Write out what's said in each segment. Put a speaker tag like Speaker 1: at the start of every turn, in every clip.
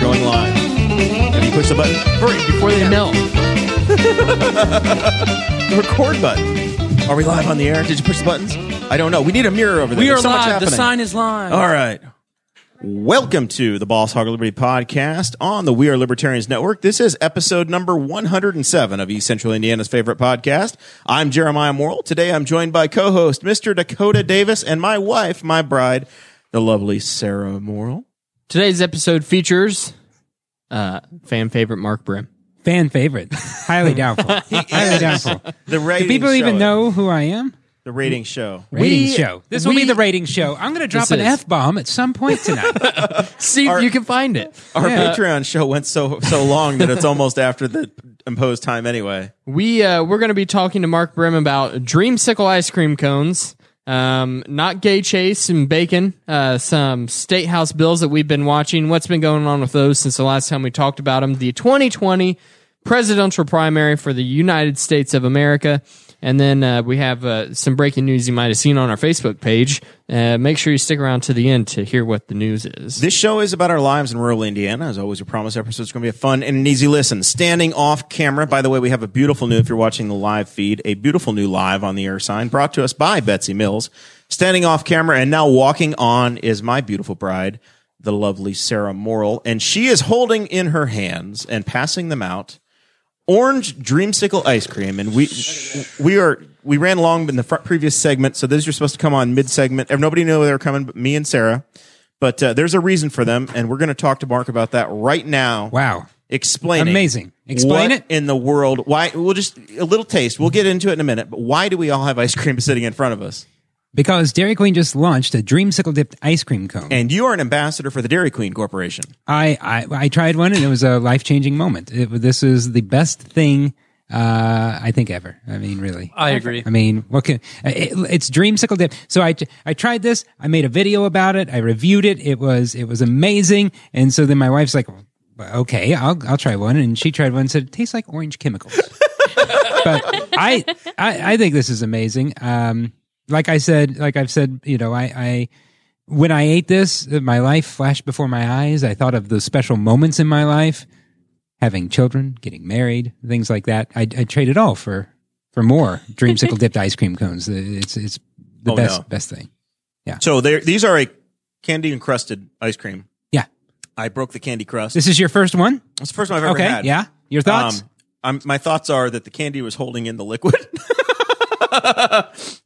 Speaker 1: Going live. Have you pushed the button? Hurry before they
Speaker 2: No.
Speaker 1: The record button. Are we live on the air? Did you push the buttons? I don't know. We need a mirror over there.
Speaker 3: We are
Speaker 1: There's so much
Speaker 3: live. The
Speaker 1: happening.
Speaker 3: sign is live.
Speaker 1: All right. Welcome to the Boss Hog of Liberty podcast on the We Are Libertarians Network. This is episode number 107 of East Central Indiana's favorite podcast. I'm Jeremiah Morrill. Today I'm joined by co host Mr. Dakota Davis and my wife, my bride, the lovely Sarah Morrill.
Speaker 2: Today's episode features uh, fan favorite Mark Brim.
Speaker 3: Fan favorite. Highly doubtful. Highly doubtful.
Speaker 1: The rating
Speaker 3: Do people
Speaker 1: show
Speaker 3: even
Speaker 1: it.
Speaker 3: know who I am?
Speaker 1: The rating show.
Speaker 3: Rating show. This will
Speaker 2: we-
Speaker 3: be the rating show. I'm going to drop
Speaker 2: This
Speaker 3: an
Speaker 2: is.
Speaker 3: F bomb at some point tonight.
Speaker 2: See if you can find it.
Speaker 1: Our Patreon show went so so long that it's almost after the imposed time anyway.
Speaker 2: We uh, we're going to be talking to Mark Brim about dream sickle ice cream cones, um, not gay chase and bacon, uh, some state house bills that we've been watching. What's been going on with those since the last time we talked about them? The 2020 presidential primary for the United States of America, and then uh, we have uh, some breaking news you might have seen on our Facebook page. Uh, make sure you stick around to the end to hear what the news is.
Speaker 1: This show is about our lives in rural Indiana. As always, we promise every episode's going to be a fun and an easy listen. Standing off camera. By the way, we have a beautiful new, if you're watching the live feed, a beautiful new live on the air sign brought to us by Betsy Mills. Standing off camera and now walking on is my beautiful bride, the lovely Sarah Morrill. And she is holding in her hands and passing them out orange dreamsicle ice cream and we we are we ran long in the fr- previous segment so those are supposed to come on mid segment nobody knew they were coming but me and sarah but uh, there's a reason for them and we're going to talk to mark about that right now
Speaker 3: Wow.
Speaker 1: explaining
Speaker 3: Amazing. Explain
Speaker 1: what
Speaker 3: it.
Speaker 1: in the world why we'll just a little taste we'll get into it in a minute but why do we all have ice cream sitting in front of us
Speaker 3: Because Dairy Queen just launched a dreamsicle dipped ice cream cone.
Speaker 1: and you are an ambassador for the dairy queen corporation
Speaker 3: I, I, I tried one and it was a life changing moment. It, this is the best thing uh, I think ever. I mean, really.
Speaker 2: I agree.
Speaker 3: I mean, what can it, it's dreamsicle dip. So I I tried this. I made a video about it. I reviewed it. It was it was amazing. And so then my wife's like, okay, I'll I'll try one. And she tried one. and Said it tastes like orange chemicals. but I, I I think this is amazing. Um, like I said, like I've said, you know, I I when I ate this, my life flashed before my eyes. I thought of those special moments in my life. Having children, getting married, things like that. I, I trade it all for for more dreamsicle dipped ice cream cones. It's it's the
Speaker 1: Oh,
Speaker 3: best
Speaker 1: no.
Speaker 3: best thing.
Speaker 1: so there- these are a candy encrusted ice cream
Speaker 3: Yeah,
Speaker 1: i broke the candy crust
Speaker 3: this is your first one.
Speaker 1: it's the first one i've ever
Speaker 3: okay,
Speaker 1: had
Speaker 3: yeah. Your thoughts?
Speaker 1: Um, I'm, my thoughts are that the candy was holding in the liquid.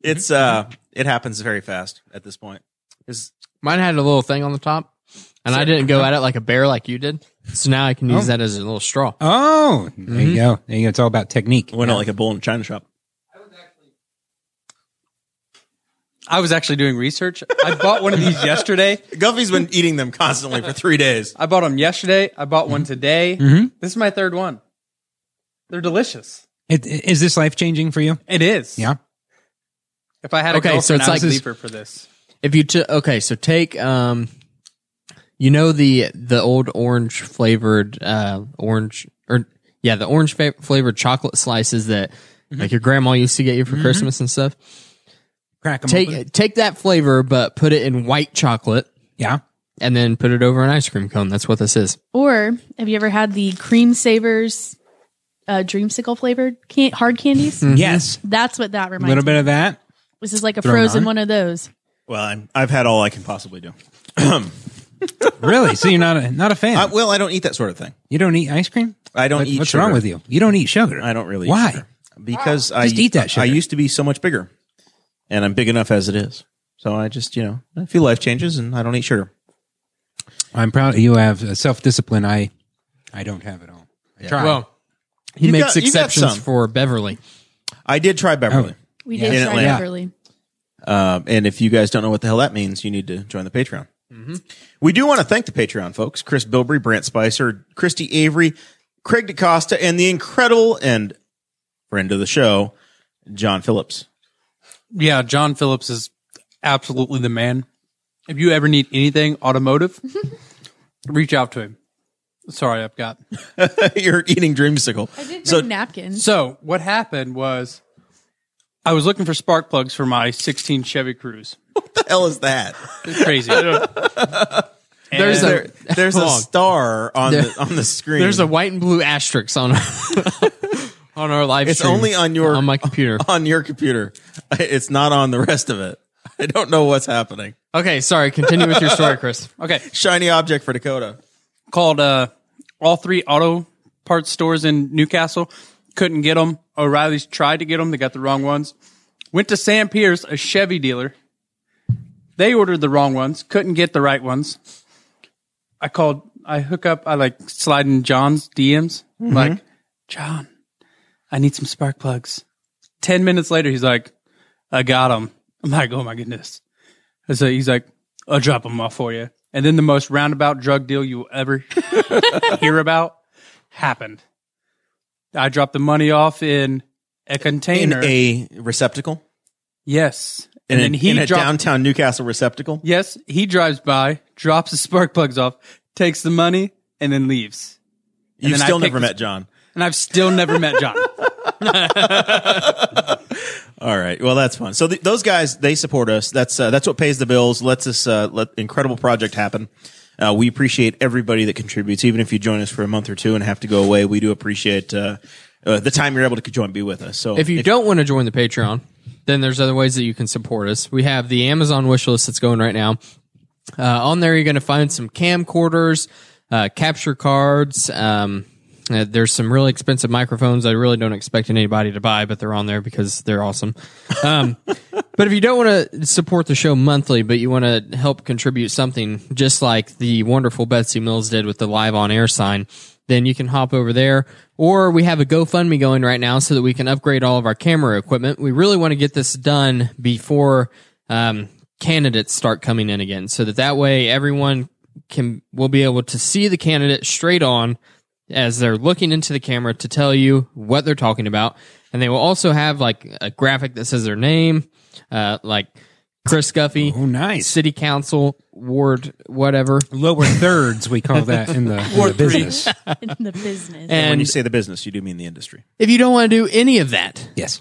Speaker 1: it's uh, it happens very fast at this point. Is
Speaker 2: Mine had a little thing on the top, and I didn't go at it like a bear like you did. So now I can use that as a little straw.
Speaker 3: oh, there you go. There you go. It's all about technique.
Speaker 1: went out like a bull in a china shop.
Speaker 4: I was actually doing research. I bought one of these yesterday.
Speaker 1: Guffey's been eating them constantly for three days.
Speaker 4: I bought them yesterday. I bought one today. This is my third one. They're delicious.
Speaker 3: It, is this life changing for you?
Speaker 4: It is.
Speaker 3: Yeah.
Speaker 4: If I had a
Speaker 2: Okay,
Speaker 4: girlfriend,
Speaker 2: so it's
Speaker 4: I would
Speaker 2: like-
Speaker 4: leave her for this.
Speaker 2: If you took okay, so take um, you know the the old orange flavored uh orange or yeah the orange fa- flavored chocolate slices that like your grandma used to get you for Christmas and stuff.
Speaker 3: Crack 'em open.
Speaker 2: Take take that flavor, but put it in white chocolate
Speaker 3: Yeah.
Speaker 2: and then put it over an ice cream cone. That's what this is.
Speaker 5: Or have you ever had the cream savers, uh, dreamsicle flavored can- hard candies?
Speaker 1: Hmm.
Speaker 3: Yes.
Speaker 5: That's what
Speaker 3: A
Speaker 5: that reminds
Speaker 3: little
Speaker 5: me.
Speaker 3: bit of that.
Speaker 5: This is like a
Speaker 3: Thrown
Speaker 5: frozen
Speaker 3: on.
Speaker 5: one of those.
Speaker 1: Well, I'm, I've had all I can possibly do.
Speaker 3: Really? So you're not a, not a fan?
Speaker 1: I, Uh, well, I don't eat that sort of thing.
Speaker 3: you don't eat ice cream?
Speaker 1: I don't
Speaker 3: What-
Speaker 1: eat.
Speaker 3: What's
Speaker 1: sugar.
Speaker 3: wrong with you? You don't eat sugar.
Speaker 1: I don't really.
Speaker 3: Why?
Speaker 1: Eat sugar. Because I
Speaker 3: Just eat that
Speaker 1: I
Speaker 3: sugar.
Speaker 1: used to be so much bigger, and I'm big enough as it is. So I just you know a few life changes, and I don't eat sugar.
Speaker 3: I'm proud you have self discipline. I I don't have it all. I try.
Speaker 2: Well, he
Speaker 1: You
Speaker 2: makes
Speaker 1: got- you got
Speaker 2: exceptions
Speaker 1: some.
Speaker 2: for Beverly.
Speaker 3: Oh.
Speaker 1: I did try Beverly.
Speaker 5: We
Speaker 3: Yeah.
Speaker 5: did
Speaker 1: In
Speaker 5: try
Speaker 1: Atlanta.
Speaker 5: Beverly.
Speaker 1: Uh, and if you guys don't know what the hell that means, you need to join the Patreon. We do want to thank the Patreon folks Chris Bilbrey, Brant Spicer, Christy Avery, Craig DaCosta, and the incredible and friend of the show, John Phillips.
Speaker 4: Yeah, John Phillips is absolutely the man. If you ever need anything automotive, reach out to him. Sorry, I've got.
Speaker 1: You're eating dreamsicle.
Speaker 5: I did
Speaker 1: So-
Speaker 5: bring napkins.
Speaker 4: So what happened was, I was looking for spark plugs for my 16 Chevy Cruze.
Speaker 1: What the hell is that?
Speaker 4: It's crazy.
Speaker 2: There's
Speaker 1: There-
Speaker 2: a
Speaker 1: there's a
Speaker 2: hold on.
Speaker 1: star on the on the screen.
Speaker 2: there's a white and blue asterisk on on our live.
Speaker 1: It's
Speaker 2: stream
Speaker 1: only on your
Speaker 2: on my computer.
Speaker 1: on your computer. It's not on the rest of it. I don't know what's happening.
Speaker 2: Okay, sorry. Continue with your story, Chris.
Speaker 4: okay,
Speaker 1: Shiny object for Dakota.
Speaker 4: called uh, all three auto parts stores in Newcastle. Couldn't get them. O'Reilly's tried to get them. They got the wrong ones. Went to Sam Pierce, a Chevy dealer. They ordered the wrong ones. Couldn't get the right ones. I called. I hook up. I like slide in John's DMs. I'm Like, John, I need some spark plugs. Ten minutes later, he's like, I got them. I'm like, oh my goodness. And so he's like, I'll drop them off for you. And then the most roundabout drug deal you will ever hear about happened. I dropped the money off in a
Speaker 1: In
Speaker 4: container.
Speaker 1: a receptacle.
Speaker 4: yes.
Speaker 1: In
Speaker 4: And
Speaker 1: a-
Speaker 4: then he
Speaker 1: in a
Speaker 4: dropped.
Speaker 1: downtown Newcastle receptacle.
Speaker 4: yes, he drives by, drops his spark plugs off, takes the money, and then leaves.
Speaker 1: You've
Speaker 4: then I
Speaker 1: still
Speaker 4: picked
Speaker 1: never
Speaker 4: this-
Speaker 1: met John.
Speaker 4: And I've still never met John.
Speaker 1: All right. Well, that's fun. So th- those guys, they support us. That's uh, that's what pays the bills. Lets us uh, let incredible project happen. Uh, we appreciate everybody that contributes, even if you join us for a month or two and have to go away. We do appreciate uh, uh, the time you're able to join, and be with us. So
Speaker 2: If you don't want to join the Patreon, then there's other ways that you can support us. We have the Amazon wish list that's going right now. Uh, on there, you're going to find some camcorders, uh, capture cards. Um, uh, there's some really expensive microphones. I really don't expect anybody to buy, but they're on there because they're awesome. Um, but if you don't want to support the show monthly, but you want to help contribute something, just like the wonderful Betsy Mills did with the live on air sign, then you can hop over there. Or we have a GoFundMe going right now so that we can upgrade all of our camera equipment. We really want to get this done before um, candidates start coming in again, so that that way everyone can will be able to see the candidate straight on as they're looking into the camera to tell you what they're talking about. And they will also have like a graphic that says their name, uh, like Chris Guffey,
Speaker 3: Oh, nice.
Speaker 2: city council, ward, whatever.
Speaker 3: Lower thirds, we call that in the, in the business.
Speaker 5: in the business.
Speaker 1: when
Speaker 2: And
Speaker 1: you say the business, you do mean the industry.
Speaker 2: if you don't want to do any of that,
Speaker 3: Yes.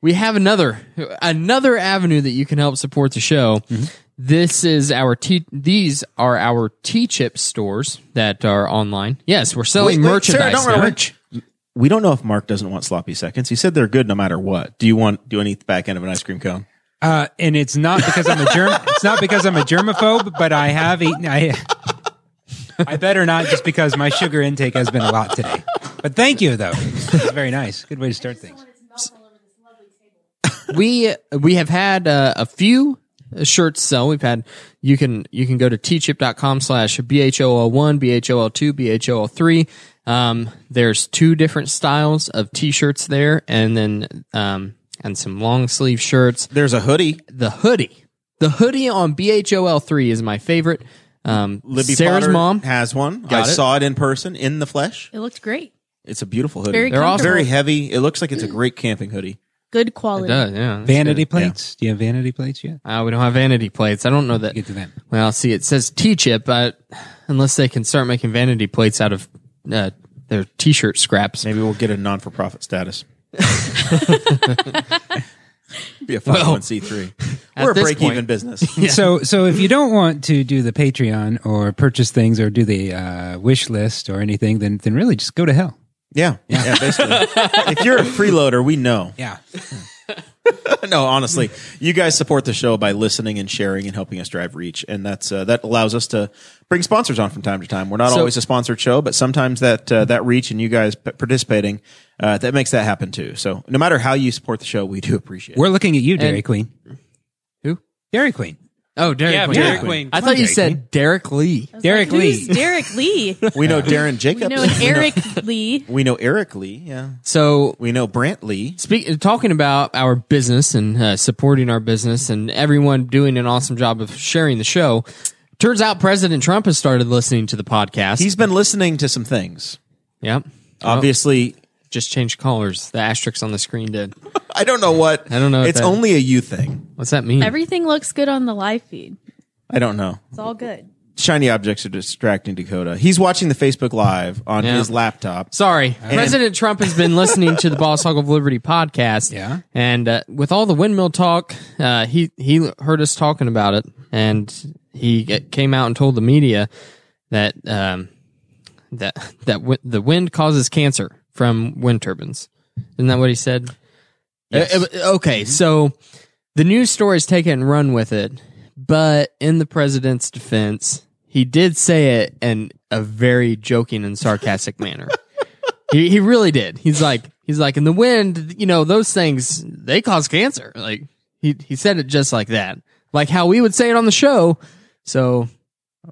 Speaker 2: we have another another avenue that you can help support the show.
Speaker 1: Mm-hmm.
Speaker 2: This is our T. These are our T chip stores that are online. Yes, we're selling
Speaker 1: Wait, wait, Sarah,
Speaker 2: merchandise.
Speaker 1: don't
Speaker 2: now.
Speaker 1: worry. We don't know if Mark doesn't want sloppy seconds. He said they're good no matter what. Do you want do you want to eat the back end of an ice cream cone?
Speaker 3: Uh, and it's not because I'm a germ. it's not because I'm a germaphobe, but I have eaten. I, I better not, just because my sugar intake has been a lot today. But thank you, though. It's very nice. Good way to start things.
Speaker 2: we we have had uh, a few shirts sell. We've had you can you can go to tchip.com slash bhol1, bhol2, bhol3. Um, there's two different styles of t-shirts there, and then um, and some long sleeve shirts.
Speaker 1: There's a hoodie.
Speaker 2: The hoodie, the hoodie on bhol3 is my favorite. Um,
Speaker 1: Libby
Speaker 2: Sarah's
Speaker 1: Potter
Speaker 2: mom.
Speaker 1: has one.
Speaker 2: Got
Speaker 1: I
Speaker 2: it.
Speaker 1: saw it in person in the flesh.
Speaker 5: it looked great.
Speaker 1: It's a beautiful hoodie.
Speaker 5: Very
Speaker 2: They're all
Speaker 5: comfortable.
Speaker 1: very heavy. It looks like it's a great camping hoodie.
Speaker 5: good
Speaker 2: It
Speaker 5: quality.
Speaker 2: does, yeah. that's
Speaker 3: Vanity plates. Do you have vanity plates yet?
Speaker 2: good. Uh, we don't have vanity plates. I don't know that.
Speaker 3: Get to them.
Speaker 2: Well, see, it says T chip, but unless they can start making vanity plates out of uh, their t shirt scraps.
Speaker 1: Maybe we'll get a non for profit status. Be a 501c3.
Speaker 2: at
Speaker 1: We're a
Speaker 2: this
Speaker 1: break even
Speaker 2: point-
Speaker 1: business.
Speaker 3: So, so if you don't want to do the Patreon or purchase things or do the uh, wish list or anything, then then really just go to hell.
Speaker 1: Yeah. Yeah, basically. if you're a freeloader, we know.
Speaker 3: Yeah.
Speaker 1: no, honestly, you guys support the show by listening and sharing and helping us drive reach, and that's uh, that allows us to bring sponsors on from time to time. We're not always a sponsored show, but sometimes that uh, that reach and you guys p- participating uh, that makes that happen too. So no matter how you support the show, we do appreciate it.
Speaker 3: We're looking at you, Dairy Queen.
Speaker 2: Who?
Speaker 3: Dairy Queen. Oh, Derek.
Speaker 4: Yeah,
Speaker 3: Queen.
Speaker 4: Derek Queen.
Speaker 2: I thought you said Derek Lee.
Speaker 3: Derek
Speaker 5: Like,
Speaker 3: Lee.
Speaker 5: Who's Derek Lee?
Speaker 1: We know Darren
Speaker 5: We
Speaker 1: Jacobs.
Speaker 5: know an Eric Lee.
Speaker 1: We know Eric Lee. Yeah.
Speaker 2: So
Speaker 1: We know Brant Lee.
Speaker 2: Speak, talking about our business and uh, supporting our business and everyone doing an awesome job of sharing the show. Turns out President Trump has started listening to the podcast.
Speaker 1: He's been listening to some things.
Speaker 2: yep.
Speaker 1: Obviously,
Speaker 2: Just changed colors. The asterisk on the screen did.
Speaker 1: I don't know what.
Speaker 2: I don't know what
Speaker 1: It's
Speaker 2: that-
Speaker 1: only a you thing.
Speaker 2: What's that mean?
Speaker 5: Everything looks good on the live feed.
Speaker 1: I don't know.
Speaker 5: It's all good.
Speaker 1: Shiny objects are distracting Dakota. He's watching the Facebook Live on
Speaker 2: Yeah.
Speaker 1: his laptop.
Speaker 2: Sorry, President Trump has been listening to the Boss Hog of Liberty podcast.
Speaker 3: Yeah.
Speaker 2: and uh, with all the windmill talk, uh, he he heard us talking about it, and he g- came out and told the media that um, that that w- the wind causes cancer from wind turbines. Isn't that what he said? Uh, it- okay, so the news story is taken and run with it, but in the president's defense, he did say it in a very joking and sarcastic manner. He, he really did. He's like he's like in the wind, you know, those things they cause cancer. Like he he said it just like that, like how we would say it on the show. So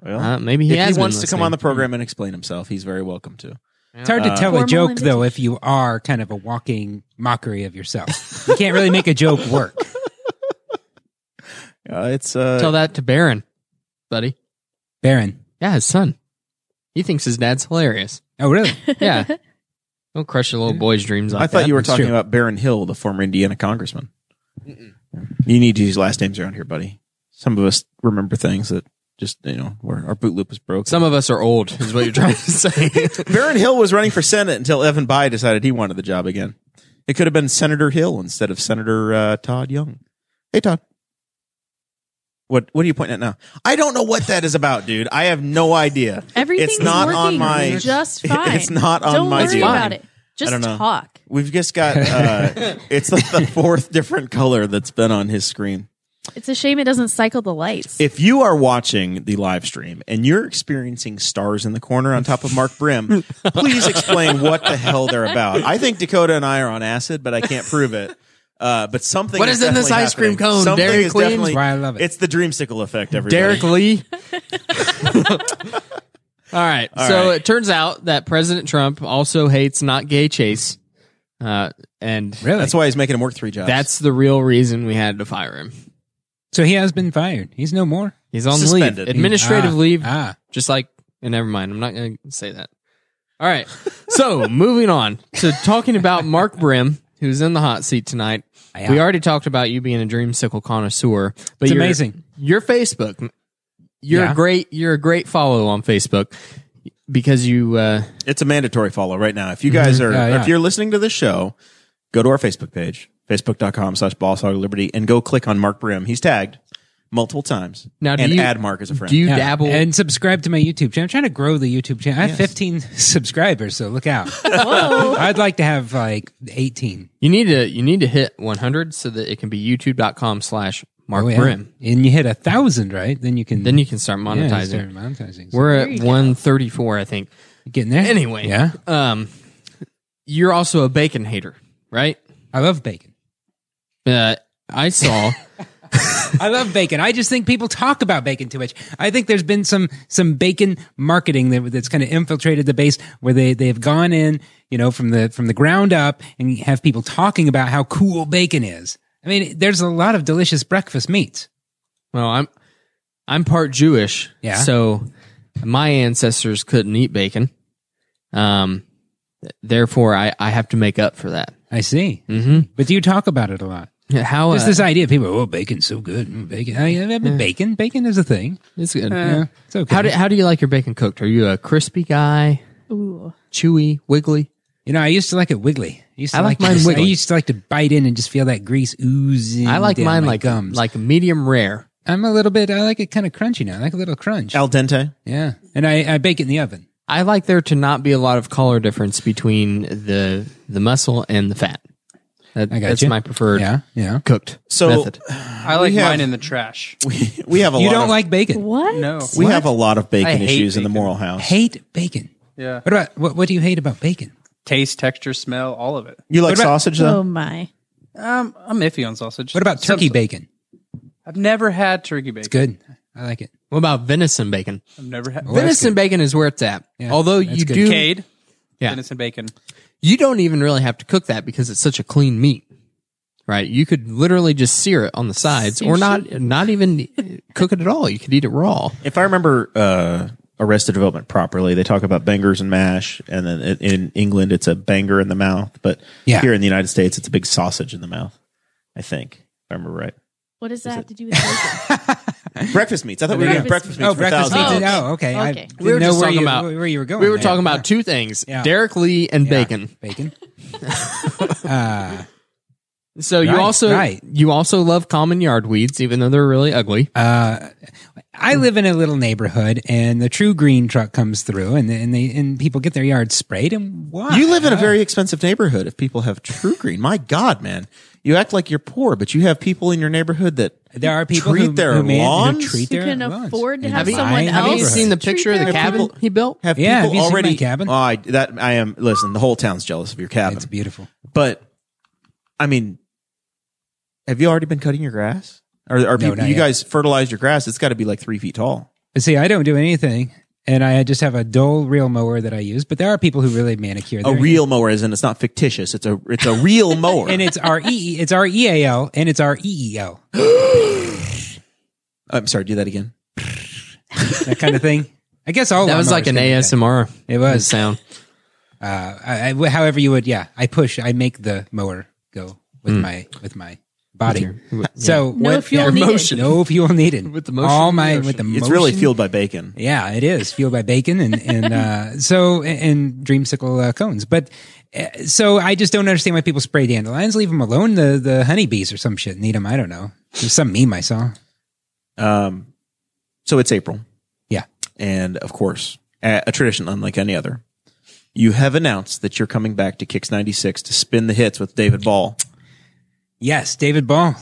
Speaker 1: Well,
Speaker 2: uh, maybe he
Speaker 1: if
Speaker 2: has
Speaker 1: he
Speaker 2: been
Speaker 1: wants to come
Speaker 2: listening.
Speaker 1: on the program and explain himself, he's very welcome to.
Speaker 3: It's hard
Speaker 2: Uh,
Speaker 3: to tell a
Speaker 5: Formal
Speaker 3: joke
Speaker 5: invitation.
Speaker 3: though if you are kind of a walking mockery of yourself. You can't really make a joke work.
Speaker 1: Uh, it's uh,
Speaker 2: tell that to Baron, buddy.
Speaker 3: Baron.
Speaker 2: Yeah, his son. He thinks his dad's hilarious.
Speaker 3: Oh, really?
Speaker 2: Yeah, don't crush your little boy's dreams. Like
Speaker 1: I thought
Speaker 2: that.
Speaker 1: you were
Speaker 3: That's
Speaker 1: talking
Speaker 3: true.
Speaker 1: about Barron Hill, the former Indiana congressman. You need to use last names around here, buddy. Some of us remember things that just you know where our boot loop is broken.
Speaker 2: Some of us are old, is what you're trying to say.
Speaker 1: Barron Hill was running for Senate until Evan Bayh decided he wanted the job again. It could have been Senator Hill instead of Senator uh, Todd Young. Hey, Todd. What What are you pointing at now? I don't know what that is about, dude. I have no idea.
Speaker 5: Everything's
Speaker 1: it's not
Speaker 5: working
Speaker 1: on my.
Speaker 5: just fine.
Speaker 1: It's not on
Speaker 5: Don't
Speaker 1: my.
Speaker 5: worry
Speaker 1: deal.
Speaker 5: about it. Just
Speaker 1: don't know.
Speaker 5: talk.
Speaker 1: We've just got. Uh, it's like the fourth different color that's been on his screen.
Speaker 5: It's a shame it doesn't cycle the lights.
Speaker 1: If you are watching the live stream and you're experiencing stars in the corner on top of Mark Brim, please explain what the hell they're about. I think Dakota and I are on acid, but I can't prove it. Uh, but something
Speaker 2: What
Speaker 1: is
Speaker 2: is in this
Speaker 1: definitely
Speaker 2: ice cream
Speaker 1: happening.
Speaker 2: cone?
Speaker 1: Something
Speaker 2: Dairy
Speaker 1: is
Speaker 2: Queen?
Speaker 1: definitely-
Speaker 3: Why I love it.
Speaker 1: It's the dreamsicle effect. Everybody.
Speaker 2: Derek Lee. All right. so
Speaker 1: right.
Speaker 2: it turns out that President Trump also hates not gay Chase, uh, and
Speaker 3: Really?
Speaker 1: That's why he's making him work three jobs.
Speaker 2: that's the real reason we had to fire him.
Speaker 3: so he has been fired. He's no more.
Speaker 2: He's on
Speaker 1: Suspended.
Speaker 2: leave, administrative
Speaker 3: Ah,
Speaker 2: leave,
Speaker 3: Ah.
Speaker 2: just like. And never mind. I'm not going to say that. All right. So moving on to talking about Mark Brim, who's in the hot seat tonight.
Speaker 3: Yeah.
Speaker 2: We already talked about you being a dreamsicle connoisseur, but
Speaker 3: It's
Speaker 2: your-
Speaker 3: amazing.
Speaker 2: Your Facebook, you're
Speaker 3: Yeah.
Speaker 2: a great. You're a great follow on Facebook because you. Uh,
Speaker 1: it's a mandatory follow right now. If you guys
Speaker 2: Mm-hmm.
Speaker 1: are,
Speaker 3: Yeah, yeah.
Speaker 1: if you're listening to this show, go to our Facebook page, facebook.com slash boss hog liberty and go click on Mark Brim. He's tagged multiple times
Speaker 2: Now, do
Speaker 1: and
Speaker 2: you-
Speaker 1: add Mark as a friend.
Speaker 2: do you
Speaker 3: Yeah.
Speaker 2: dabble?
Speaker 3: and subscribe to my YouTube channel. I'm trying to grow the YouTube channel. I have 15 subscribers, so look out.
Speaker 5: Whoa.
Speaker 3: I'd like to have like 18.
Speaker 2: you need to. You need to hit 100 so that it can be YouTube.com slash Mark
Speaker 3: Oh, yeah.
Speaker 2: Brim.
Speaker 3: And you hit a thousand, right? Then you can
Speaker 2: Then you can start
Speaker 3: yeah,
Speaker 2: monetizing.
Speaker 3: start monetizing. So
Speaker 2: We're
Speaker 5: There
Speaker 2: at
Speaker 5: you go.
Speaker 2: 134, I think.
Speaker 3: you're getting there.
Speaker 2: Anyway,
Speaker 3: yeah,
Speaker 2: Um, you're also a bacon hater, right?
Speaker 3: I love bacon.
Speaker 2: Uh, I saw.
Speaker 3: I love bacon. I just think people talk about bacon too much. I think there's been some some bacon marketing that, that's kind of infiltrated the base where they they've gone in, you know, from the from the ground up and have people talking about how cool bacon is. I mean, there's a lot of delicious breakfast meats.
Speaker 2: Well, I'm I'm part Jewish,
Speaker 3: Yeah.
Speaker 2: So my ancestors couldn't eat bacon. Um, th- therefore, I, I have to make up for that.
Speaker 3: I see. Mm-hmm. But do you talk about it a lot?
Speaker 2: How uh,
Speaker 3: There's this idea of people, oh, bacon's so good. Mm, Bacon, I, I mean, bacon, bacon is a thing.
Speaker 2: it's good.
Speaker 3: Yeah, Uh, it's okay.
Speaker 2: How do how do you like your bacon cooked? Are you a crispy guy,
Speaker 5: Ooh.
Speaker 2: chewy, wiggly?
Speaker 3: You know, I used to like it wiggly. I used to
Speaker 2: I like
Speaker 3: like,
Speaker 2: mine
Speaker 3: just-
Speaker 2: wiggly.
Speaker 3: I used to like to bite in and just feel that grease oozing.
Speaker 2: I like
Speaker 3: down
Speaker 2: mine
Speaker 3: my
Speaker 2: like
Speaker 3: gums.
Speaker 2: like medium rare.
Speaker 3: I'm a little bit. I like it kind of crunchy now. I like a little crunch.
Speaker 1: Al dente.
Speaker 3: yeah, and I, I bake it in the oven.
Speaker 2: I like there to not be a lot of color difference between the the muscle and the fat. That,
Speaker 3: I got
Speaker 2: that's
Speaker 3: you.
Speaker 2: my preferred
Speaker 3: Yeah, yeah.
Speaker 2: cooked
Speaker 1: So-
Speaker 2: method.
Speaker 4: I like
Speaker 1: We have-
Speaker 4: mine in the trash.
Speaker 1: We, we have a
Speaker 3: You
Speaker 1: lot
Speaker 3: don't
Speaker 1: of,
Speaker 3: like bacon?
Speaker 5: What?
Speaker 4: No.
Speaker 1: We have a lot of
Speaker 2: I
Speaker 1: bacon
Speaker 2: hate
Speaker 1: issues in the
Speaker 4: bacon.
Speaker 1: moral house.
Speaker 3: Hate bacon.
Speaker 4: Yeah.
Speaker 3: What about what? What do you hate about bacon?
Speaker 4: Taste, texture, smell, all of it.
Speaker 1: you like
Speaker 3: What about-
Speaker 1: sausage though?
Speaker 5: Oh my.
Speaker 4: Um, I'm iffy on sausage.
Speaker 3: What about turkey
Speaker 4: Some-
Speaker 3: bacon?
Speaker 4: I've never had turkey bacon.
Speaker 3: Good. I like it.
Speaker 2: What about venison bacon?
Speaker 4: I've never had
Speaker 3: that's
Speaker 2: venison bacon is where it's at. Although
Speaker 3: that's
Speaker 2: you
Speaker 3: good.
Speaker 2: do,
Speaker 4: Cade.
Speaker 2: Yeah.
Speaker 4: Venison bacon.
Speaker 2: you don't even really have to cook that because it's such a clean meat, right? You could literally just sear it on the sides, or not, not even cook it at all. You could eat it raw.
Speaker 1: If I remember uh, Arrested Development properly, they talk about bangers and mash, and then i- in England it's a banger in the mouth, but
Speaker 3: Yeah.
Speaker 1: here in the United States it's a big sausage in the mouth. I think if I remember right.
Speaker 5: What does that have to do with bacon?
Speaker 1: Breakfast meats. I thought we were doing breakfast
Speaker 5: Breakfast
Speaker 1: meats.
Speaker 3: Oh,
Speaker 1: for
Speaker 3: breakfast
Speaker 1: thousands.
Speaker 3: meats.
Speaker 5: meat.
Speaker 3: Oh, okay. I
Speaker 5: Okay.
Speaker 3: didn't
Speaker 2: We were
Speaker 3: know
Speaker 2: just
Speaker 3: where
Speaker 2: talking
Speaker 3: you,
Speaker 2: about-
Speaker 3: where you were going.
Speaker 2: We were
Speaker 3: there.
Speaker 2: talking about two things:
Speaker 3: Oh, Yeah.
Speaker 2: Derek Lee and
Speaker 3: Yeah.
Speaker 2: bacon.
Speaker 3: Bacon. uh,
Speaker 2: So you
Speaker 3: Right,
Speaker 2: also
Speaker 3: right.
Speaker 2: you also love common yard weeds, even though they're really ugly.
Speaker 3: I live in a little neighborhood, and the True Green truck comes through, and and they and people get their yards sprayed. And why?
Speaker 1: Oh. You live in a very expensive neighborhood. If people have True Green, my God, man, you act like you're poor, but you have people in your neighborhood that
Speaker 3: There are people
Speaker 1: treat
Speaker 3: who,
Speaker 1: their
Speaker 3: who man, who
Speaker 1: lawns?
Speaker 3: treat
Speaker 5: You
Speaker 3: their
Speaker 5: can
Speaker 3: lawns.
Speaker 5: afford to
Speaker 3: in
Speaker 5: have
Speaker 3: my
Speaker 5: someone
Speaker 2: Have you
Speaker 5: else.
Speaker 3: neighborhood.
Speaker 2: seen the
Speaker 5: Tree
Speaker 2: picture of the
Speaker 5: their
Speaker 2: cabin
Speaker 5: people-
Speaker 2: he built?
Speaker 1: have
Speaker 3: Yeah, have
Speaker 1: people
Speaker 3: you seen my
Speaker 1: already
Speaker 3: cabin?
Speaker 1: Oh, I, that I am. Listen, the whole town's jealous of your cabin.
Speaker 3: It's beautiful.
Speaker 1: But I mean, have you already been cutting your grass? Or are people,
Speaker 3: not
Speaker 1: you
Speaker 3: yet.
Speaker 1: guys fertilized your grass? It's got to be like three feet tall.
Speaker 3: But see, I don't do anything, and I just have a dull reel mower that I use. But there are people who really manicure.
Speaker 1: A
Speaker 3: their-
Speaker 1: real mower, as in it's not fictitious. It's a it's a real mower.
Speaker 3: and it's R E. It's R E A L, and it's R E E L.
Speaker 1: I'm sorry, do that again.
Speaker 3: That kind of thing. I guess all
Speaker 2: That was
Speaker 3: lawnmowers
Speaker 2: like an
Speaker 3: do that.
Speaker 2: ASMR.
Speaker 3: It was.
Speaker 2: sound.
Speaker 3: I, I, however you would, yeah. I push. I make the mower go
Speaker 2: Hmm.
Speaker 3: with my with my body. So
Speaker 5: No
Speaker 3: when-
Speaker 5: fuel needed. Motion.
Speaker 3: No fuel needed.
Speaker 2: With the motion
Speaker 3: All
Speaker 2: of the
Speaker 3: my
Speaker 2: ocean.
Speaker 3: with the
Speaker 1: It's really
Speaker 3: motion.
Speaker 1: fueled by bacon.
Speaker 3: Yeah, it is fueled by bacon and and uh, so and dreamsicle uh, cones. But uh, so I just don't understand why people spray dandelions. Leave them alone. The the honeybees or some shit need them. I don't know. There's some meme I saw.
Speaker 1: Um, so it's April,
Speaker 3: Yeah,
Speaker 1: and of course, a, a tradition unlike any other. You have announced that you're coming back to Kicks '96 to spin the hits with David Ball.
Speaker 3: yes, David Ball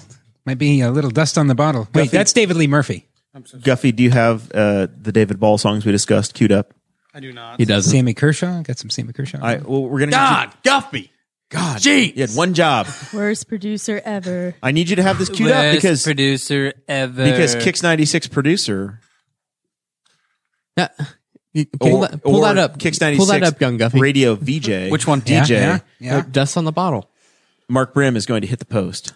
Speaker 3: might be a little dust on the bottle. Wait, that's David Lee Murphy.
Speaker 1: Guffey, do you have uh, the David Ball songs we discussed queued up?
Speaker 4: I do not.
Speaker 2: He doesn't.
Speaker 3: Sammy Kershaw got some Sammy Kershaw.
Speaker 1: I well, we're gonna
Speaker 4: God, Guffy.
Speaker 1: God,
Speaker 4: Jeez.
Speaker 1: you had one job.
Speaker 5: Worst producer ever.
Speaker 1: I need you to have this queued up because
Speaker 4: producer ever.
Speaker 1: because Kicks '96 producer
Speaker 2: Yeah. You- Pull,
Speaker 1: or,
Speaker 2: that, pull
Speaker 1: or
Speaker 2: that up.
Speaker 1: Kicks '96
Speaker 2: Pull that up, Young Guffey.
Speaker 1: radio VJ.
Speaker 4: Which one?
Speaker 1: DJ
Speaker 3: Yeah, yeah.
Speaker 2: Like Dust on the bottle.
Speaker 1: Mark Brim is going to hit the post.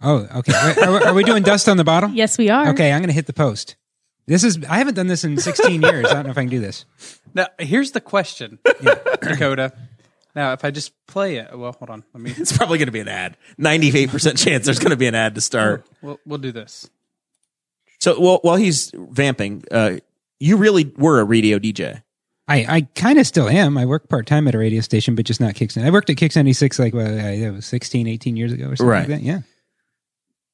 Speaker 3: Oh, okay. Wait, Are, we- are we doing dust on the bottle?
Speaker 5: Yes, we are.
Speaker 3: Okay, I'm going to hit the post. This is I haven't done this in 16 years. I don't know if I can do this.
Speaker 4: Now, here's the question, Dakota. Now, if I just play it, well, hold on. Let me.
Speaker 1: It's probably going to be an ad. Ninety-eight percent chance there's going to be an ad to start.
Speaker 4: We'll, we'll do this.
Speaker 1: So while while he's vamping, uh, you really were a radio DJ.
Speaker 3: I, I kind of still am. I work part time at a radio station, but just not Kicks. I worked at Kicks 96 like well, I, that was 16, 18 years ago or something
Speaker 1: Right.
Speaker 3: like that. Yeah.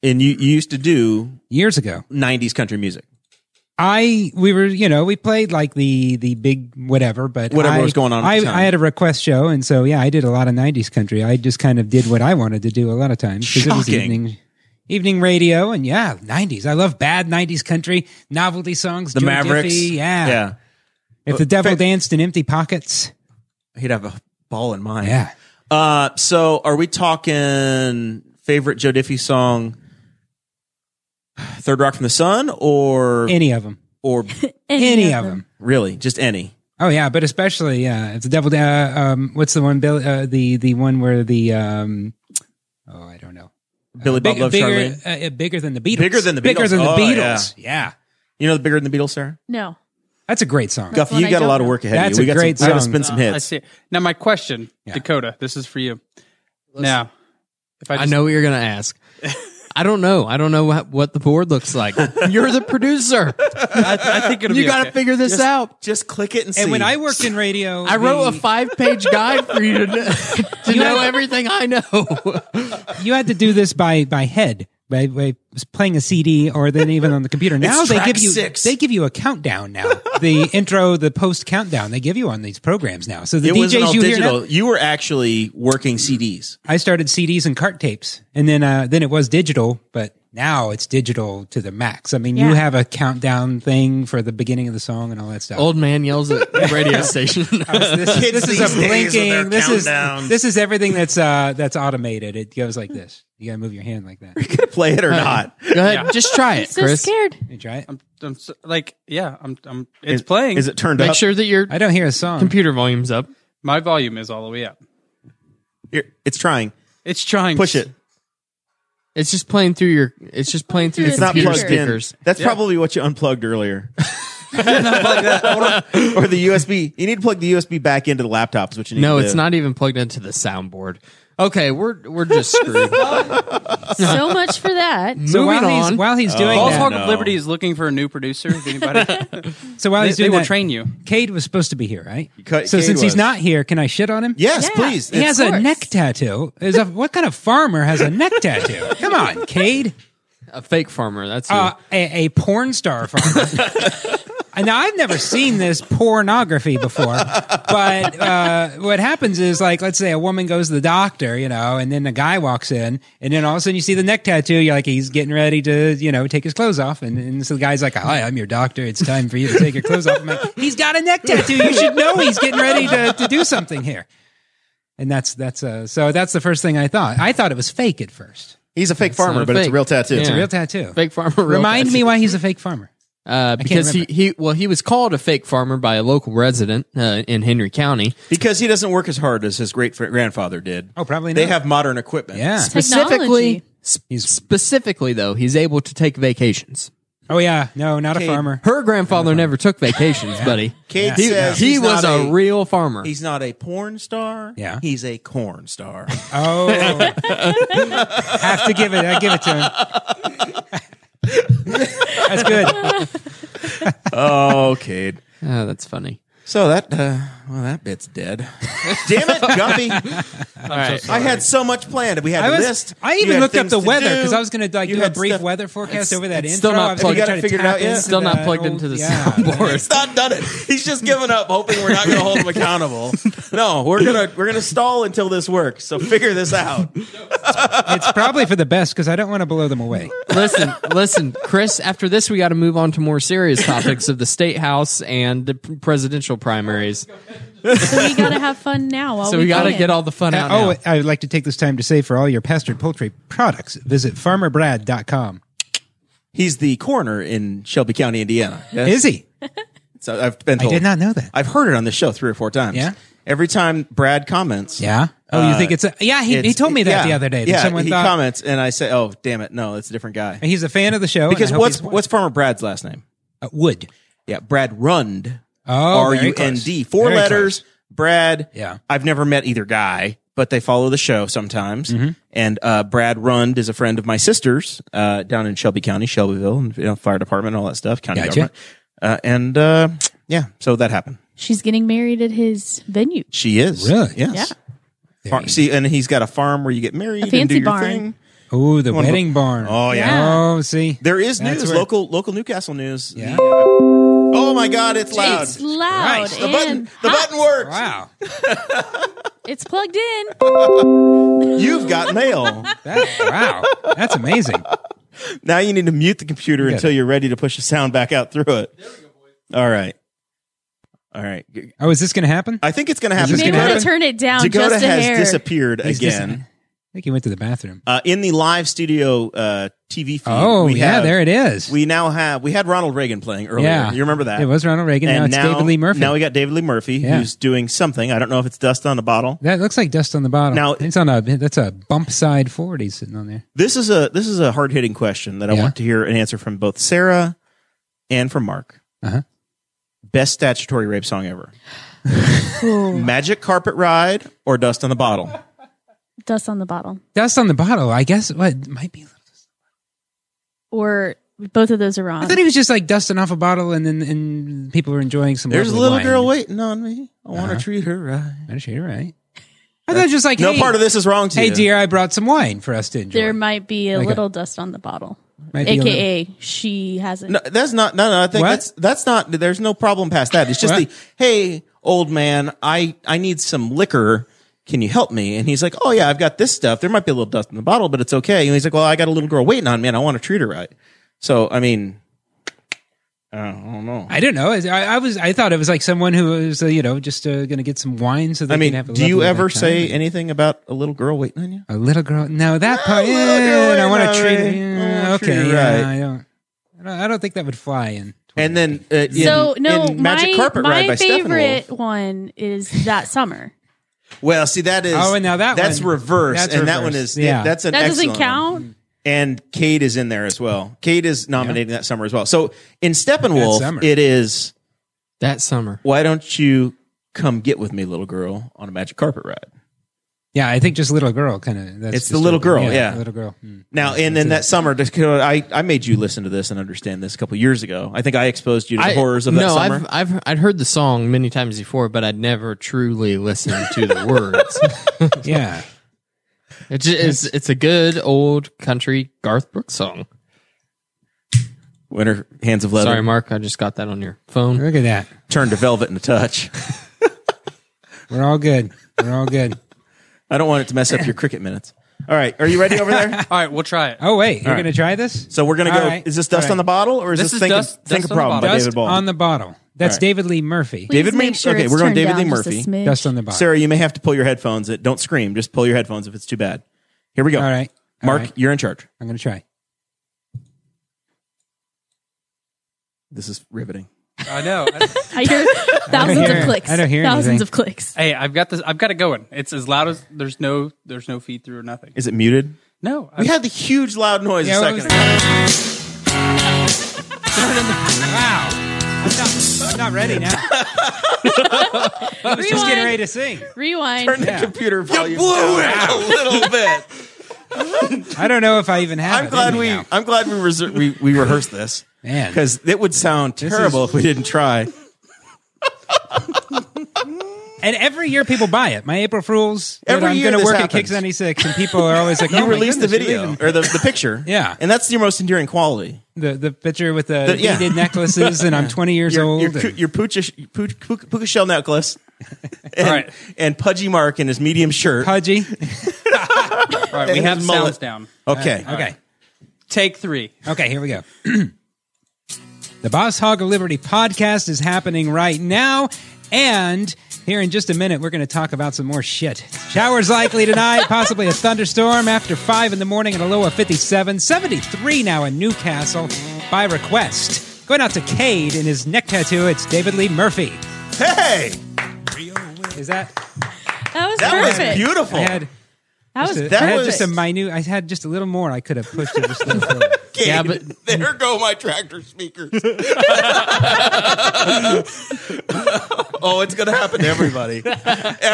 Speaker 1: And you, you used to do
Speaker 3: Years ago.
Speaker 1: 90s country music,
Speaker 3: I we were, you know, we played like the the big whatever, but
Speaker 1: Whatever
Speaker 3: I,
Speaker 1: was going on at
Speaker 3: I,
Speaker 1: the time.
Speaker 3: I had a request show and so yeah, I did a lot of 90s country. I just kind of did what I wanted to do a lot of times it was
Speaker 1: Shocking.
Speaker 3: evening evening radio and yeah, 90s. I love bad 90s country, novelty songs,
Speaker 1: The
Speaker 3: Joe
Speaker 1: Mavericks.
Speaker 3: Diffie, yeah.
Speaker 1: yeah.
Speaker 3: If the devil danced in empty pockets,
Speaker 1: He'd have a ball in mind.
Speaker 3: Yeah.
Speaker 1: Uh, so are we talking favorite Joe Diffie song, Third Rock from the Sun, or
Speaker 3: any of them,
Speaker 1: or
Speaker 3: any of them.
Speaker 1: really just any?
Speaker 3: Oh yeah, but especially yeah, if the devil. da- Uh, um, what's the one? Bill, uh, the the one where the um, oh I don't know.
Speaker 1: Billy Bob
Speaker 3: Big-
Speaker 1: Love
Speaker 3: bigger,
Speaker 1: Charlene.
Speaker 3: uh, bigger than the Beatles.
Speaker 1: Bigger than the
Speaker 3: Bigger
Speaker 1: Beatles.
Speaker 3: than the
Speaker 1: Oh,
Speaker 3: Beatles. Yeah.
Speaker 1: You know the bigger than the Beatles, Sarah.
Speaker 5: No.
Speaker 3: that's a great song.
Speaker 1: Guff,
Speaker 5: one
Speaker 1: you
Speaker 5: I
Speaker 1: got a
Speaker 5: don't
Speaker 1: lot of
Speaker 5: know.
Speaker 1: work ahead
Speaker 3: That's
Speaker 1: of you. we
Speaker 3: a
Speaker 1: got
Speaker 3: great
Speaker 1: some, we got to
Speaker 3: song.
Speaker 1: spin some
Speaker 4: Uh, I
Speaker 1: hits.
Speaker 4: see. Now, my question, Dakota. This is for you. Now, if I,
Speaker 2: I
Speaker 4: just,
Speaker 2: know what you're going to ask. I don't know. I don't know what, what the board looks like. You're the producer.
Speaker 4: I, I think it'll
Speaker 2: you
Speaker 4: be
Speaker 2: got to
Speaker 4: okay.
Speaker 2: figure this out.
Speaker 1: Just click it and see.
Speaker 3: And when I worked in radio,
Speaker 2: I wrote a
Speaker 3: the-
Speaker 2: five page guide for you to, kn- to know everything I know.
Speaker 3: you had to do this by by head. By, by playing a CD or then even on the computer. Now they
Speaker 1: track
Speaker 3: give you
Speaker 1: six.
Speaker 3: they give you a countdown now. the intro, the post countdown they give you on these programs now. So the
Speaker 1: it wasn't all
Speaker 3: DJs you hear now,
Speaker 1: digital. You were actually working CDs.
Speaker 3: I started CDs and cart tapes, and then uh, then it was digital, but now it's digital to the max. I mean, you
Speaker 5: Yeah.
Speaker 3: have a countdown thing for the beginning of the song and all that stuff.
Speaker 2: Old man yells at the radio station.
Speaker 3: this,
Speaker 1: Kids
Speaker 3: this is
Speaker 1: these
Speaker 3: a
Speaker 1: days with their
Speaker 3: blinking. This is
Speaker 1: countdowns.
Speaker 3: this is everything that's uh that's automated. It goes like this. You gotta move your hand like that.
Speaker 1: Play it or not.
Speaker 2: Go ahead,
Speaker 4: Yeah.
Speaker 2: just try it,
Speaker 5: so
Speaker 2: Chris.
Speaker 5: scared.
Speaker 3: You try it.
Speaker 4: I'm s like, yeah, I'm, I'm, it's playing.
Speaker 1: Is it turned
Speaker 2: Make
Speaker 1: up?
Speaker 2: sure that your
Speaker 3: I don't hear a song.
Speaker 2: computer volume's up.
Speaker 4: My volume is all the way up.
Speaker 1: Here, It's trying.
Speaker 4: It's trying.
Speaker 1: Push it.
Speaker 2: It's just playing through your. It's just playing through
Speaker 5: It's
Speaker 2: the
Speaker 1: It's not
Speaker 2: computer
Speaker 1: plugged
Speaker 2: speakers.
Speaker 1: in. That's probably what you unplugged earlier. or the USB. You need to plug the USB back into the laptop. Is what you need.
Speaker 2: No,
Speaker 1: to do.
Speaker 2: it's not even plugged into the soundboard. Okay, we're we're just screwed.
Speaker 5: So much for that.
Speaker 3: so
Speaker 2: Moving
Speaker 3: while
Speaker 2: on.
Speaker 3: he's while he's doing
Speaker 4: Balls
Speaker 3: that,
Speaker 4: Hog
Speaker 1: no.
Speaker 4: of Liberty is looking for a new producer. If anybody,
Speaker 3: so while
Speaker 4: they,
Speaker 3: he's
Speaker 4: they
Speaker 3: doing
Speaker 4: will
Speaker 3: that,
Speaker 4: train you.
Speaker 3: Cade was supposed to be here, right?
Speaker 1: Ca-
Speaker 3: so
Speaker 1: Cade
Speaker 3: since
Speaker 1: was.
Speaker 3: he's not here, can I shit on him?
Speaker 1: Yes,
Speaker 5: Yeah.
Speaker 1: please.
Speaker 3: He
Speaker 1: It's-
Speaker 3: has
Speaker 5: of
Speaker 3: a
Speaker 5: course.
Speaker 3: neck tattoo. Is a, what kind of farmer has a neck tattoo? Come on, Cade.
Speaker 2: a fake farmer. That's you.
Speaker 3: Uh, a, a porn star farmer. And now I've never seen this pornography before, but uh, what happens is like let's say a woman goes to the doctor, you know, and then a guy walks in, and then all of a sudden you see the neck tattoo. You're like he's getting ready to you know take his clothes off, and, and so the guy's like, "Hi, I'm your doctor. It's time for you to take your clothes off." I'm like, "He's got a neck tattoo. You should know he's getting ready to, to do something here." And that's that's uh, so that's the first thing I thought. I thought it was fake at first.
Speaker 1: He's a fake
Speaker 2: not
Speaker 1: farmer,
Speaker 2: a
Speaker 1: but it's a
Speaker 2: fake.
Speaker 1: real tattoo.
Speaker 2: It's
Speaker 3: It's
Speaker 2: Yeah.
Speaker 3: a real tattoo.
Speaker 2: fake farmer. real
Speaker 3: Remind
Speaker 2: fast.
Speaker 3: me why he's a fake farmer.
Speaker 2: uh, because he,
Speaker 3: remember.
Speaker 2: he well he was called a fake farmer by a local resident uh, in Henry County.
Speaker 1: Because he doesn't work as hard as his great fr- grandfather did.
Speaker 3: Oh, probably
Speaker 1: They
Speaker 3: not.
Speaker 1: have modern equipment.
Speaker 3: Yeah.
Speaker 2: Specifically,
Speaker 5: Technology.
Speaker 2: s-
Speaker 3: He's-
Speaker 2: specifically though, he's able to take vacations.
Speaker 3: Oh yeah, no, not a farmer.
Speaker 2: Her grandfather never took vacations, buddy.
Speaker 1: Cade
Speaker 2: He,
Speaker 1: says
Speaker 2: he
Speaker 1: he's
Speaker 2: was
Speaker 1: not
Speaker 2: a, real farmer.
Speaker 1: He's not a porn star.
Speaker 3: Yeah.
Speaker 1: He's a corn star.
Speaker 3: Oh, have to give it. I give it to him. That's good.
Speaker 1: oh, Cade.
Speaker 2: oh, that's funny.
Speaker 1: So that uh, well, that bit's dead. Damn it, Guffy!
Speaker 2: All right.
Speaker 1: I had so much planned. We had
Speaker 3: I
Speaker 1: a
Speaker 3: was.
Speaker 1: list.
Speaker 3: I
Speaker 1: You
Speaker 3: even
Speaker 1: had
Speaker 3: looked up
Speaker 1: things
Speaker 3: the
Speaker 1: to
Speaker 3: weather
Speaker 1: do.
Speaker 3: because I was going to like
Speaker 1: You
Speaker 3: do a
Speaker 1: had
Speaker 3: brief
Speaker 1: stuff-
Speaker 3: weather forecast over that
Speaker 2: it's
Speaker 3: intro.
Speaker 2: still not
Speaker 3: I was gonna
Speaker 2: plugged- You
Speaker 1: got it
Speaker 3: try to
Speaker 1: figured
Speaker 3: tap
Speaker 1: out yet?
Speaker 3: into
Speaker 2: Still not
Speaker 3: that
Speaker 2: plugged
Speaker 3: old-
Speaker 2: into the
Speaker 3: yeah.
Speaker 2: soundboard.
Speaker 1: It's not done it. He's just giving up, hoping we're not going to hold him accountable. No, we're gonna we're gonna stall until this works. So figure this out.
Speaker 3: It's probably for the best because I don't want to blow them away.
Speaker 2: listen, listen, Chris. After this, we got to move on to more serious topics of the state house and the p- presidential primaries.
Speaker 5: So we gotta have fun now. While
Speaker 2: So
Speaker 5: we
Speaker 2: we got to
Speaker 5: can.
Speaker 2: get all the fun out.
Speaker 3: oh,
Speaker 2: now.
Speaker 3: I would like to take this time to say for all your pastured poultry products, visit farmerbrad.com.
Speaker 1: He's the coroner in Shelby County, Indiana. Yes?
Speaker 3: Is he?
Speaker 1: So I've been.
Speaker 3: I
Speaker 1: Told.
Speaker 3: did not know that.
Speaker 1: I've heard it on this show three or four times.
Speaker 3: Yeah?
Speaker 1: Every time Brad comments.
Speaker 3: Yeah. Oh, you think it's a yeah? He, he
Speaker 1: Uh, it's-
Speaker 3: told me that
Speaker 1: yeah,
Speaker 3: the other day. That
Speaker 1: yeah,
Speaker 3: someone
Speaker 1: he
Speaker 3: thought
Speaker 1: comments, and I say, "Oh, damn it, no, it's a different guy."
Speaker 3: he's a fan of the show and
Speaker 1: Because
Speaker 3: I hope
Speaker 1: what's
Speaker 3: he's-
Speaker 1: what's Farmer Brad's last name?
Speaker 3: uh, Wood?
Speaker 1: Yeah, Brad Rund.
Speaker 3: Oh,
Speaker 1: R
Speaker 3: very
Speaker 1: U N D.
Speaker 3: close.
Speaker 1: Four
Speaker 3: Very
Speaker 1: letters. Brad.
Speaker 3: Yeah.
Speaker 1: I've never met either guy, but they follow the show sometimes.
Speaker 3: Mm-hmm.
Speaker 1: And uh, Brad Rund is a friend of my sister's uh, down in Shelby County, Shelbyville, and you know, fire department, all that stuff, county
Speaker 3: Gotcha.
Speaker 1: government. Uh, and uh, yeah, so that happened.
Speaker 5: She's getting married at his venue.
Speaker 1: She is
Speaker 3: Really?
Speaker 1: yes.
Speaker 5: Yeah.
Speaker 1: Far- see, and he's got a farm where you get married and do
Speaker 5: fancy
Speaker 1: your
Speaker 5: barn.
Speaker 1: thing.
Speaker 3: Oh, the
Speaker 1: One of
Speaker 3: wedding barn.
Speaker 1: Oh yeah.
Speaker 3: Oh, see.
Speaker 1: There is
Speaker 3: That's
Speaker 1: news,
Speaker 3: where-
Speaker 1: local local Newcastle news.
Speaker 3: Yeah.
Speaker 1: The, uh, oh my God, it's loud.
Speaker 5: It's loud
Speaker 3: Christ.
Speaker 1: the button,
Speaker 5: and
Speaker 1: the button works.
Speaker 3: Wow.
Speaker 5: It's plugged in.
Speaker 1: Oh, You've got mail.
Speaker 3: That, wow. That's amazing.
Speaker 1: Now you need to mute the computer
Speaker 3: got
Speaker 1: until you're ready to push the sound back out through it. All right. All right. G-
Speaker 3: Oh, is this going to happen? I
Speaker 1: I think it's going to happen.
Speaker 3: this
Speaker 5: Maybe
Speaker 3: gonna
Speaker 5: we'll
Speaker 3: happen?
Speaker 5: turn it down
Speaker 1: Dakota
Speaker 5: just a
Speaker 1: has
Speaker 5: hair.
Speaker 1: disappeared again.
Speaker 3: think he went to the bathroom.
Speaker 1: Uh, in the live studio uh, TV feed.
Speaker 3: Oh,
Speaker 1: we
Speaker 3: yeah,
Speaker 1: have-
Speaker 3: there it is.
Speaker 1: We now have, we had Ronald Reagan playing earlier.
Speaker 3: yeah.
Speaker 1: You remember that?
Speaker 3: It was Ronald Reagan. now it's David Lee Murphy.
Speaker 1: Now we got David Lee Murphy,
Speaker 3: Yeah.
Speaker 1: who's doing something. I don't know if it's dust on a bottle.
Speaker 3: that looks like dust on the bottom.
Speaker 1: Now-
Speaker 3: it's on a that's a bump side forward he's sitting on there.
Speaker 1: This is a this is a hard hitting question that I
Speaker 3: Yeah.
Speaker 1: want to hear an answer from both Sarah and from Mark.
Speaker 3: Uh-huh.
Speaker 1: Best statutory rape song ever.
Speaker 5: Ooh,
Speaker 1: Magic Carpet Ride or Dust on the Bottle?
Speaker 5: dust on the bottle.
Speaker 3: Dust on the bottle. I guess what might be.
Speaker 5: Or both of those are wrong.
Speaker 3: I thought he was just like dusting off a bottle, and then and people were enjoying some.
Speaker 1: There's a
Speaker 3: lovely
Speaker 1: little
Speaker 3: wine. Uh-huh.
Speaker 1: girl waiting on me. I want to treat her right.
Speaker 3: I you're right. I thought it was just like
Speaker 1: No
Speaker 3: hey,
Speaker 1: part of this is wrong to
Speaker 3: Hey,
Speaker 1: you.
Speaker 3: dear, I brought some wine for us to enjoy.
Speaker 5: there might be a
Speaker 3: Like a-
Speaker 5: little dust on the bottle.
Speaker 3: Might be a little-
Speaker 5: AKA she hasn't.
Speaker 1: No, that's not. No, no. I think
Speaker 3: What?
Speaker 1: that's that's not. There's no problem past that. It's just
Speaker 3: What?
Speaker 1: the hey, old man. I I need some liquor. can you help me? And he's like, oh yeah, I've got this stuff. There might be a little dust in the bottle, but it's okay. And he's like, well, I got a little girl waiting on me and I want to treat her right. So, I mean, I don't know.
Speaker 3: I don't know. I, I was. I thought it was like someone who was, uh, you know, just uh, going to get some wine. So they
Speaker 1: I mean,
Speaker 3: can have a
Speaker 1: do you
Speaker 3: lovely
Speaker 1: ever
Speaker 3: time.
Speaker 1: say anything about a little girl waiting on you?
Speaker 3: a little girl? No, that part.
Speaker 1: little
Speaker 3: Yeah,
Speaker 1: girl,
Speaker 3: and I want
Speaker 1: yeah,
Speaker 3: to treat. her.
Speaker 1: right. I
Speaker 3: Yeah,
Speaker 1: wanna treat
Speaker 3: okay,
Speaker 1: her
Speaker 3: yeah,
Speaker 1: right.
Speaker 3: I don't. I don't- I don't think that would fly in.
Speaker 1: And then uh, in,
Speaker 5: so no,
Speaker 1: in Magic
Speaker 5: my,
Speaker 1: Carpet
Speaker 5: my
Speaker 1: Ride by
Speaker 5: favorite
Speaker 1: Steppenwolf.
Speaker 5: one is that summer.
Speaker 1: Well, see that is
Speaker 3: Oh, and now that
Speaker 1: that's
Speaker 3: one-
Speaker 1: reverse,
Speaker 3: that's
Speaker 1: and that one
Speaker 3: reverse.
Speaker 1: is
Speaker 3: Yeah.
Speaker 1: that's an
Speaker 5: That
Speaker 1: excellent
Speaker 5: doesn't
Speaker 1: one.
Speaker 5: count.
Speaker 1: And Kate is in there as well. Kate is nominating that summer as well. So in
Speaker 3: That summer.
Speaker 1: Steppenwolf, it is
Speaker 2: that summer.
Speaker 1: why don't you come get with me, little girl, on a magic carpet ride?
Speaker 3: Yeah, I think just little girl kind of.
Speaker 1: It's the little girl, yeah.
Speaker 3: little girl. Hmm.
Speaker 1: Now, and then that summer, just- I I made you listen to this and understand this a couple years ago. I think I exposed you to the horrors of that
Speaker 2: no,
Speaker 1: summer.
Speaker 2: I've I've I'd heard the song many times before, but I'd never truly listened to the words.
Speaker 3: Yeah.
Speaker 2: It ju- it's it's a good old country Garth Brooks song.
Speaker 1: Winter hands of leather
Speaker 2: Sorry, Mark, I just got that on your phone.
Speaker 3: Look at that.
Speaker 1: turned to velvet in a touch.
Speaker 3: We're all good. We're all good.
Speaker 1: I don't want it to mess up your cricket minutes. All right, are you ready over there?
Speaker 4: All right, we'll try it.
Speaker 3: Oh wait, you're going to try this?
Speaker 1: So uh, we're gonna
Speaker 3: All
Speaker 1: go.
Speaker 3: right.
Speaker 1: Is this dust
Speaker 3: All right.
Speaker 1: on the bottle or is this,
Speaker 4: This is
Speaker 1: think,
Speaker 4: Dust-
Speaker 1: think
Speaker 4: Dust
Speaker 1: a
Speaker 4: on the
Speaker 1: problem by
Speaker 4: Bottle.
Speaker 1: David
Speaker 3: Dust
Speaker 1: Ball?
Speaker 3: on the bottle.
Speaker 1: All
Speaker 3: That's
Speaker 1: right.
Speaker 3: David Lee Murphy.
Speaker 5: Please
Speaker 1: David
Speaker 5: make
Speaker 1: Lee-
Speaker 5: sure
Speaker 1: okay,
Speaker 5: it's
Speaker 1: we're on
Speaker 5: turned
Speaker 1: David
Speaker 5: down
Speaker 1: Lee
Speaker 5: just a
Speaker 1: Murphy.
Speaker 5: smidge.
Speaker 3: Dust on the bottle.
Speaker 1: Sarah, you may have to pull your headphones. It don't scream. Just pull your headphones if it's too bad. Here we go.
Speaker 3: All right. All
Speaker 1: Mark,
Speaker 3: right.
Speaker 1: you're in charge.
Speaker 3: I'm going to try.
Speaker 1: This is riveting.
Speaker 4: I know.
Speaker 5: I hear thousands
Speaker 3: hear-
Speaker 5: of clicks.
Speaker 3: I don't hear
Speaker 5: thousands
Speaker 3: anything.
Speaker 5: of clicks.
Speaker 4: hey, I've got this. I've got it going. It's as loud as there's no there's no feed through or nothing.
Speaker 1: Is it muted?
Speaker 4: no, I,
Speaker 1: We had the huge loud noise
Speaker 3: Yeah,
Speaker 1: a
Speaker 3: what
Speaker 1: second
Speaker 3: was-
Speaker 1: ago.
Speaker 3: Wow. I'm not, I'm not ready now. I was just getting ready to sing.
Speaker 5: Rewind.
Speaker 3: Yeah.
Speaker 1: Computer volume. You blew it a little bit.
Speaker 3: I don't know if I even have
Speaker 1: I'm
Speaker 3: it
Speaker 1: glad
Speaker 3: in me
Speaker 1: we.
Speaker 3: now.
Speaker 1: I'm glad we, reser- we we rehearsed this
Speaker 3: Man.
Speaker 1: because it would sound
Speaker 3: is- Oh
Speaker 1: terrible if we didn't try.
Speaker 3: And every year people buy it. My April Fools. that
Speaker 1: Every
Speaker 3: I'm
Speaker 1: year
Speaker 3: gonna
Speaker 1: this
Speaker 3: work at
Speaker 1: happens.
Speaker 3: Kicks 96 and people are always like, oh
Speaker 1: You
Speaker 3: my
Speaker 1: released the
Speaker 3: goodness, you
Speaker 1: video
Speaker 3: even-
Speaker 1: or the, the picture.
Speaker 3: Yeah.
Speaker 1: and that's your most enduring quality.
Speaker 3: The, the picture with the,
Speaker 1: The- yeah.
Speaker 3: beaded necklaces and I'm 20 years
Speaker 1: your,
Speaker 3: old.
Speaker 1: your,
Speaker 3: and-
Speaker 1: coo- your puka, sh- puka, puka puka shell necklace. and,
Speaker 4: right.
Speaker 1: and Pudgy Mark in his medium shirt.
Speaker 3: Pudgy.
Speaker 4: all right, we
Speaker 1: and
Speaker 4: have
Speaker 1: his mullet.
Speaker 4: sounds down.
Speaker 1: okay.
Speaker 3: Okay.
Speaker 4: Take three.
Speaker 3: Okay, here we go. the Boss Hog of Liberty podcast is happening right now. And here in just a minute, we're going to talk about some more shit. Showers likely tonight, possibly a thunderstorm after 5 in the morning and a low of 57, 73 now in Newcastle by request. Going out to Cade in his neck tattoo, it's David Lee Murphy.
Speaker 1: Hey,
Speaker 3: Is that?
Speaker 5: That was
Speaker 1: that was
Speaker 5: perfect.
Speaker 1: beautiful.
Speaker 3: I had,
Speaker 5: Oh, that was
Speaker 3: just a-
Speaker 5: perfect.
Speaker 3: I had
Speaker 1: was-
Speaker 3: just a minute, I had just a little more I could have pushed it just a little further.
Speaker 1: Kid,
Speaker 2: Yeah, but-
Speaker 1: there go my tractor speakers. oh, it's gonna happen to everybody.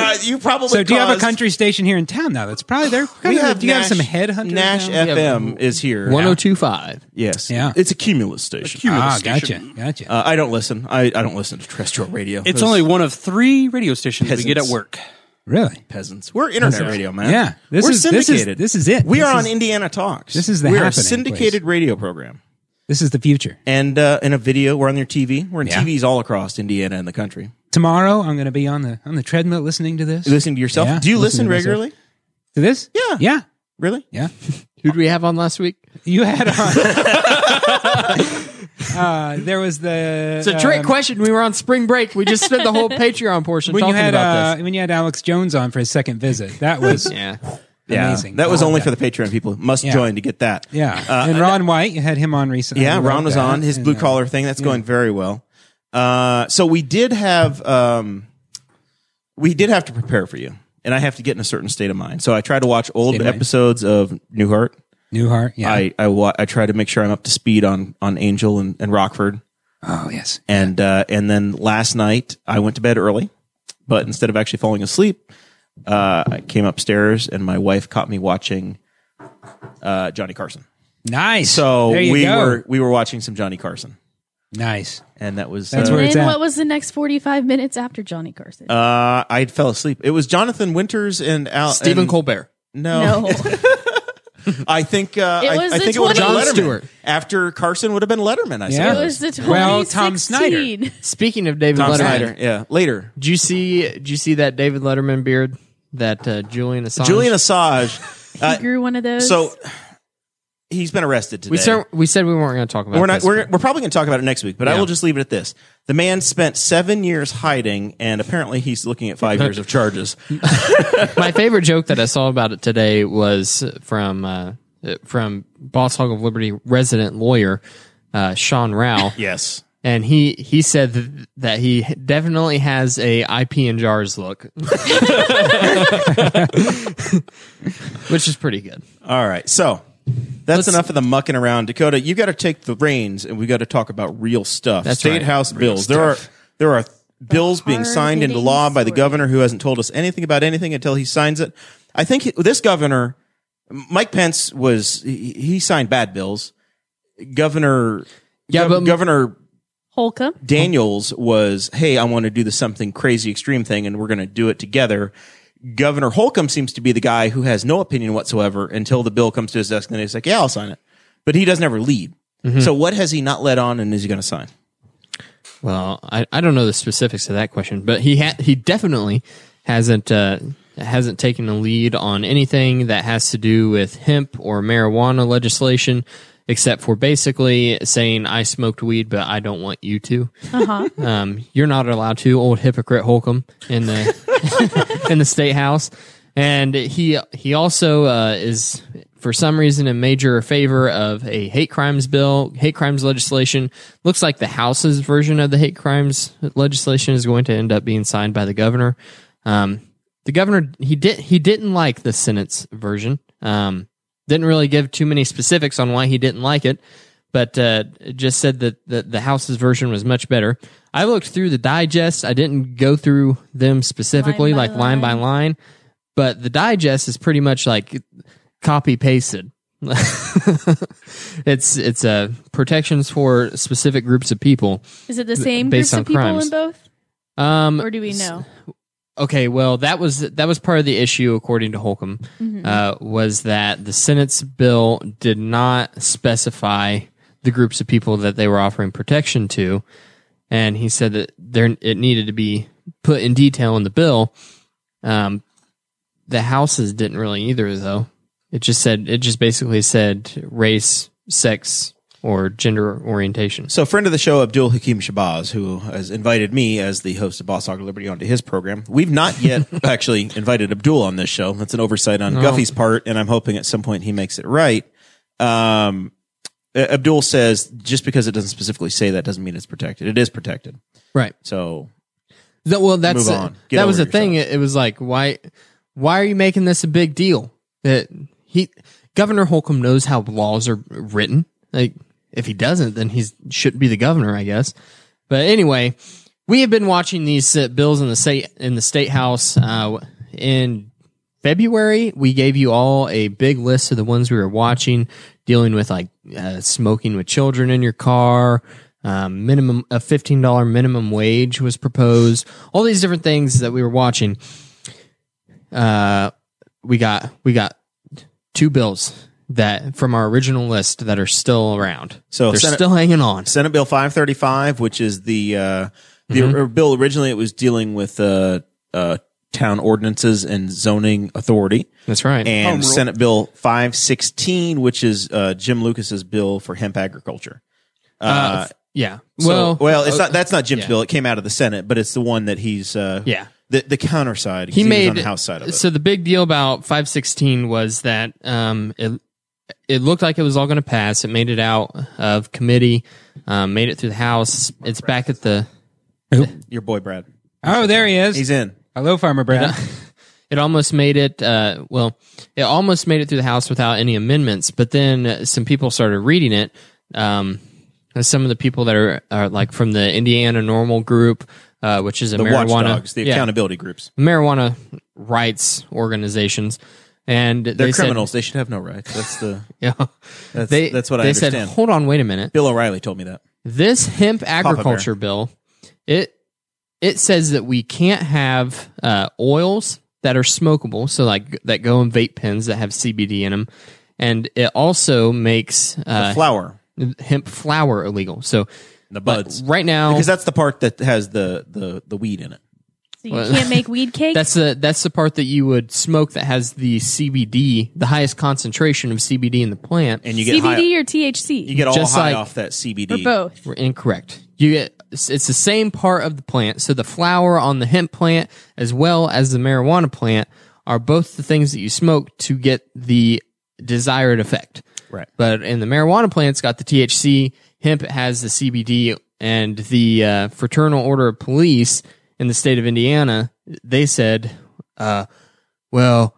Speaker 1: Uh, you probably
Speaker 3: So, do you have a
Speaker 1: caused-
Speaker 3: country station here in town now? That's probably there.
Speaker 1: We
Speaker 3: do
Speaker 1: have
Speaker 3: you have
Speaker 1: Nash-
Speaker 3: some headhunters?
Speaker 1: Nash
Speaker 3: now?
Speaker 1: FM is here.
Speaker 2: 1025.
Speaker 1: Yes,
Speaker 3: oh- Yeah.
Speaker 1: It's a cumulus station.
Speaker 3: Ah, gotcha, gotcha.
Speaker 1: Uh, I don't listen. I, I don't listen to terrestrial radio.
Speaker 4: It's
Speaker 1: Those
Speaker 4: only one of three radio stations we get
Speaker 1: Peasants.
Speaker 4: at work.
Speaker 3: really?
Speaker 1: peasants. We're internet radio, man.
Speaker 3: Yeah. This
Speaker 1: we're
Speaker 3: is- this is-
Speaker 1: syndicated.
Speaker 3: this is it.
Speaker 1: We
Speaker 3: This
Speaker 1: are on
Speaker 3: is-
Speaker 1: Indiana Talks.
Speaker 3: this is the
Speaker 1: we're a
Speaker 3: happening
Speaker 1: syndicated radio program.
Speaker 3: This is the future.
Speaker 1: and uh, in a video. We're on your TV. We're on
Speaker 3: Yeah.
Speaker 1: TVs all across Indiana and the country.
Speaker 3: Tomorrow, I'm going to be on the on the treadmill listening to this.
Speaker 1: You listening to yourself?
Speaker 3: Yeah,
Speaker 1: Do you listen
Speaker 3: listening to myself.
Speaker 1: regularly?
Speaker 3: To this?
Speaker 1: Yeah.
Speaker 3: yeah,
Speaker 1: Really?
Speaker 3: yeah.
Speaker 2: Who do we have on last week?
Speaker 3: You had on. uh, there was the. uh,
Speaker 2: It's a trick question. We were on spring break. We just spent the whole Patreon portion
Speaker 3: When
Speaker 2: talking
Speaker 3: you had
Speaker 2: about
Speaker 3: uh,
Speaker 2: this.
Speaker 3: when you had Alex Jones on for his second visit, that
Speaker 1: Uh,
Speaker 3: was
Speaker 2: Yeah.
Speaker 3: amazing.
Speaker 1: That was
Speaker 3: Oh,
Speaker 1: only
Speaker 3: yeah.
Speaker 1: for the Patreon people. Must
Speaker 3: Yeah.
Speaker 1: join to get that.
Speaker 3: yeah.
Speaker 1: Uh,
Speaker 3: and Ron White, you had him on recently. I
Speaker 1: yeah.
Speaker 3: love
Speaker 1: Ron was
Speaker 3: that.
Speaker 1: on his
Speaker 3: And,
Speaker 1: blue
Speaker 3: uh,
Speaker 1: collar thing. That's going very well. Uh, so we did have um, we did have to prepare for you, and I have to get in a certain state of mind. So I try to watch old
Speaker 3: State of mind.
Speaker 1: episodes of Newhart.
Speaker 3: Newhart. Yeah.
Speaker 1: I I, wa- I try to make sure I'm up to speed on on Angel and, and Rockford.
Speaker 3: oh yes.
Speaker 1: And uh, and then last night I went to bed early, but instead of actually falling asleep, uh, I came upstairs and my wife caught me watching uh, Johnny Carson.
Speaker 3: Nice.
Speaker 1: So
Speaker 3: There you
Speaker 1: we
Speaker 3: go.
Speaker 1: were we were watching some Johnny Carson,
Speaker 3: nice.
Speaker 1: and that was
Speaker 3: That's
Speaker 1: uh,
Speaker 3: where it's
Speaker 5: Then
Speaker 3: at.
Speaker 5: what was the next 45 minutes after Johnny Carson?
Speaker 1: uh, I fell asleep. It was Jonathan Winters and Al
Speaker 2: Stephen
Speaker 1: and-
Speaker 2: Colbert.
Speaker 1: No,
Speaker 5: no.
Speaker 1: I think uh,
Speaker 5: It
Speaker 1: I,
Speaker 5: was
Speaker 1: I
Speaker 5: the
Speaker 1: think it would have been
Speaker 2: 20s.
Speaker 1: Letterman.
Speaker 2: John Stewart.
Speaker 1: After Carson would have been Letterman. I
Speaker 3: Yeah.
Speaker 5: it
Speaker 1: suppose.
Speaker 5: was the 2016.
Speaker 3: Well, Tom Snyder.
Speaker 2: Speaking of David
Speaker 1: Tom
Speaker 2: Letterman,
Speaker 1: Snyder. Yeah, later.
Speaker 2: did you see? Did you see that David Letterman beard? that uh, Julian Assange.
Speaker 1: Julian Assange.
Speaker 5: He
Speaker 1: Uh,
Speaker 5: grew one of those.
Speaker 1: so he's been arrested today.
Speaker 2: we said we said we weren't going to talk about.
Speaker 1: we're not.
Speaker 2: this,
Speaker 1: We're,
Speaker 2: but-
Speaker 1: we're probably going to talk about it next week, but I
Speaker 2: Yeah.
Speaker 1: will just leave it at this. The man spent seven years hiding, and apparently he's looking at five years of charges.
Speaker 2: my favorite joke that I saw about it today was from uh, from Boss Hog of Liberty resident lawyer uh, Sean Rao.
Speaker 1: Yes,
Speaker 2: and he he said th- that he definitely has a IP in jars look, which is pretty good.
Speaker 1: All right. So that's enough of the mucking around. Dakota, you got to take the reins and we got to talk about real stuff.
Speaker 2: That's
Speaker 1: State
Speaker 2: right.
Speaker 1: House bills. There are there are bills being signed into
Speaker 5: hard-hitting
Speaker 1: law by the
Speaker 5: story.
Speaker 1: governor who hasn't told us anything about anything until he signs it. I think he- this governor Mike Pence was he, he signed bad bills. Governor
Speaker 2: Yeah,
Speaker 1: Gov-
Speaker 2: but-
Speaker 1: Governor
Speaker 5: Holcomb.
Speaker 1: Daniels was, hey, I want to do the something crazy extreme thing and we're going to do it together. Governor Holcomb seems to be the guy who has no opinion whatsoever until the bill comes to his desk and then he's like, yeah, I'll sign it. But he doesn't ever lead. So what has he not led on and is he going to sign?
Speaker 2: Well, I, I don't know the specifics of that question, but he ha- he definitely hasn't uh, hasn't taken a lead on anything that has to do with hemp or marijuana legislation, except for basically saying I smoked weed, but I don't want you to.
Speaker 5: Uh-huh.
Speaker 2: Um, you're not allowed to, old hypocrite Holcomb in the in the state house, and he he also uh, is for some reason in major favor of a hate crimes bill, hate crimes legislation. Looks like the House's version of the hate crimes legislation is going to end up being signed by the governor. Um, the governor he did he didn't like the Senate's version. Um, didn't really give too many specifics on why he didn't like it, but uh, just said that the, the House's version was much better. I looked through the digest. I didn't go through them specifically,
Speaker 5: Line by
Speaker 2: like line by line, but the digest is pretty much like copy pasted. it's it's uh, protections for specific groups of people.
Speaker 5: Is it the same
Speaker 2: based
Speaker 5: groups
Speaker 2: on
Speaker 5: of people
Speaker 2: crimes.
Speaker 5: in both,
Speaker 2: Um,
Speaker 5: or do we know?
Speaker 2: Okay, well, that was that was part of the issue, according to Holcomb, uh, was that the Senate's bill did not specify the groups of people that they were offering protection to, and he said that there it needed to be put in detail in the bill. Um, the Houses didn't really either, though. It just said it just basically said race, sex, or gender orientation.
Speaker 1: So, friend of the show, Abdul Hakim Shabazz, who has invited me as the host of Boss Hog of Liberty onto his program. We've not yet actually invited Abdul on this show. That's an oversight on Guffey's part, and I'm hoping at some point he makes it right. Um, uh, Abdul says just because it doesn't specifically say that doesn't mean it's protected. It is protected.
Speaker 2: Right.
Speaker 1: So,
Speaker 2: That, well, that's uh,
Speaker 1: Move on. Get
Speaker 2: that was the
Speaker 1: over
Speaker 2: thing. It, it was like, why, why are you making this a big deal? That he, Governor Holcomb knows how laws are written. Like, if he doesn't, then he shouldn't be the governor, I guess. But anyway, we have been watching these uh, bills in the state in the state house. Uh, in February, we gave you all a big list of the ones we were watching, dealing with like uh, smoking with children in your car. Um, minimum a fifteen dollar minimum wage was proposed. All these different things that we were watching. Uh, we got we got two bills that from our original list that are still around.
Speaker 1: So
Speaker 2: they're
Speaker 1: Senate-
Speaker 2: still hanging on.
Speaker 1: Senate Bill 535, which is the uh, the or bill originally it was dealing with uh, uh, town ordinances and zoning authority.
Speaker 2: That's right.
Speaker 1: and Senate Bill 516, which is uh, Jim Lucas's bill for hemp agriculture.
Speaker 2: Uh, f- yeah.
Speaker 1: So-
Speaker 2: well, uh,
Speaker 1: well, it's not that's not Jim's
Speaker 2: yeah.
Speaker 1: bill. It came out of the Senate, but it's the one that he's uh,
Speaker 2: Yeah.
Speaker 1: the the counter side. 'cause
Speaker 2: he
Speaker 1: was
Speaker 2: made
Speaker 1: on the House side of it.
Speaker 2: So the big deal about 516 was that um, it it looked like it was all going to pass. It made it out of committee, um, made it through the House. It's back at the.
Speaker 1: Your boy Brad,
Speaker 3: Oh, there he is.
Speaker 1: he's in.
Speaker 3: Hello, Farmer Brad.
Speaker 2: It almost made it. Uh, well, it almost made it through the House without any amendments. But then uh, some people started reading it. Um, and some of the people that are, are like from the Indiana Normal Group, uh, which is a
Speaker 1: The
Speaker 2: marijuana
Speaker 1: watchdogs, the
Speaker 2: yeah.
Speaker 1: accountability groups.
Speaker 2: marijuana rights organizations, and
Speaker 1: They're
Speaker 2: they said-
Speaker 1: criminals. they should have no rights. That's the
Speaker 2: yeah,
Speaker 1: that's,
Speaker 2: they
Speaker 1: that's what I
Speaker 2: they
Speaker 1: understand.
Speaker 2: said. Hold on, wait a minute.
Speaker 1: Bill O'Reilly told me that.
Speaker 2: This hemp
Speaker 1: Bear.
Speaker 2: agriculture bill, it it says that we can't have uh, oils that are smokable, so like that go in vape pens that have CBD in them, and it also makes uh,
Speaker 1: Flower,
Speaker 2: hemp flour illegal. So
Speaker 1: the buds,
Speaker 2: right now,
Speaker 1: because that's the part that has the the the weed in it.
Speaker 5: So you can't make weed cake.
Speaker 2: That's the that's the part that you would smoke that has the CBD, the highest concentration of CBD in the plant.
Speaker 1: and you get
Speaker 5: CBD
Speaker 1: high,
Speaker 5: or THC.
Speaker 1: you get all
Speaker 2: Just
Speaker 1: high
Speaker 2: like-
Speaker 1: off that CBD.
Speaker 5: or both.
Speaker 2: We're incorrect. You get it's it's the same part of the plant. So the flower on the hemp plant as well as the marijuana plant are both the things that you smoke to get the desired effect.
Speaker 1: Right.
Speaker 2: But in the marijuana plant, it's got the THC. Hemp has the CBD, and the uh, Fraternal Order of Police in the state of Indiana they said, uh, "Well,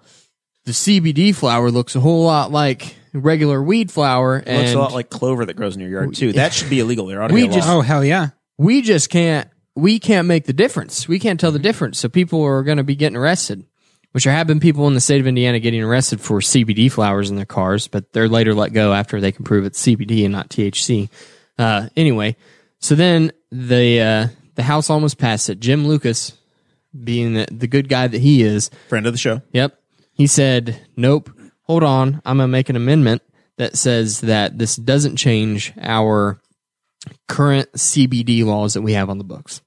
Speaker 2: the CBD flower looks a whole lot like regular weed flower,
Speaker 1: It looks a
Speaker 2: and
Speaker 1: lot like clover that grows in your yard too. That should be illegal. There ought to
Speaker 2: We
Speaker 1: be a
Speaker 2: just-
Speaker 1: law.
Speaker 3: Oh hell yeah!
Speaker 2: we just can't we can't make the difference. We can't tell the difference. So people are going to be getting arrested, which there have been people in the state of Indiana getting arrested for CBD flowers in their cars, but they're later let go after they can prove it's CBD and not THC. Uh, anyway, so then the uh, the House almost passed it. Jim Lucas, being the, the good guy that he is,
Speaker 1: Friend of the show.
Speaker 2: Yep. He said, Nope, hold on. I'm going to make an amendment that says that this doesn't change our current CBD laws that we have on the books.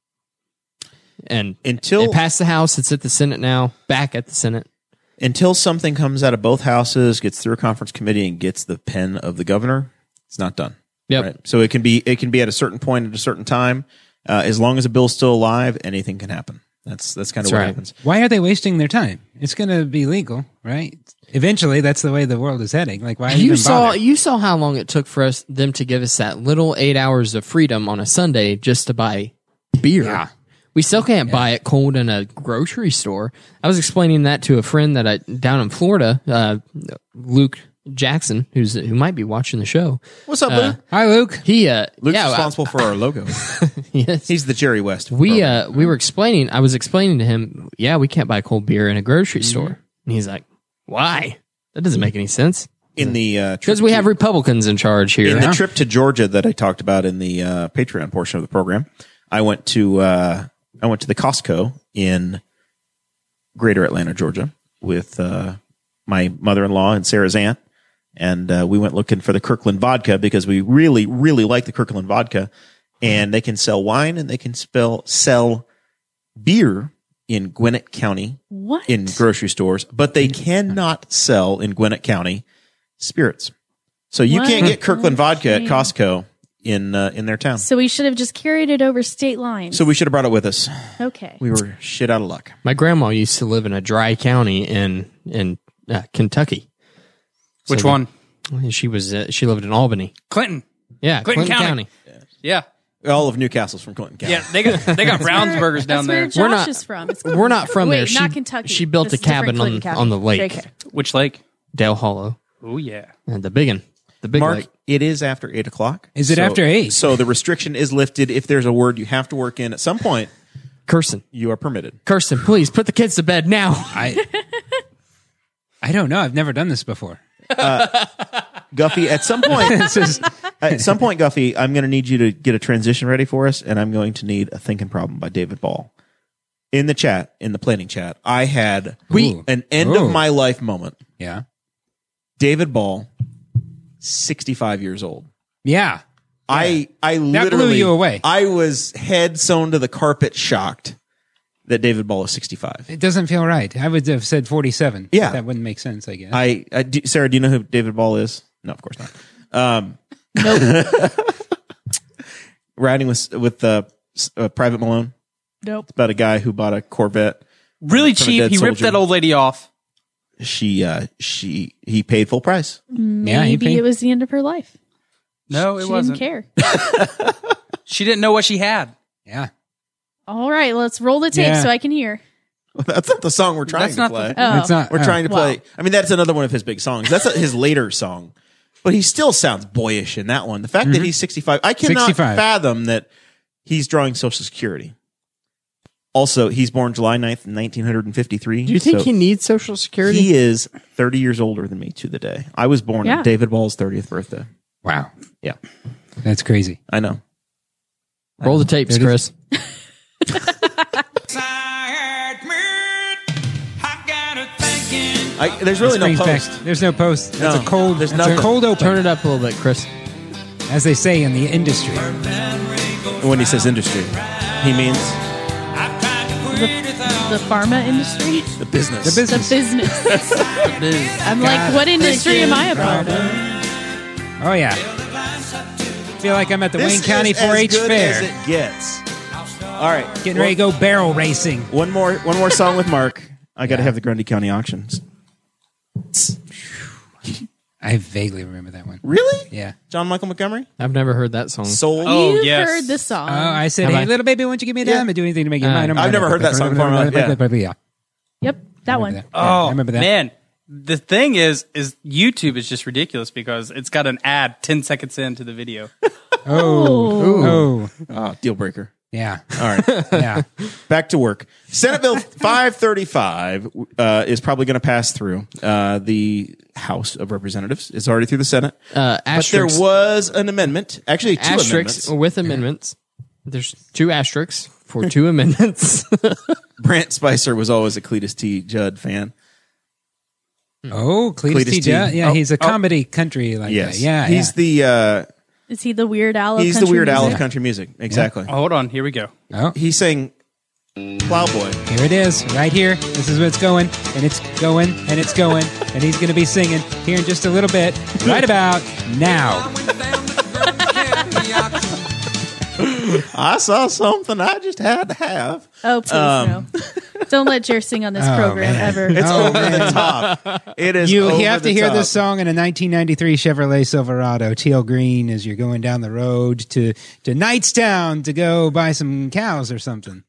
Speaker 2: And
Speaker 1: Until-
Speaker 2: it passed the House, it's at the Senate now, back at the Senate.
Speaker 1: Until something comes out of both houses, gets through a conference committee, and gets the pen of the governor, it's not done.
Speaker 2: Yep.
Speaker 1: So it can be it can be at a certain point at a certain time. Uh, as long as the bill's still alive, anything can happen. That's that's kind of what
Speaker 2: right.
Speaker 1: happens.
Speaker 3: Why are they wasting their time? It's going to be legal, right? Eventually, that's the way the world is heading. Like why
Speaker 2: You
Speaker 3: even
Speaker 2: saw
Speaker 3: bother?
Speaker 2: you saw how long it took for us them to give us that little eight hours of freedom on a Sunday just to buy beer. We still can't buy it cold in a grocery store. I was explaining that to a friend that I down in Florida, uh, Luke Jackson, who's who might be watching the show.
Speaker 1: What's up, Luke?
Speaker 3: Hi, Luke.
Speaker 2: He uh,
Speaker 1: Luke's
Speaker 2: yeah, I-
Speaker 1: responsible for our logo.
Speaker 2: yes.
Speaker 1: He's the Jerry West. of
Speaker 2: We
Speaker 1: program.
Speaker 2: uh we were explaining. I was explaining to him, yeah, we can't buy cold beer in a grocery store, and he's like, why? That doesn't make any sense
Speaker 1: in the uh, trip
Speaker 2: because we
Speaker 1: to-
Speaker 2: have Republicans in charge here.
Speaker 1: in the trip to Georgia that I talked about in the uh, Patreon portion of the program. I went to uh, I went to the Costco in Greater Atlanta, Georgia, with uh, my mother in law and Sarah's aunt, and uh, we went looking for the Kirkland vodka because we really really like the Kirkland vodka, and they can sell wine and they can spell sell beer in Gwinnett County
Speaker 5: What?
Speaker 1: in grocery stores, but they cannot sell in Gwinnett County spirits. So you
Speaker 5: What
Speaker 1: can't get
Speaker 5: a
Speaker 1: Kirkland vodka at
Speaker 5: shame.
Speaker 1: Costco in uh, in their town.
Speaker 5: so we should have just carried it over state lines.
Speaker 1: So we should have brought it with us.
Speaker 5: okay.
Speaker 1: We were shit out of luck.
Speaker 2: My grandma used to live in a dry county in in uh, Kentucky.
Speaker 4: Which
Speaker 2: So-
Speaker 4: one?
Speaker 2: She was uh, she lived in Albany.
Speaker 4: Clinton.
Speaker 2: Yeah,
Speaker 4: Clinton County. Yeah.
Speaker 1: All of Newcastle's from Clinton County.
Speaker 4: Yeah, they got they got Brown's burgers down
Speaker 5: That's where
Speaker 4: there.
Speaker 5: Josh
Speaker 2: We're not-
Speaker 5: is from. It's
Speaker 2: We're not from
Speaker 5: Wait,
Speaker 2: there. She,
Speaker 5: not Kentucky.
Speaker 2: She built
Speaker 5: This
Speaker 2: a
Speaker 5: is different
Speaker 2: cabin on,
Speaker 5: Clinton County.
Speaker 2: on the lake,
Speaker 5: JK.
Speaker 4: Which lake?
Speaker 2: Dale Hollow,
Speaker 4: Oh yeah.
Speaker 2: and the big one, the big
Speaker 1: Mark,
Speaker 2: lake.
Speaker 1: it is after eight o'clock.
Speaker 3: Is it
Speaker 1: So-
Speaker 3: after eight?
Speaker 1: So the restriction is lifted. If there's a word you have to work in at some point,
Speaker 2: Kirsten,
Speaker 1: you are permitted.
Speaker 2: Kirsten, please put the kids to bed now.
Speaker 3: I I don't know. I've never done this before.
Speaker 1: Guffy, at some point, at some point, Guffy, I'm going to need you to get a transition ready for us, and I'm going to need a thinking problem by David Ball. In the chat, in the planning chat, I had
Speaker 3: We-
Speaker 1: an end
Speaker 3: Ooh.
Speaker 1: of my life moment.
Speaker 3: Yeah.
Speaker 1: David Ball, 65 years old.
Speaker 3: Yeah.
Speaker 1: I I
Speaker 3: That blew
Speaker 1: literally
Speaker 3: you away.
Speaker 1: I was head sewn to the carpet, shocked that David Ball is 65.
Speaker 3: It doesn't feel right. I would have said 47.
Speaker 1: Yeah. Uh,
Speaker 3: That wouldn't make sense, I guess.
Speaker 1: I, I do, Sarah, do you know who David Ball is? No, of course not. Um, riding with with uh, s- uh, Private Malone.
Speaker 5: Nope.
Speaker 1: about a guy who bought a Corvette.
Speaker 4: Really
Speaker 1: From a
Speaker 4: cheap.
Speaker 1: dead
Speaker 4: He ripped
Speaker 1: soldier.
Speaker 4: that old lady off.
Speaker 1: She uh she he paid full price.
Speaker 3: yeah. he
Speaker 5: Maybe
Speaker 3: paid-
Speaker 5: it was the end of her life.
Speaker 4: No, it
Speaker 5: She
Speaker 4: wasn't.
Speaker 5: didn't care.
Speaker 4: She didn't know what she had.
Speaker 3: yeah.
Speaker 5: All right, let's roll the tape
Speaker 3: Yeah.
Speaker 5: so I can hear.
Speaker 1: That's not the song we're trying
Speaker 4: That's
Speaker 1: to
Speaker 4: not
Speaker 1: play.
Speaker 4: the-
Speaker 5: Oh,
Speaker 3: It's not.
Speaker 1: we're
Speaker 3: oh.
Speaker 1: trying to
Speaker 5: wow.
Speaker 1: play. I mean, that's another one of his big songs. That's his later song, but he still sounds boyish in that one. The fact that he's sixty five, I cannot
Speaker 3: 65.
Speaker 1: fathom that he's drawing Social Security. Also, he's born July 9th, nineteen hundred and fifty three.
Speaker 2: Do you think he needs Social Security?
Speaker 1: He is thirty years older than me to the day. I was born
Speaker 5: Yeah.
Speaker 1: on David Ball's thirtieth birthday.
Speaker 3: Wow.
Speaker 1: Yeah,
Speaker 3: That's crazy.
Speaker 1: I know.
Speaker 2: Roll the tapes, Chris.
Speaker 1: I, there's really no
Speaker 3: Brings back-
Speaker 1: post.
Speaker 3: There's no post. That's
Speaker 1: No.
Speaker 3: a cold.
Speaker 1: There's
Speaker 3: that's a
Speaker 1: nothing.
Speaker 3: cold open,
Speaker 2: Turn it up a little bit, Chris.
Speaker 3: as they say in the industry.
Speaker 1: when he says industry, he means
Speaker 5: The, the pharma industry?
Speaker 1: The business.
Speaker 3: The
Speaker 5: The
Speaker 3: business.
Speaker 5: business. I'm like, what industry am I a part of?
Speaker 3: oh yeah. Feel like I'm at the
Speaker 1: This
Speaker 3: Wayne County
Speaker 1: is as
Speaker 3: 4-H
Speaker 1: good As
Speaker 3: fair,
Speaker 1: it gets. All right,
Speaker 3: getting ready to go barrel racing.
Speaker 1: One more, one more song with Mark. I got to have the Grundy County auctions.
Speaker 3: I vaguely remember that one.
Speaker 1: Really?
Speaker 3: Yeah.
Speaker 1: John Michael Montgomery.
Speaker 2: I've never heard that song.
Speaker 1: Soul.
Speaker 4: Oh,
Speaker 5: You've
Speaker 4: yes.
Speaker 5: heard the song.
Speaker 3: Oh, I Uh, said,
Speaker 2: Have
Speaker 3: "Hey,
Speaker 2: I-
Speaker 3: little baby, won't you give me a dime?
Speaker 1: Yeah.
Speaker 3: I do anything to make you mine." I'm
Speaker 1: I've
Speaker 3: mine."
Speaker 1: never heard that song before in my life.
Speaker 3: Yeah.
Speaker 5: yep, that
Speaker 3: Remember
Speaker 5: one.
Speaker 3: that. Yeah,
Speaker 4: Oh,
Speaker 3: I remember that.
Speaker 4: man. The thing is, is YouTube is just ridiculous because it's got an ad 10 seconds into the video.
Speaker 3: Oh,
Speaker 5: Oh.
Speaker 3: oh,
Speaker 1: Oh, deal breaker.
Speaker 3: yeah,
Speaker 1: All right,
Speaker 3: yeah.
Speaker 1: back to work. Senate Bill 535 uh, is probably going to pass through uh, the House of Representatives. It's already through the Senate.
Speaker 2: Uh,
Speaker 1: but there
Speaker 2: asterisk,
Speaker 1: was an amendment, actually two
Speaker 2: asterisk
Speaker 1: amendments.
Speaker 2: with amendments. There's two asterisks for two amendments.
Speaker 1: Brant Spicer was always a Cletus T. Judd fan.
Speaker 3: Oh, Cletus,
Speaker 1: Cletus
Speaker 3: T.
Speaker 1: T. oh.
Speaker 3: Judd. Yeah, he's a comedy country like
Speaker 1: Yes,
Speaker 3: that. Yeah,
Speaker 1: he's the uh,
Speaker 5: Is he the Weird Al? Of
Speaker 1: he's the
Speaker 5: country
Speaker 1: Weird Al of
Speaker 5: music?
Speaker 1: country music. Exactly.
Speaker 4: Oh, hold on. Here we go.
Speaker 3: yeah.
Speaker 1: He sang Plowboy.
Speaker 3: Oh, here it is, right here. This is what's going, and it's going, and it's going, and he's going to be singing here in just a little bit, right about now.
Speaker 1: I saw something I just had to have.
Speaker 5: Oh, please no! Don't let Jer sing on this program
Speaker 3: man.
Speaker 5: ever.
Speaker 1: It's
Speaker 3: Oh,
Speaker 1: over the
Speaker 3: man.
Speaker 1: top. It is.
Speaker 3: You
Speaker 1: over
Speaker 3: have to
Speaker 1: the
Speaker 3: hear
Speaker 1: top.
Speaker 3: this song in a 1993 Chevrolet Silverado, teal green, as you're going down the road to to Knightstown to go buy some cows or something.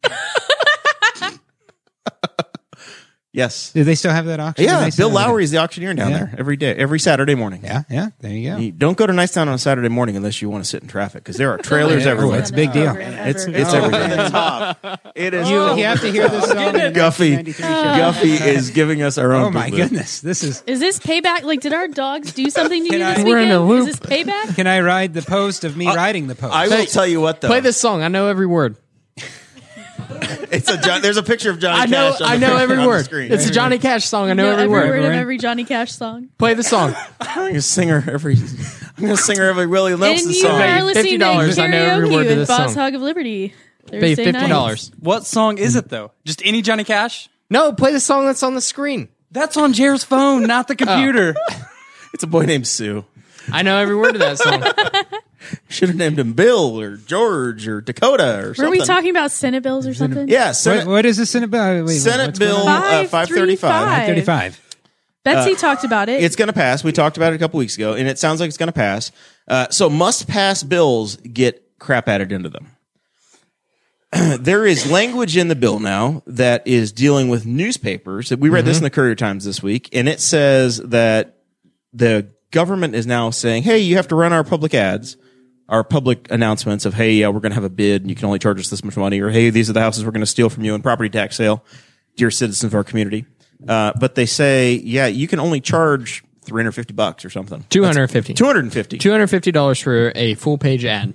Speaker 1: Yes.
Speaker 3: Do they still have that auction?
Speaker 1: Yeah,
Speaker 3: They still
Speaker 1: Bill
Speaker 3: have that?
Speaker 1: Lowry is the auctioneer down
Speaker 3: Yeah.
Speaker 1: there every day, every Saturday morning.
Speaker 3: Yeah, yeah. There you go.
Speaker 1: You don't go to Knightstown on a Saturday morning unless you want to sit in traffic because there are trailers
Speaker 3: Yeah.
Speaker 1: everywhere.
Speaker 3: Oh, it's a big deal.
Speaker 1: It's
Speaker 5: It's,
Speaker 2: Oh,
Speaker 1: it's everywhere. It is.
Speaker 3: You, you have to
Speaker 1: Oh,
Speaker 3: hear this song. in a
Speaker 1: Guffey.
Speaker 3: 1993 Chevrolet.
Speaker 1: Guffey is giving us our own.
Speaker 3: Oh my
Speaker 1: boo-boo.
Speaker 3: goodness, this is.
Speaker 5: is this payback? Like, did our dogs do something to you
Speaker 3: I-
Speaker 5: this
Speaker 2: We're in
Speaker 5: weekend?
Speaker 2: a loop.
Speaker 5: Is this payback?
Speaker 3: Can I ride the post of me riding the post?
Speaker 1: I will tell you what though.
Speaker 2: Play this song. I know every word.
Speaker 1: It's a John, there's a picture of Johnny
Speaker 2: I know.
Speaker 1: Cash on the
Speaker 2: I know
Speaker 1: picture
Speaker 2: every
Speaker 1: on the
Speaker 2: word.
Speaker 1: screen.
Speaker 2: It's a Johnny Cash song. I know
Speaker 5: No,
Speaker 2: every
Speaker 5: every
Speaker 2: word.
Speaker 5: word of
Speaker 3: Right.
Speaker 5: every Johnny Cash song.
Speaker 2: Play the song.
Speaker 1: I'm gonna sing her every. I'm gonna sing her every Willie
Speaker 5: and
Speaker 1: Nelson
Speaker 5: you are
Speaker 1: song.
Speaker 2: Fifty
Speaker 5: listening to
Speaker 2: dollars, I know every word
Speaker 5: karaoke
Speaker 2: to
Speaker 5: with
Speaker 2: this
Speaker 5: Boss
Speaker 2: song.
Speaker 5: Hog of Liberty.
Speaker 2: Pay
Speaker 5: Thursday
Speaker 2: fifty
Speaker 5: night.
Speaker 2: dollars.
Speaker 4: What song is it though? Just any Johnny Cash?
Speaker 2: No, play the song that's on the screen.
Speaker 4: That's on Jared's phone, not the computer.
Speaker 1: It's a boy named Sue.
Speaker 2: I know every word of that song.
Speaker 1: Should have named him Bill or George or Dakota or
Speaker 5: Were
Speaker 1: something.
Speaker 5: we talking about Senate bills or something?
Speaker 1: Yeah, Senate,
Speaker 3: what, what is the Senate bill? Wait, wait,
Speaker 1: Senate
Speaker 3: what's going
Speaker 1: Bill
Speaker 3: on?
Speaker 1: uh, 535.
Speaker 5: 535.
Speaker 3: 35.
Speaker 5: Betsy
Speaker 2: Uh,
Speaker 5: talked about it.
Speaker 1: It's going to pass. We talked about it a couple weeks ago, and it sounds like it's going to pass. Uh, so must pass bills get crap added into them. there is language in the bill now that is dealing with newspapers. We read
Speaker 3: Mm-hmm.
Speaker 1: this in the Courier Times this week, and it says that the government is now saying, "Hey, you have to run our public ads." Our public announcements of, hey, uh, we're going to have a bid and you can only charge us this much money, or hey, these are the houses we're going to steal from you in property tax sale, dear citizens of our community. Uh, but they say, yeah, you can only charge 350 bucks or something.
Speaker 2: Two hundred fifty.
Speaker 1: 250.
Speaker 2: Two hundred fifty dollars for a full page ad.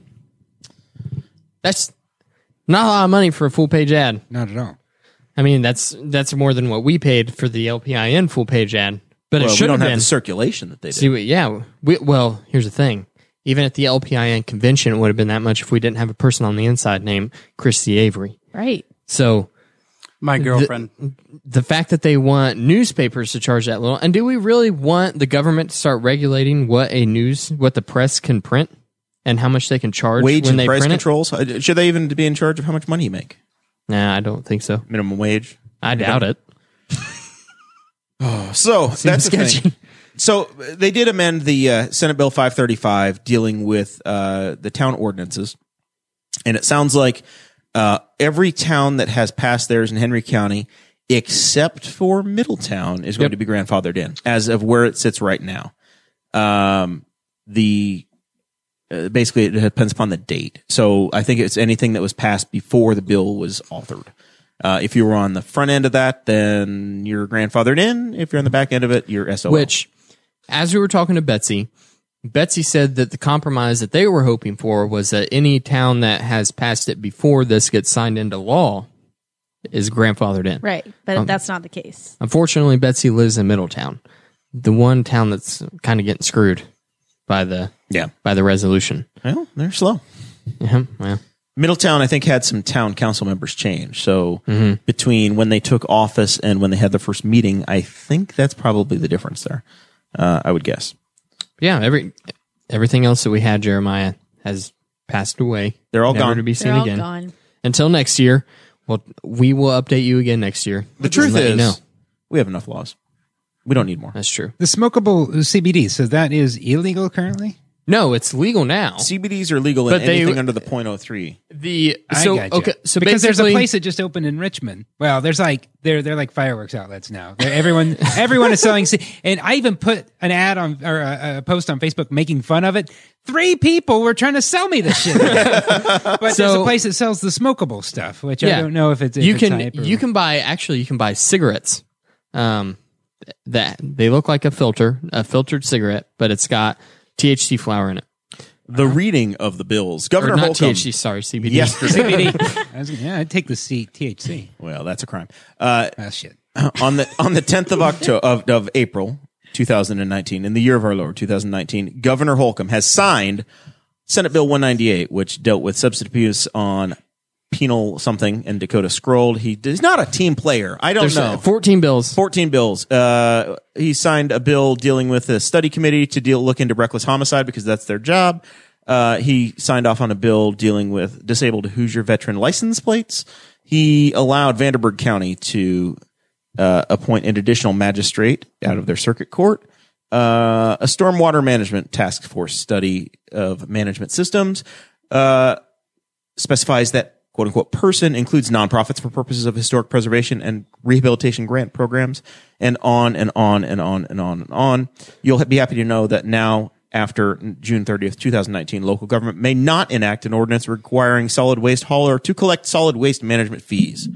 Speaker 2: That's not a lot of money for a full page ad.
Speaker 3: Not at all.
Speaker 2: I mean, that's that's more than what we paid for the LPIN full page ad. But
Speaker 1: Well,
Speaker 2: it
Speaker 1: we
Speaker 2: should
Speaker 1: don't
Speaker 2: have
Speaker 1: have
Speaker 2: been.
Speaker 1: the circulation that they did.
Speaker 2: See, we- yeah. We, well, here's the thing. Even at the LPIN convention, it would have been that much if we didn't have a person on the inside named Christy Avery.
Speaker 5: right.
Speaker 2: So
Speaker 4: My girlfriend.
Speaker 2: the fact that they want newspapers to charge that little, and do we really want the government to start regulating what a news, what the press can print, and how much they can charge
Speaker 1: Wage
Speaker 2: when
Speaker 1: and
Speaker 2: they
Speaker 1: price
Speaker 2: print
Speaker 1: controls. Uh, Should they even be in charge of how much money you make?
Speaker 2: it? Nah, I don't think so.
Speaker 1: Minimum wage.
Speaker 2: I doubt it.
Speaker 1: So that's the
Speaker 2: sketchy.
Speaker 1: thing. So uh, they did amend the uh, Senate Bill 535 dealing with uh, the town ordinances, and it sounds like uh, every town that has passed theirs in Henry County, except for Middletown, is going to be grandfathered in as of where it sits right now. Um, the uh, basically it depends upon the date. So I think it's anything that was passed before the bill was authored. Uh, if you were on the front end of that, then you're grandfathered in. If you're on the back end of it, you're SOL.
Speaker 2: Which, as we were talking to Betsy, Betsy said that the compromise that they were hoping for was that any town that has passed it before this gets signed into law is grandfathered in.
Speaker 5: Right. But
Speaker 2: Um,
Speaker 5: that's not the case.
Speaker 2: Unfortunately, Betsy lives in Middletown, the one town that's kind of getting screwed by the
Speaker 1: yeah,
Speaker 2: by the resolution.
Speaker 1: well, they're slow.
Speaker 2: Yeah, well,
Speaker 1: Middletown, I think, had some town council members change. So
Speaker 2: Mm-hmm.
Speaker 1: between when they took office and when they had their first meeting, I think that's probably the difference there. Uh, I would guess.
Speaker 2: Yeah, every everything else that we had, Jeremiah, has passed away.
Speaker 1: They're all
Speaker 2: Never
Speaker 1: gone.
Speaker 2: to be seen
Speaker 5: They're all
Speaker 2: again.
Speaker 5: gone.
Speaker 2: Until next year, well, we will update you again next year.
Speaker 1: The truth
Speaker 2: let you
Speaker 1: is,
Speaker 2: know.
Speaker 1: we have enough laws. We don't need more.
Speaker 2: that's true.
Speaker 3: The smokable CBD, so that is illegal currently?
Speaker 2: No, it's legal now.
Speaker 1: CBDs are legal in
Speaker 2: But they-
Speaker 1: anything under the .03.
Speaker 2: the
Speaker 3: I
Speaker 2: so
Speaker 3: gotcha.
Speaker 2: okay, so
Speaker 3: because there's a
Speaker 2: basically-
Speaker 3: place that just opened in Richmond. Well, there's like they're they're like fireworks outlets now. They're- everyone everyone is selling. C- And I even put an ad on or a, a post on Facebook making fun of it. Three people were trying to sell me this shit. but there's a
Speaker 2: So-
Speaker 3: place that sells the smokable stuff, which
Speaker 2: Yeah.
Speaker 3: I don't know if it's if
Speaker 2: you
Speaker 3: it's
Speaker 2: can
Speaker 3: hype or-
Speaker 2: you can buy actually you can buy cigarettes um th- that they look like a filter a filtered cigarette but it's got THC flower in it
Speaker 1: The reading of the bills,
Speaker 2: or
Speaker 1: Governor
Speaker 2: not
Speaker 1: Holcomb.
Speaker 2: THC sorry CBD
Speaker 1: Yesterday,
Speaker 3: I was- yeah, I'd take the C, THC.
Speaker 1: well, that's a crime. Uh,
Speaker 3: Oh shit.
Speaker 1: on the on the 10th of October of, of April 2019 in the year of our Lord 2019 Governor Holcomb has signed Senate Bill 198 which dealt with substance abuse on penal something and Dakota scrolled he he's not a team player I don't
Speaker 2: There's uh,
Speaker 1: know
Speaker 2: 14 bills
Speaker 1: 14 bills. Uh, he signed a bill dealing with a study committee to deal look into reckless homicide because that's their job. Uh, he signed off on a bill dealing with disabled Hoosier veteran license plates. He allowed Vanderburgh County to uh, appoint an additional magistrate out of their circuit court. Uh, a stormwater management task force study of management systems. Uh, specifies that quote unquote person includes nonprofits for purposes of historic preservation and rehabilitation grant programs and on and on and on and on and on. You'll be happy to know that now after June 30th, 2019, local government may not enact an ordinance requiring solid waste hauler to collect solid waste management fees.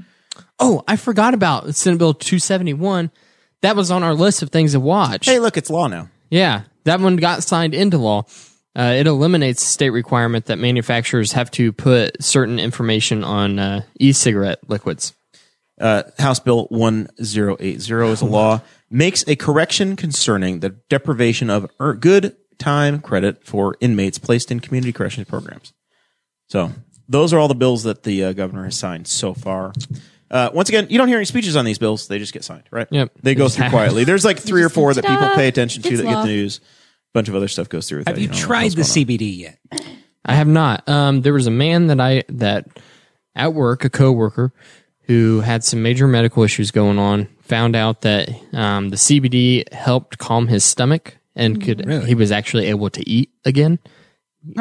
Speaker 2: oh I forgot about Senate Bill 271 that was on our list of things to watch
Speaker 1: Hey, look, it's law now.
Speaker 2: yeah that one got signed into law uh, it eliminates the state requirement that manufacturers have to put certain information on uh, e-cigarette liquids
Speaker 1: uh, House Bill 1080 is a law, makes a correction concerning the deprivation of er- good time credit for inmates placed in community corrections programs. So those are all the bills that the uh, governor has signed so far. Uh, once again, you don't hear any speeches on these bills; they just get signed, right?
Speaker 2: Yep.
Speaker 1: They go
Speaker 2: They just
Speaker 1: through
Speaker 2: happen.
Speaker 1: quietly. There's like three or four that people
Speaker 5: ta-da,
Speaker 1: pay attention to
Speaker 5: it's
Speaker 1: that get
Speaker 5: law.
Speaker 1: the news. A bunch of other stuff goes through.
Speaker 3: Have you tried the CBD yet?
Speaker 2: I have not. Um, there was a man that I that at work, a coworker, who had some major medical issues going on. Found out that um, the CBD helped calm his stomach and could he was actually able to eat again.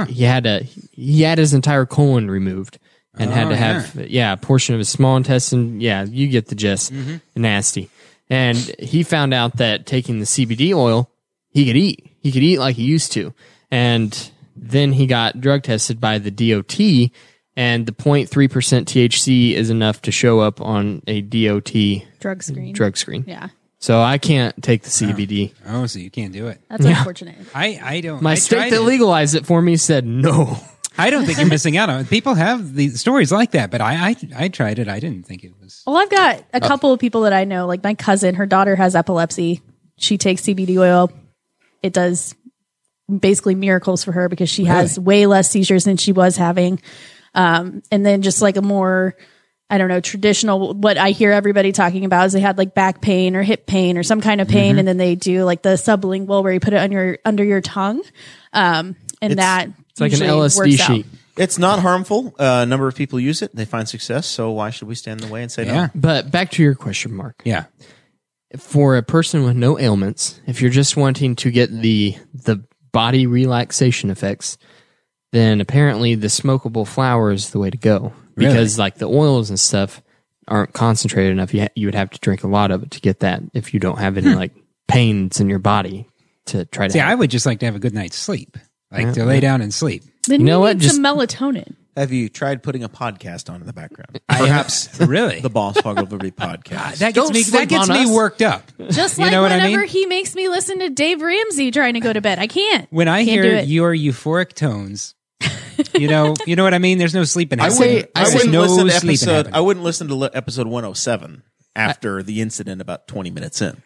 Speaker 2: He had a he had his entire colon removed and had
Speaker 3: Oh,
Speaker 2: to have yeah. a portion of his small intestine. Yeah, you get the gist.
Speaker 3: Mm-hmm.
Speaker 2: Nasty. And he found out that taking the CBD oil, he could eat. He could eat like he used to. And then he got drug tested by the DOT, and the 0.3% THC is enough to show up on a DOT
Speaker 5: Drug screen.
Speaker 2: drug screen.
Speaker 5: Yeah.
Speaker 2: So I can't take the CBD.
Speaker 3: Oh, so you can't do it.
Speaker 5: That's unfortunate.
Speaker 3: I, I don't.
Speaker 2: My
Speaker 3: I
Speaker 2: state
Speaker 3: tried
Speaker 2: that
Speaker 3: it.
Speaker 2: legalized it for me said no.
Speaker 3: I don't think you're missing out on it. People have these stories like that, but I, I, I tried it. I didn't think it was.
Speaker 5: Well, I've got a
Speaker 2: Uh,
Speaker 5: couple of people that I know, like my cousin, her daughter has epilepsy. She takes CBD oil. It does basically miracles for her because she has way less seizures than she was having. Um, and then just like a more, I don't know, traditional, what I hear everybody talking about is they had like back pain or hip pain or some kind of
Speaker 2: Mm-hmm.
Speaker 5: pain. And then they do like the sublingual where you put it on your, under your tongue. Um, and that
Speaker 2: It's like an
Speaker 5: usually
Speaker 2: LSD
Speaker 5: works out.
Speaker 2: sheet.
Speaker 1: It's not harmful. A number of people use it; they find success. So why should we stand in the way and say
Speaker 3: Yeah.
Speaker 1: no?
Speaker 2: But back to your question, Mark.
Speaker 3: Yeah.
Speaker 2: For a person with no ailments, if you're just wanting to get the the body relaxation effects, then apparently the smokable flower is the way to go because like the oils and stuff aren't concentrated enough. You ha- you would have to drink a lot of it to get that if you don't have any like pains in your body to try to.
Speaker 3: Hmm. See,
Speaker 2: have-
Speaker 3: I would just like to have a good night's sleep, like to lay down and sleep.
Speaker 5: Then
Speaker 2: You
Speaker 5: you
Speaker 2: know
Speaker 5: know
Speaker 2: what? Just-
Speaker 5: Some melatonin.
Speaker 1: Have you tried putting a podcast on in the background?
Speaker 3: Perhaps really.
Speaker 1: the Boss Hog Over podcast.
Speaker 3: that gets
Speaker 2: Don't
Speaker 3: me. That
Speaker 2: sleep
Speaker 3: gets
Speaker 2: on
Speaker 3: me
Speaker 2: us.
Speaker 3: worked up.
Speaker 5: Just
Speaker 3: You
Speaker 5: like
Speaker 3: know what I
Speaker 5: whenever
Speaker 3: mean?
Speaker 5: he makes me listen to Dave Ramsey trying to go to bed. I can't.
Speaker 3: When I
Speaker 5: Can't do
Speaker 3: hear
Speaker 5: it.
Speaker 3: your euphoric tones, you know, you know what I mean. There's no sleeping.
Speaker 2: I
Speaker 3: happening.
Speaker 2: wouldn't- I
Speaker 3: There's
Speaker 2: wouldn't
Speaker 3: no
Speaker 1: listen to
Speaker 3: sleeping
Speaker 1: episode.
Speaker 3: happening.
Speaker 1: I wouldn't listen to li- episode 107 after the incident about 20 minutes in.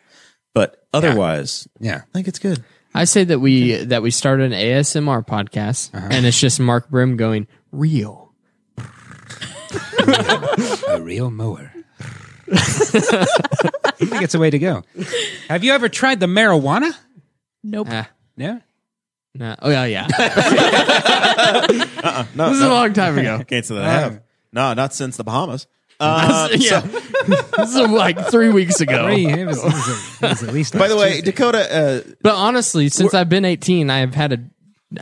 Speaker 1: But otherwise,
Speaker 3: yeah.
Speaker 1: I think it's good.
Speaker 2: I say that we
Speaker 3: Uh-huh.
Speaker 2: that we started an ASMR podcast, and it's just Mark Brim going real,
Speaker 3: a real mower. I think it's a way to go. Have you ever tried the marijuana?
Speaker 5: Nope.
Speaker 3: Uh,
Speaker 2: Ah,
Speaker 3: No.
Speaker 2: no. Oh yeah, yeah.
Speaker 1: No,
Speaker 2: this is a long time ago.
Speaker 1: can't say that I have. Uh, No, not since the Bahamas. Uh,
Speaker 2: yeah, this is like three weeks ago.
Speaker 3: Three, it was, it was- it was at least.
Speaker 1: by the
Speaker 3: last
Speaker 1: way,
Speaker 3: Tuesday.
Speaker 1: Dakota, uh,
Speaker 2: But honestly, since I've been 18, I've had a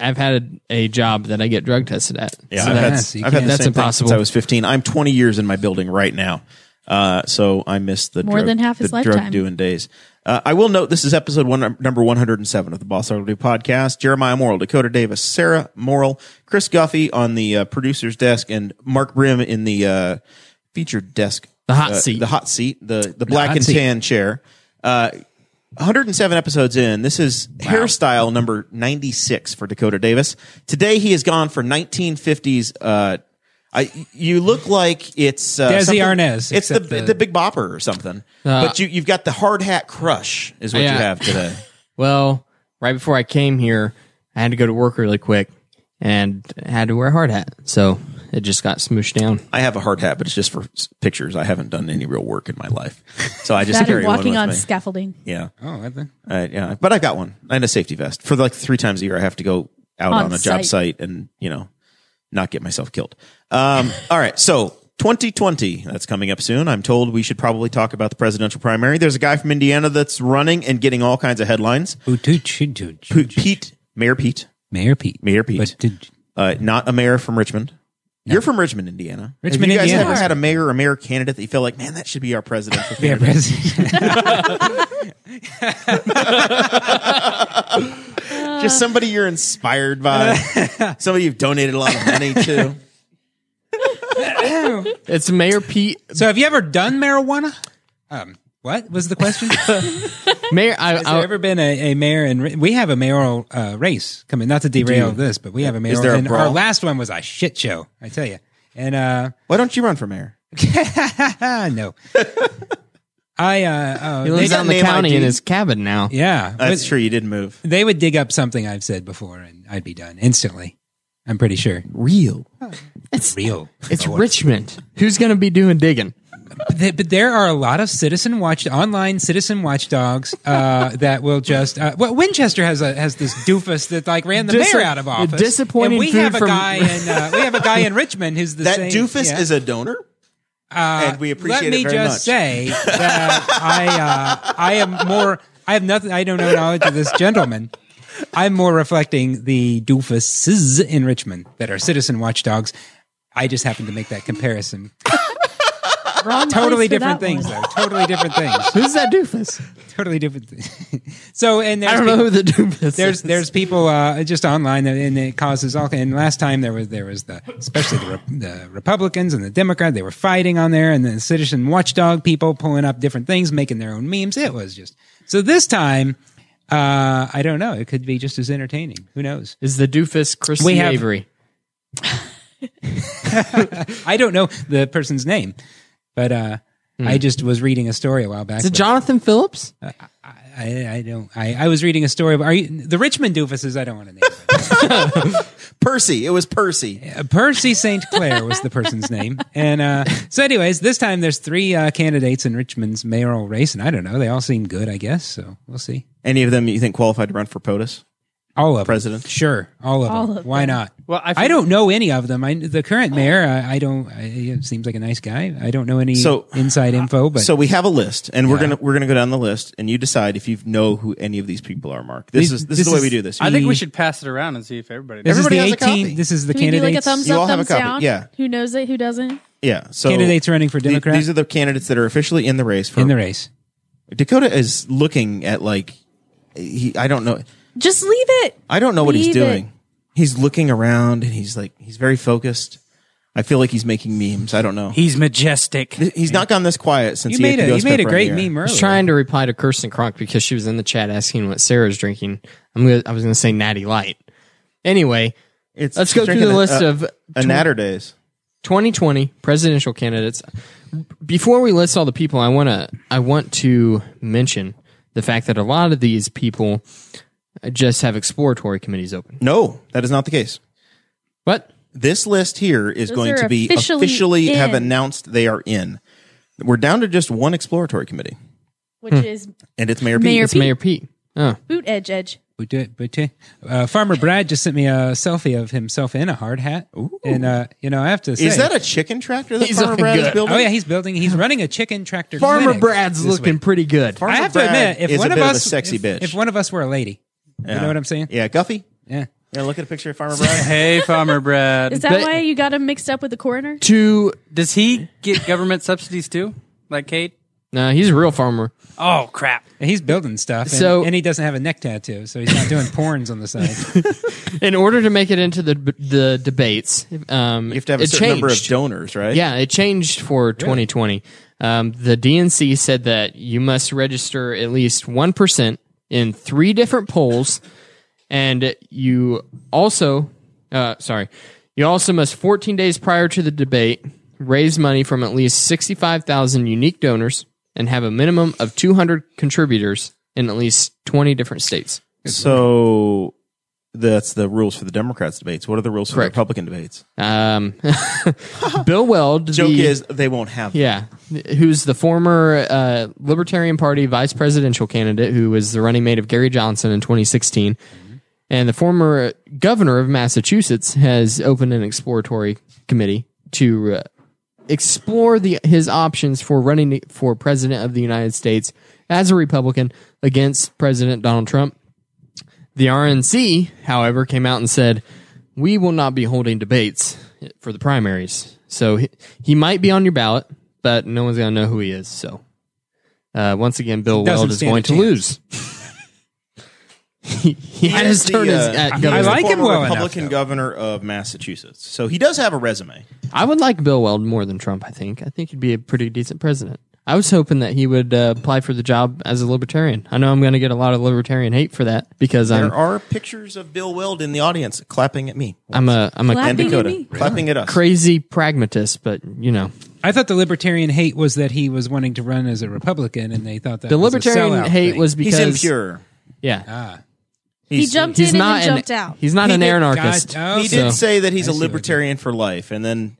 Speaker 2: I've had a, a job that I get drug tested at.
Speaker 1: yeah,
Speaker 2: So
Speaker 1: I've had,
Speaker 2: that's-
Speaker 3: so you
Speaker 1: I've had the
Speaker 2: can't- That's
Speaker 1: same thing since
Speaker 2: impossible.
Speaker 1: I was 15. I'm 20 years in my building right now. Uh, so I missed the
Speaker 5: More
Speaker 1: drug,
Speaker 5: than half his
Speaker 1: the drug
Speaker 5: lifetime.
Speaker 1: doing days. Uh, I will note this is episode one, number 107 of the Boss Level podcast. Jeremiah Morrill, Dakota Davis, Sarah Morrill, Chris Guffey on the uh, producer's desk, and Mark Brim in the uh, featured desk.
Speaker 2: The hot
Speaker 1: uh,
Speaker 2: seat.
Speaker 1: The hot seat, the, the black
Speaker 3: hot
Speaker 1: and
Speaker 3: seat.
Speaker 1: tan chair. Uh, 107 episodes in. This is hairstyle number 96 for Dakota Davis. Today he has gone for 1950s. Uh, I you look like it's uh,
Speaker 3: Desi
Speaker 1: something-
Speaker 3: Arnaz,
Speaker 1: It's the,
Speaker 3: except
Speaker 1: the
Speaker 3: the- Uh,
Speaker 1: Big Bopper or something. but you you've got the hard hat crush is what you
Speaker 2: Yeah.
Speaker 1: have today.
Speaker 2: Well, right before I came here, I had to go to work really quick and had to wear a hard hat. So it just got smooshed down.
Speaker 1: I have a hard hat, but it's just for s- pictures. I haven't done any real work in my life, so I just
Speaker 5: That
Speaker 1: carry
Speaker 5: and
Speaker 1: one
Speaker 5: walking
Speaker 1: with
Speaker 5: on
Speaker 1: me.
Speaker 5: scaffolding.
Speaker 1: yeah,
Speaker 3: oh, I think-
Speaker 1: Uh, yeah. But I've got one and a safety vest for like three times a year. I have to go out on,
Speaker 5: On
Speaker 1: a job site and you know not get myself killed. Um, all right, so 2020 that's coming up soon. I'm told we should probably talk about the presidential primary. There's a guy from Indiana that's running and getting all kinds of headlines. P-
Speaker 3: Boo-too-choo-choo-choo.
Speaker 1: Pete, Mayor Pete,
Speaker 3: Mayor Pete.
Speaker 1: Mayor Pete.
Speaker 3: But did-
Speaker 1: uh, not a mayor from Richmond. You're from Richmond, Indiana. Have
Speaker 3: Richmond,
Speaker 1: you guys
Speaker 3: Indiana.
Speaker 1: ever had a mayor or mayor candidate that you feel like, man, that should be our presidential
Speaker 3: Mayor
Speaker 1: candidate?
Speaker 3: President.
Speaker 1: Just somebody you're inspired by, somebody you've donated a lot of money to.
Speaker 2: It's Mayor Pete.
Speaker 3: so, have you ever done marijuana? Um, what was the question?
Speaker 2: Mayor, I,
Speaker 3: Has there
Speaker 2: I-
Speaker 3: ever been a, a mayor and we have a mayoral uh, race coming? Not to derail this, but we have a mayoral.
Speaker 1: there a
Speaker 3: and our
Speaker 1: brawl?
Speaker 3: last one was a shit show, I tell you. And uh,
Speaker 1: Why don't you run for mayor?
Speaker 3: no, I uh,
Speaker 2: he
Speaker 3: oh,
Speaker 2: lives
Speaker 1: got
Speaker 2: out in the
Speaker 1: name
Speaker 2: county in
Speaker 1: ID.
Speaker 2: his cabin now.
Speaker 3: yeah,
Speaker 1: That's
Speaker 3: but
Speaker 1: true. You did move.
Speaker 3: they would dig up something I've said before, and I'd be done instantly. I'm pretty sure.
Speaker 1: Real.
Speaker 2: It's
Speaker 3: Real.
Speaker 2: it's
Speaker 3: Lord.
Speaker 2: Richmond. Who's gonna be doing digging?
Speaker 3: But th- but there are a lot of citizen watch online citizen watchdogs uh, that will just. Uh, well, Winchester has a, has this doofus that like ran the
Speaker 2: Dis-
Speaker 3: mayor out of office.
Speaker 2: disappointing
Speaker 3: And we
Speaker 2: food
Speaker 3: have a
Speaker 2: from-
Speaker 3: guy in uh, we have a guy in Richmond who's the
Speaker 1: That
Speaker 3: same,
Speaker 1: doofus
Speaker 3: yeah.
Speaker 1: is a donor, and we appreciate
Speaker 3: Let me
Speaker 1: it very
Speaker 3: just
Speaker 1: much.
Speaker 3: say that I uh, I am more. I have nothing. I don't know knowledge of this gentleman. I'm more reflecting the doofuses in Richmond that are citizen watchdogs. I just happened to make that comparison.
Speaker 5: Wrong
Speaker 3: Totally
Speaker 5: place for that
Speaker 3: different things,
Speaker 5: one.
Speaker 3: though. Totally different things.
Speaker 2: Who's that doofus?
Speaker 3: Totally different. Things. So, and there's
Speaker 2: I don't
Speaker 3: people-
Speaker 2: know who the doofus
Speaker 3: there's
Speaker 2: is.
Speaker 3: there's people uh, just online that, and it causes all. And last time there was there was the especially the, Re- the Republicans and the Democrat they were fighting on there, and the citizen watchdog people pulling up different things, making their own memes. It was just so this time. Uh, I don't know. It could be just as entertaining. Who knows?
Speaker 2: is the doofus Chris
Speaker 3: We have-
Speaker 2: Avery.
Speaker 3: I don't know the person's name, but uh,
Speaker 2: Hmm.
Speaker 3: I just was reading a story a while back.
Speaker 2: Is it
Speaker 3: where-
Speaker 2: Jonathan Phillips?
Speaker 3: I, I don't. I, I was reading a story. About, are you the Richmond doofuses? I don't want to name. them.
Speaker 1: Percy. It was Percy.
Speaker 3: Uh, Percy St. Clair was the person's name. And uh, so, anyways, this time there's three uh, candidates in Richmond's mayoral race, and I don't know. They all seem good, I guess. So we'll see.
Speaker 1: Any of them you think qualified to run for POTUS?
Speaker 3: All of
Speaker 1: President?
Speaker 3: them. sure, all of
Speaker 5: All
Speaker 3: them.
Speaker 5: of
Speaker 3: Why
Speaker 5: them.
Speaker 3: not?
Speaker 4: Well, I
Speaker 3: I,
Speaker 4: think-
Speaker 3: don't know any of them. I, the current mayor, I, I don't. I, it seems like a nice guy. I don't know any
Speaker 1: So- uh,
Speaker 3: inside info, but
Speaker 1: So we have a list, and we're gonna we're gonna go down the list, and you decide if you know who any of these people are. Mark, this
Speaker 3: These-
Speaker 1: is this,
Speaker 3: this
Speaker 1: is the way
Speaker 3: is-
Speaker 1: we do this.
Speaker 4: I think
Speaker 3: The-
Speaker 4: we should pass it around and see if everybody.
Speaker 3: this is
Speaker 1: everybody
Speaker 3: the
Speaker 1: has a copy.
Speaker 3: 18. This is the
Speaker 5: Can we do like a
Speaker 3: candidates.
Speaker 5: thumbs
Speaker 1: You all
Speaker 5: up,
Speaker 1: have a
Speaker 5: thumbs
Speaker 1: copy,
Speaker 5: down?
Speaker 1: yeah.
Speaker 5: Who knows it? Who doesn't?
Speaker 1: yeah. So
Speaker 3: Candidates running for
Speaker 1: the-
Speaker 3: Democrat?
Speaker 1: these are the candidates that are officially in the race for
Speaker 3: in the race.
Speaker 1: Dakota is looking at like he. I don't know.
Speaker 5: Just leave it.
Speaker 1: I don't know what he's
Speaker 5: Leave it.
Speaker 1: doing. He's looking around, and he's like he's very focused. I feel like he's making memes. I don't know.
Speaker 6: He's majestic.
Speaker 1: He's not gone this quiet since
Speaker 3: You
Speaker 1: he
Speaker 3: made
Speaker 1: ate the
Speaker 3: a you
Speaker 1: ghost
Speaker 3: made a
Speaker 1: pepper on
Speaker 3: great
Speaker 1: the air.
Speaker 3: meme
Speaker 2: I was
Speaker 3: earlier.
Speaker 2: trying to reply to Kirsten Kronk because she was in the chat asking what Sarah's drinking. I'm gonna, I was going to say Natty Light. Anyway,
Speaker 1: It's
Speaker 2: let's go through
Speaker 1: drinking
Speaker 2: the
Speaker 1: a-
Speaker 2: list
Speaker 1: a-
Speaker 2: of uh,
Speaker 1: a natter Uh, days.
Speaker 2: 2020 presidential candidates. Before we list all the people, I want to I want to mention the fact that a lot of these people just have exploratory committees open.
Speaker 1: No, that is not the case.
Speaker 2: But
Speaker 1: This list here is
Speaker 5: Those
Speaker 1: going
Speaker 5: are
Speaker 1: to be
Speaker 5: officially
Speaker 1: officially have
Speaker 5: in.
Speaker 1: announced they are in. We're down to just one exploratory committee,
Speaker 5: which is
Speaker 1: and it's Mayor,
Speaker 5: Mayor
Speaker 1: Pete.
Speaker 2: It's Mayor Pete. Oh,
Speaker 5: boot edge edge.
Speaker 3: But, uh, but, uh, uh, Farmer Brad just sent me a selfie of himself in a hard hat, and uh, you you know I have to say,
Speaker 1: Is that a chicken tractor that
Speaker 2: He's
Speaker 1: Farmer
Speaker 2: looking
Speaker 1: Brad is
Speaker 2: good.
Speaker 1: building?
Speaker 3: oh yeah, he's building, he's running a chicken tractor.
Speaker 2: Farmer
Speaker 3: clinic
Speaker 2: Brad's
Speaker 3: this
Speaker 2: looking
Speaker 3: week.
Speaker 2: pretty good.
Speaker 1: Farmer
Speaker 3: I have to
Speaker 1: Brad
Speaker 3: admit, if
Speaker 1: is
Speaker 3: one
Speaker 1: a
Speaker 3: of
Speaker 1: bit
Speaker 3: us,
Speaker 1: a sexy
Speaker 3: if,
Speaker 1: bitch.
Speaker 3: if one of us were a lady, you know what I'm saying?
Speaker 1: yeah, Guffy.
Speaker 3: Yeah.
Speaker 1: Yeah, look at a picture of Farmer Brad.
Speaker 4: Hey, Farmer
Speaker 5: Is
Speaker 4: Brad.
Speaker 5: that
Speaker 2: But-
Speaker 5: why you got him mixed up with the coroner?
Speaker 2: Two.
Speaker 4: Does he get government subsidies too? Like Kate?
Speaker 2: No, he's a real farmer.
Speaker 4: Oh, crap.
Speaker 3: And he's building stuff, and,
Speaker 2: So-
Speaker 3: and he doesn't have a neck tattoo, so he's not doing porns on the side.
Speaker 2: In order to make it into the the debates, um,
Speaker 1: you have to have a
Speaker 2: it
Speaker 1: certain number of
Speaker 2: changed.
Speaker 1: donors, right?
Speaker 2: Yeah, it changed for 2020. Um, the DNC said that you must register at least 1% in three different polls. And you also, uh, sorry, you also must 14 days prior to the debate raise money from at least 65,000 unique donors and have a minimum of 200 contributors in at least 20 different states.
Speaker 1: So that's the rules for the Democrats debates. What are the rules for the
Speaker 2: Correct.
Speaker 1: Republican debates?
Speaker 2: Um, Bill Weld,
Speaker 1: Joke
Speaker 2: the-
Speaker 1: is they won't have. them.
Speaker 2: Yeah, who's the former uh, Libertarian Party vice presidential candidate who was the running mate of Gary Johnson in 2016. And the former governor of Massachusetts has opened an exploratory committee to uh, explore the his options for running for president of the United States as a Republican against President Donald Trump. The RNC, however, came out and said, "We will not be holding debates for the primaries." So he, he might be on your ballot, but no one's going to know who he is. So uh, once again, Bill
Speaker 3: Doesn't
Speaker 2: Weld is
Speaker 3: stand a
Speaker 2: going to
Speaker 3: chance.
Speaker 2: lose. he, he had his
Speaker 1: the,
Speaker 2: turn as
Speaker 1: uh,
Speaker 2: at
Speaker 1: he's
Speaker 2: governor.
Speaker 1: the
Speaker 3: I like him
Speaker 1: former
Speaker 3: well enough,
Speaker 1: Republican
Speaker 3: though.
Speaker 1: governor of Massachusetts, so he does have a resume.
Speaker 2: I would like Bill Weld more than Trump. I think. I think he'd be a pretty decent president. I was hoping that he would uh, apply for the job as a libertarian. I know I'm going to get a lot of libertarian hate for that because I'm
Speaker 1: There are pictures of Bill Weld in the audience clapping at me
Speaker 2: I'm a I'm a
Speaker 5: Clapping
Speaker 1: and
Speaker 5: at
Speaker 1: Dakota
Speaker 5: me.
Speaker 1: clapping at us.
Speaker 2: crazy pragmatist, but you know
Speaker 3: I thought the libertarian hate was that he was wanting to run as a Republican, and they thought that
Speaker 2: the
Speaker 3: was a
Speaker 2: libertarian
Speaker 3: sellout
Speaker 2: hate
Speaker 3: thing. Ah.
Speaker 2: was
Speaker 1: He's
Speaker 2: because
Speaker 1: impure.
Speaker 2: Yeah,
Speaker 5: He jumped
Speaker 2: he's
Speaker 5: in
Speaker 2: not
Speaker 5: and then
Speaker 2: an,
Speaker 5: jumped out.
Speaker 2: He's not
Speaker 3: He
Speaker 2: an
Speaker 3: did-
Speaker 2: anarchist.
Speaker 3: God, oh,
Speaker 1: He
Speaker 3: so-
Speaker 1: did say that he's
Speaker 3: I
Speaker 1: a
Speaker 3: see what you
Speaker 1: libertarian for life, and then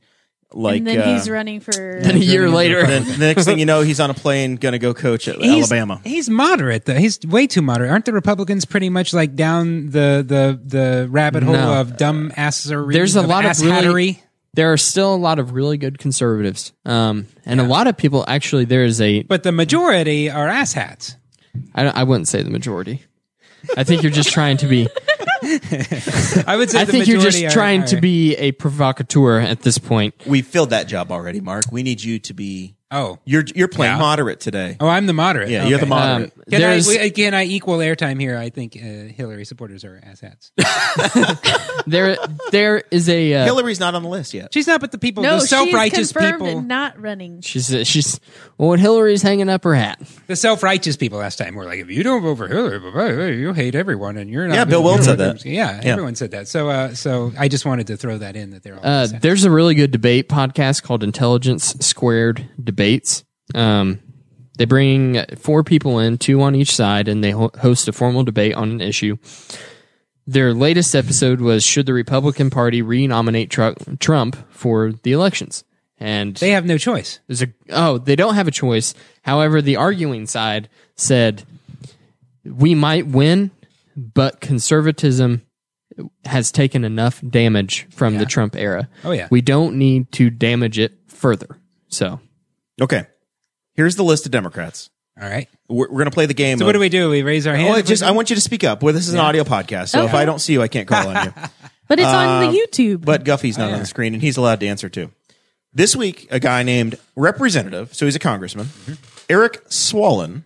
Speaker 1: like
Speaker 5: and then
Speaker 1: uh,
Speaker 5: he's running for
Speaker 2: then a year later,
Speaker 1: then the next thing you know, he's on a plane going to go coach at
Speaker 3: He's-
Speaker 1: Alabama.
Speaker 3: He's moderate though. He's way too moderate. Aren't the Republicans pretty much like down the the the rabbit hole
Speaker 2: No.
Speaker 3: of dumb assery?
Speaker 2: there's a lot of really,
Speaker 3: hattery.
Speaker 2: there are still a lot of really good conservatives, um, and a lot of people actually. There is a
Speaker 3: but the majority are asshats.
Speaker 2: I, don't- I wouldn't say the majority. I think you're just trying to be.
Speaker 3: I would say
Speaker 2: I
Speaker 3: the
Speaker 2: think you're
Speaker 3: majority
Speaker 2: just
Speaker 3: are-
Speaker 2: trying to
Speaker 3: are-
Speaker 2: be a provocateur at this point.
Speaker 1: We filled that job already, Mark. We need you to be.
Speaker 3: Oh.
Speaker 1: you're you're playing
Speaker 3: Yeah.
Speaker 1: moderate today.
Speaker 3: Oh, I'm the moderate.
Speaker 1: Yeah, you're the
Speaker 3: Okay.
Speaker 2: Um,
Speaker 1: moderate.
Speaker 3: Can I,
Speaker 2: there's
Speaker 3: we- can I equal airtime here? I think uh, Hillary supporters are asshats.
Speaker 2: there there is a uh,
Speaker 1: Hillary's not on the list yet.
Speaker 3: She's not, but the people,
Speaker 5: No,
Speaker 3: the self-righteous
Speaker 5: she's confirmed
Speaker 3: people,
Speaker 5: not running.
Speaker 2: she's uh, she's well, when Hillary's hanging up her hat.
Speaker 3: the self-righteous people last time were like, if you don't vote for Hillary, blah, blah, blah, you hate everyone, and you're not.
Speaker 1: Yeah, Bill Weld said that.
Speaker 3: Yeah,
Speaker 1: Yeah.
Speaker 3: everyone said that. So, uh, so I just wanted to throw that in that they're all.
Speaker 2: Uh,
Speaker 3: asshats.
Speaker 2: there's a really good debate podcast called Intelligence Squared Debates. Um, they bring four people in, two on each side, and they ho- host a formal debate on an issue. Their latest episode was Should the Republican Party renominate Tru- Trump for the elections? And
Speaker 3: they have no choice.
Speaker 2: there's a oh, they don't have a choice. However, the arguing side said we might win, but conservatism has taken enough damage from the Trump era.
Speaker 3: Oh, yeah.
Speaker 2: We don't need to damage it further. So
Speaker 1: Okay, here's the list of Democrats.
Speaker 3: All right.
Speaker 1: We're, we're going to play the game.
Speaker 3: So what do we do? We raise our hand.
Speaker 1: Oh, I just I want you to speak up. Well, this is an audio podcast, so if I don't see you, I can't call on you.
Speaker 5: But it's on the YouTube.
Speaker 1: But Guffey's
Speaker 3: Oh,
Speaker 1: not on the screen, and he's allowed to answer too. This week, a guy named Representative, so he's a congressman,
Speaker 3: Mm-hmm.
Speaker 1: Eric Swallen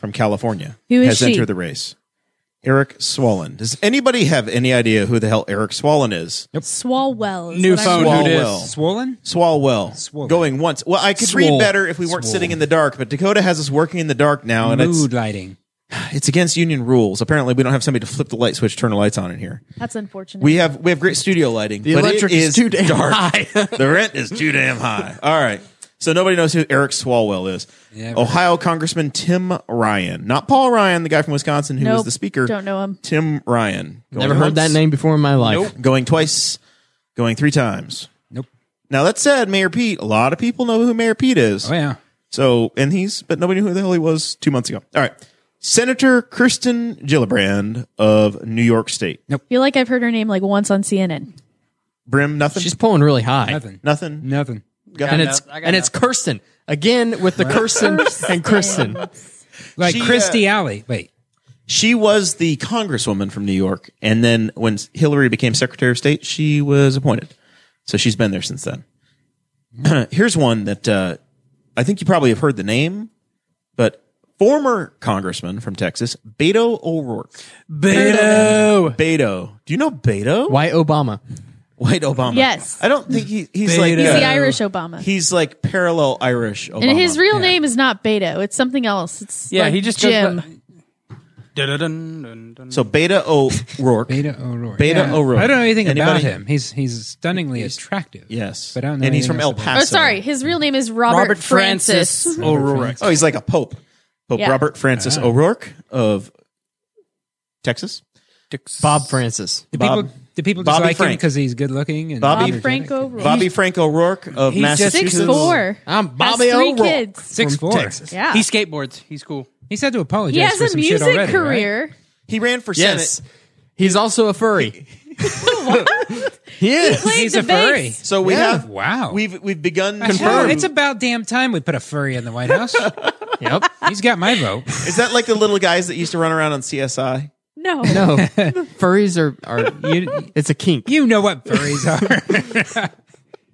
Speaker 1: from California,
Speaker 5: Who is
Speaker 1: has
Speaker 5: she?
Speaker 1: entered the race. Eric Swallen. Does anybody have any idea who the hell Eric Swallen is?
Speaker 5: Swalwell. is
Speaker 4: New
Speaker 5: what I'm- "Oh,
Speaker 4: phone. Who dis?
Speaker 1: Swalwell.
Speaker 3: swollen.
Speaker 1: Swalwell.
Speaker 3: Swalwell.
Speaker 1: Going once. Well, I could read
Speaker 3: Swole.
Speaker 1: better if we weren't sitting in the dark, but Dakota has us working in the dark now, and it's,
Speaker 3: Mood lighting.
Speaker 1: it's against union rules. Apparently, we don't have somebody to flip the light switch, turn the lights on in here.
Speaker 5: That's unfortunate.
Speaker 1: We have we have great studio lighting. The
Speaker 2: electric is too damn high.
Speaker 1: the rent is too damn high. All right. So nobody knows who Eric Swalwell is.
Speaker 3: Never.
Speaker 1: Ohio Congressman Tim Ryan, not Paul Ryan, the guy from Wisconsin who was
Speaker 5: Nope.
Speaker 1: the speaker.
Speaker 5: Don't know him.
Speaker 1: Tim Ryan. Going
Speaker 2: never heard
Speaker 1: once,
Speaker 2: that name before in my life.
Speaker 1: Going twice. Going three times.
Speaker 3: Nope.
Speaker 1: Now that said, Mayor Pete. A lot of people know who Mayor Pete is.
Speaker 3: Oh yeah.
Speaker 1: So, and he's, but nobody knew who the hell he was two months ago. All right. Senator Kirsten Gillibrand of New York State.
Speaker 5: feel like I've heard her name like once on CNN.
Speaker 1: Brim, nothing.
Speaker 2: She's pulling really high.
Speaker 3: Nothing.
Speaker 1: nothing.
Speaker 3: Nothing.
Speaker 1: Got
Speaker 2: And
Speaker 1: it.
Speaker 2: it's
Speaker 4: no- I got
Speaker 2: and it's Kirsten. Again with the Kirsten and Kirsten.
Speaker 3: Like
Speaker 1: She, uh,
Speaker 3: Christy Alley. Wait.
Speaker 1: She was the congresswoman from New York. And then when Hillary became Secretary of State, she was appointed. So she's been there since then. Here's one that uh, I think you probably have heard the name, but former congressman from Texas, Beto O'Rourke.
Speaker 4: Beto.
Speaker 1: Beto. Do you know Beto?
Speaker 2: Why Obama?
Speaker 1: White Obama.
Speaker 5: Yes.
Speaker 1: I don't think he, he's like
Speaker 5: He's
Speaker 1: uh,
Speaker 5: the Irish Obama.
Speaker 1: He's like parallel Irish Obama.
Speaker 5: and his real name is not Beto. It's something else. It's
Speaker 4: Yeah,
Speaker 5: like
Speaker 4: he just
Speaker 5: Jim.
Speaker 4: goes. by- Dun-dun-dun, dun-dun.
Speaker 1: so Beta O'Rourke.
Speaker 3: Beta O'Rourke.
Speaker 1: Beta O'Rourke.
Speaker 3: I don't know anything about
Speaker 1: Anybody?
Speaker 3: him. He's he's stunningly attractive.
Speaker 1: Yes,
Speaker 3: But I don't know
Speaker 1: and he's from
Speaker 3: anything
Speaker 1: El
Speaker 3: else about
Speaker 1: Paso.
Speaker 5: oh, sorry, his real name is Robert,
Speaker 4: Robert
Speaker 5: Francis.
Speaker 4: Francis O'Rourke.
Speaker 1: Oh, he's like a pope. Pope
Speaker 5: Yeah.
Speaker 1: Robert
Speaker 3: Ah.
Speaker 1: Francis O'Rourke of Texas.
Speaker 2: Bob Francis.
Speaker 3: Do
Speaker 1: Bob-
Speaker 3: people do people just
Speaker 1: Bobby
Speaker 3: like him
Speaker 1: Frank.
Speaker 3: because he's good looking and
Speaker 1: Bobby
Speaker 5: Bob
Speaker 1: Frank.
Speaker 5: Franco.
Speaker 1: Bobby Frank O'Rourke of
Speaker 4: He's just
Speaker 1: Massachusetts.
Speaker 5: six four.
Speaker 2: I'm
Speaker 5: Has
Speaker 2: Bobby
Speaker 5: three
Speaker 2: O'Rourke.
Speaker 5: kids.
Speaker 3: six four?
Speaker 1: Texas.
Speaker 5: Yeah,
Speaker 4: He skateboards. He's cool.
Speaker 3: He's had to apologize.
Speaker 5: he has
Speaker 3: for
Speaker 5: a
Speaker 3: some
Speaker 5: music
Speaker 3: shit already, Right?
Speaker 5: career.
Speaker 1: He ran for Senate.
Speaker 2: Yes. He's also a furry. he is.
Speaker 5: Played
Speaker 3: He's
Speaker 5: the
Speaker 3: a furry.
Speaker 5: bass.
Speaker 1: So we
Speaker 3: Yeah.
Speaker 1: have
Speaker 3: Wow.
Speaker 1: We've we've begun.
Speaker 3: Hell,
Speaker 1: Confirmed.
Speaker 3: it's about damn time we put a furry in the White House.
Speaker 2: yep.
Speaker 3: he's got my vote.
Speaker 1: Is that like the little guys that used to run around on CSI?
Speaker 5: No,
Speaker 2: No. Furries are, are
Speaker 3: You
Speaker 2: it's a kink.
Speaker 3: you know what furries are.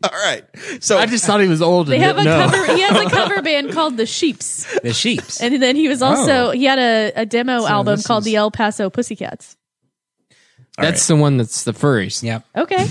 Speaker 1: All right. So
Speaker 2: I just thought he was old
Speaker 5: they
Speaker 2: and
Speaker 5: have a
Speaker 2: didn't know.
Speaker 5: cover. He has a cover band called the Sheeps,
Speaker 3: the sheeps.
Speaker 5: and then he was also he had a, a demo album
Speaker 3: this
Speaker 5: called
Speaker 3: is-
Speaker 5: the El Paso Pussycats.
Speaker 2: That's the one that's the furries.
Speaker 3: yep.
Speaker 5: Okay.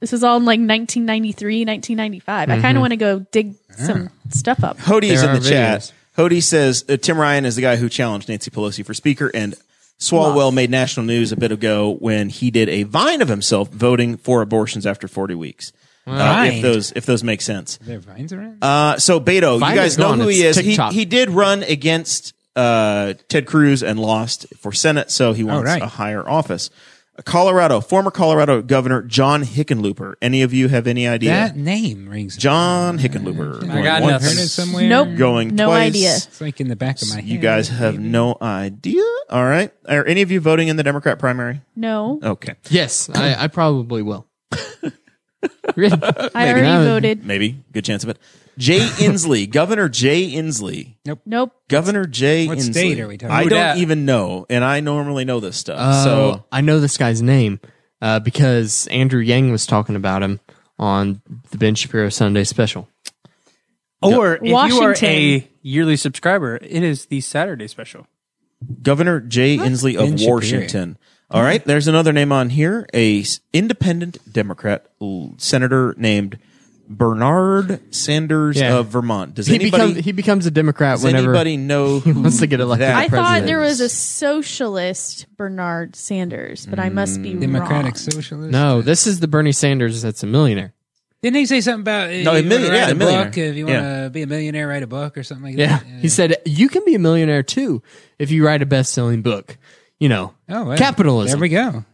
Speaker 5: This is all in like 1993, 1995. I kind of want to go dig some stuff up.
Speaker 1: Hody is
Speaker 2: There
Speaker 1: in the
Speaker 2: are videos.
Speaker 1: chat. Hody says uh, Tim Ryan is the guy who challenged Nancy Pelosi for speaker, and Swalwell made national news a bit ago when he did a vine of himself voting for abortions after 40 weeks. Uh, if
Speaker 3: Vine.
Speaker 1: those if those make sense.
Speaker 3: There are vines around.
Speaker 1: Uh, so Beto,
Speaker 2: Vine
Speaker 1: you guys
Speaker 2: is
Speaker 1: know
Speaker 2: gone.
Speaker 1: who he
Speaker 2: It's
Speaker 1: is. He,
Speaker 2: TikTok.
Speaker 1: he did run against uh, Ted Cruz and lost for Senate, so he wants
Speaker 3: right.
Speaker 1: a higher office. Uh, Colorado, former Colorado Governor John Hickenlooper. Any of you have any idea?
Speaker 3: that name rings. a
Speaker 1: John Hickenlooper.
Speaker 4: I got
Speaker 1: Going
Speaker 3: bell. heard
Speaker 4: nothing.
Speaker 3: it
Speaker 1: once,
Speaker 3: somewhere.
Speaker 5: Nope.
Speaker 1: Going
Speaker 5: no
Speaker 1: twice.
Speaker 5: idea.
Speaker 3: It's like in the back of my head.
Speaker 1: You guys have no idea. All right. Are any of you voting in the Democrat primary?
Speaker 5: No,
Speaker 1: Okay.
Speaker 2: Yes, I, I probably will. Really?
Speaker 5: I already
Speaker 2: Yeah.
Speaker 5: voted.
Speaker 1: Maybe. Good chance of it. Jay Inslee, Governor Jay Inslee.
Speaker 5: Nope.
Speaker 1: Governor Jay
Speaker 3: What
Speaker 1: Inslee.
Speaker 3: state are we talking
Speaker 1: I
Speaker 4: about?
Speaker 1: don't
Speaker 4: Dat.
Speaker 1: even know, and I normally know this stuff.
Speaker 2: So
Speaker 1: so
Speaker 2: I know this guy's name uh, because Andrew Yang was talking about him on the Ben Shapiro Sunday special.
Speaker 4: Or if you are
Speaker 5: Washington.
Speaker 4: a yearly subscriber, it is the Saturday special.
Speaker 1: Governor Jay Inslee
Speaker 3: Ben
Speaker 1: of
Speaker 3: Shapiro.
Speaker 1: Washington. All right, there's another name on here, a s- independent Democrat l- senator named Bernard Sanders
Speaker 2: Yeah.
Speaker 1: of Vermont. Does
Speaker 2: He
Speaker 1: anybody
Speaker 2: becomes he becomes a Democrat
Speaker 1: does
Speaker 2: whenever
Speaker 1: anybody know who
Speaker 2: wants to get elected.
Speaker 1: that
Speaker 5: I thought there was a
Speaker 2: president.
Speaker 5: socialist Bernard Sanders, but I must be
Speaker 3: Democratic
Speaker 5: wrong.
Speaker 3: Socialist.
Speaker 2: No, this is the Bernie Sanders that's a millionaire.
Speaker 3: Didn't he say something about
Speaker 1: No, a
Speaker 3: if you
Speaker 1: million-
Speaker 3: wanna
Speaker 1: yeah,
Speaker 3: write
Speaker 1: a
Speaker 3: a
Speaker 1: millionaire.
Speaker 3: book, if you want to be a millionaire, write a book or something like
Speaker 2: Yeah.
Speaker 3: that?
Speaker 2: He said you can be a millionaire too if you write a best selling book. You know.
Speaker 3: Oh, well,
Speaker 2: capitalism.
Speaker 3: There we go.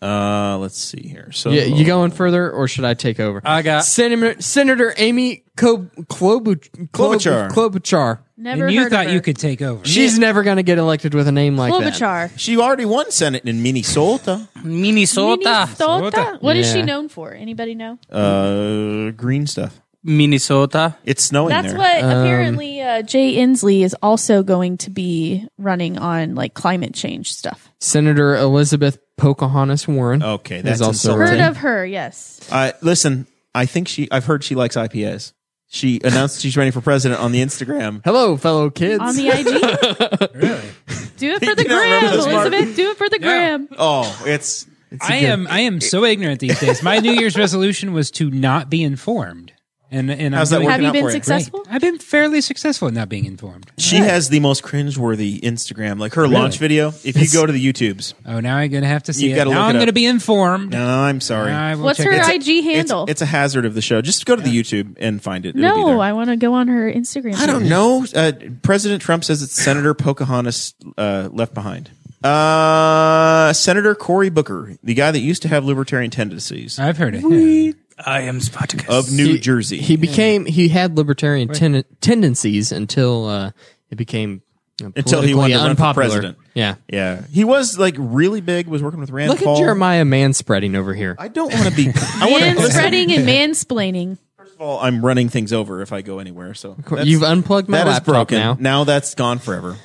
Speaker 1: Uh, let's see here. So
Speaker 2: Yeah, you going further, or should I take over?
Speaker 4: I got-
Speaker 2: Senator, Senator Amy Klob, Klobu,
Speaker 1: Klobuchar.
Speaker 2: Klobuchar. Klobuchar.
Speaker 5: Never
Speaker 3: and you
Speaker 5: heard
Speaker 3: thought
Speaker 5: of
Speaker 3: you
Speaker 5: her.
Speaker 3: could take over.
Speaker 2: She's never going to get elected with a name like that.
Speaker 5: Klobuchar.
Speaker 1: She already won Senate in Minnesota.
Speaker 4: Minnesota.
Speaker 5: Minnesota. What is she
Speaker 2: Yeah.
Speaker 5: known for? Anybody know?
Speaker 1: Uh, green stuff.
Speaker 4: Minnesota.
Speaker 1: It's snowing
Speaker 5: That's
Speaker 1: there.
Speaker 5: what apparently uh, Jay Inslee is also going to be running on like climate change stuff.
Speaker 2: Senator Elizabeth Pocahontas Warren.
Speaker 1: Okay,
Speaker 2: is
Speaker 1: that's
Speaker 2: also
Speaker 1: insulting.
Speaker 5: Heard
Speaker 2: running.
Speaker 5: of her? Yes.
Speaker 1: uh, listen, I think she. I've heard she likes IPAs. She announced she's running for president on the Instagram.
Speaker 2: Hello, fellow kids.
Speaker 5: On the IG.
Speaker 3: really?
Speaker 5: Do it for the
Speaker 1: do not
Speaker 5: gram,
Speaker 1: remember this part.
Speaker 5: Elizabeth. Do it for the gram.
Speaker 1: Oh, it's
Speaker 3: I am. I am so ignorant these days. My New Year's resolution was to not be informed, and and
Speaker 1: How's that
Speaker 3: I'm doing
Speaker 5: Have
Speaker 1: working
Speaker 5: you
Speaker 1: out
Speaker 5: been
Speaker 1: for you.
Speaker 3: great.
Speaker 5: successful?
Speaker 3: I've been fairly successful in not being informed.
Speaker 1: she has the most cringeworthy Instagram. Like her launch video. If you go to the YouTubes,
Speaker 3: Oh, now I'm gonna have to see
Speaker 1: You've
Speaker 3: it.
Speaker 1: gotta
Speaker 3: Now
Speaker 1: look
Speaker 3: I'm
Speaker 1: it up.
Speaker 3: gonna be informed.
Speaker 1: no, I'm sorry.
Speaker 3: I will
Speaker 5: What's
Speaker 3: check
Speaker 5: her
Speaker 3: it out.
Speaker 5: IG
Speaker 1: it's,
Speaker 5: handle?
Speaker 1: it's a hazard of the show. Just go to the YouTube and find it. It'll be
Speaker 5: no,
Speaker 1: there.
Speaker 5: I want to go on her Instagram.
Speaker 1: I don't know. Uh, President Trump says it's Senator Pocahontas uh, left behind. Uh, Senator Cory Booker, the guy that used to have libertarian tendencies
Speaker 3: I've heard it. yeah.
Speaker 4: I am Spartacus.
Speaker 1: of New
Speaker 2: Uh, He-
Speaker 1: Jersey.
Speaker 2: He became he had libertarian ten- tendencies until uh, it became uh,
Speaker 1: Until he wanted
Speaker 2: politically
Speaker 1: to run for
Speaker 2: unpopular.
Speaker 1: president.
Speaker 2: Yeah.
Speaker 1: yeah, he was like really big. Was working with Rand
Speaker 2: Look
Speaker 1: Paul.
Speaker 2: at Jeremiah man spreading over here.
Speaker 1: I don't want to be. I want
Speaker 5: Man
Speaker 1: to.
Speaker 5: spreading and mansplaining.
Speaker 1: First of all, I'm running things over if I go anywhere. So that's-
Speaker 2: You've unplugged my
Speaker 1: that is
Speaker 2: laptop
Speaker 1: broken.
Speaker 2: now.
Speaker 1: that's gone forever.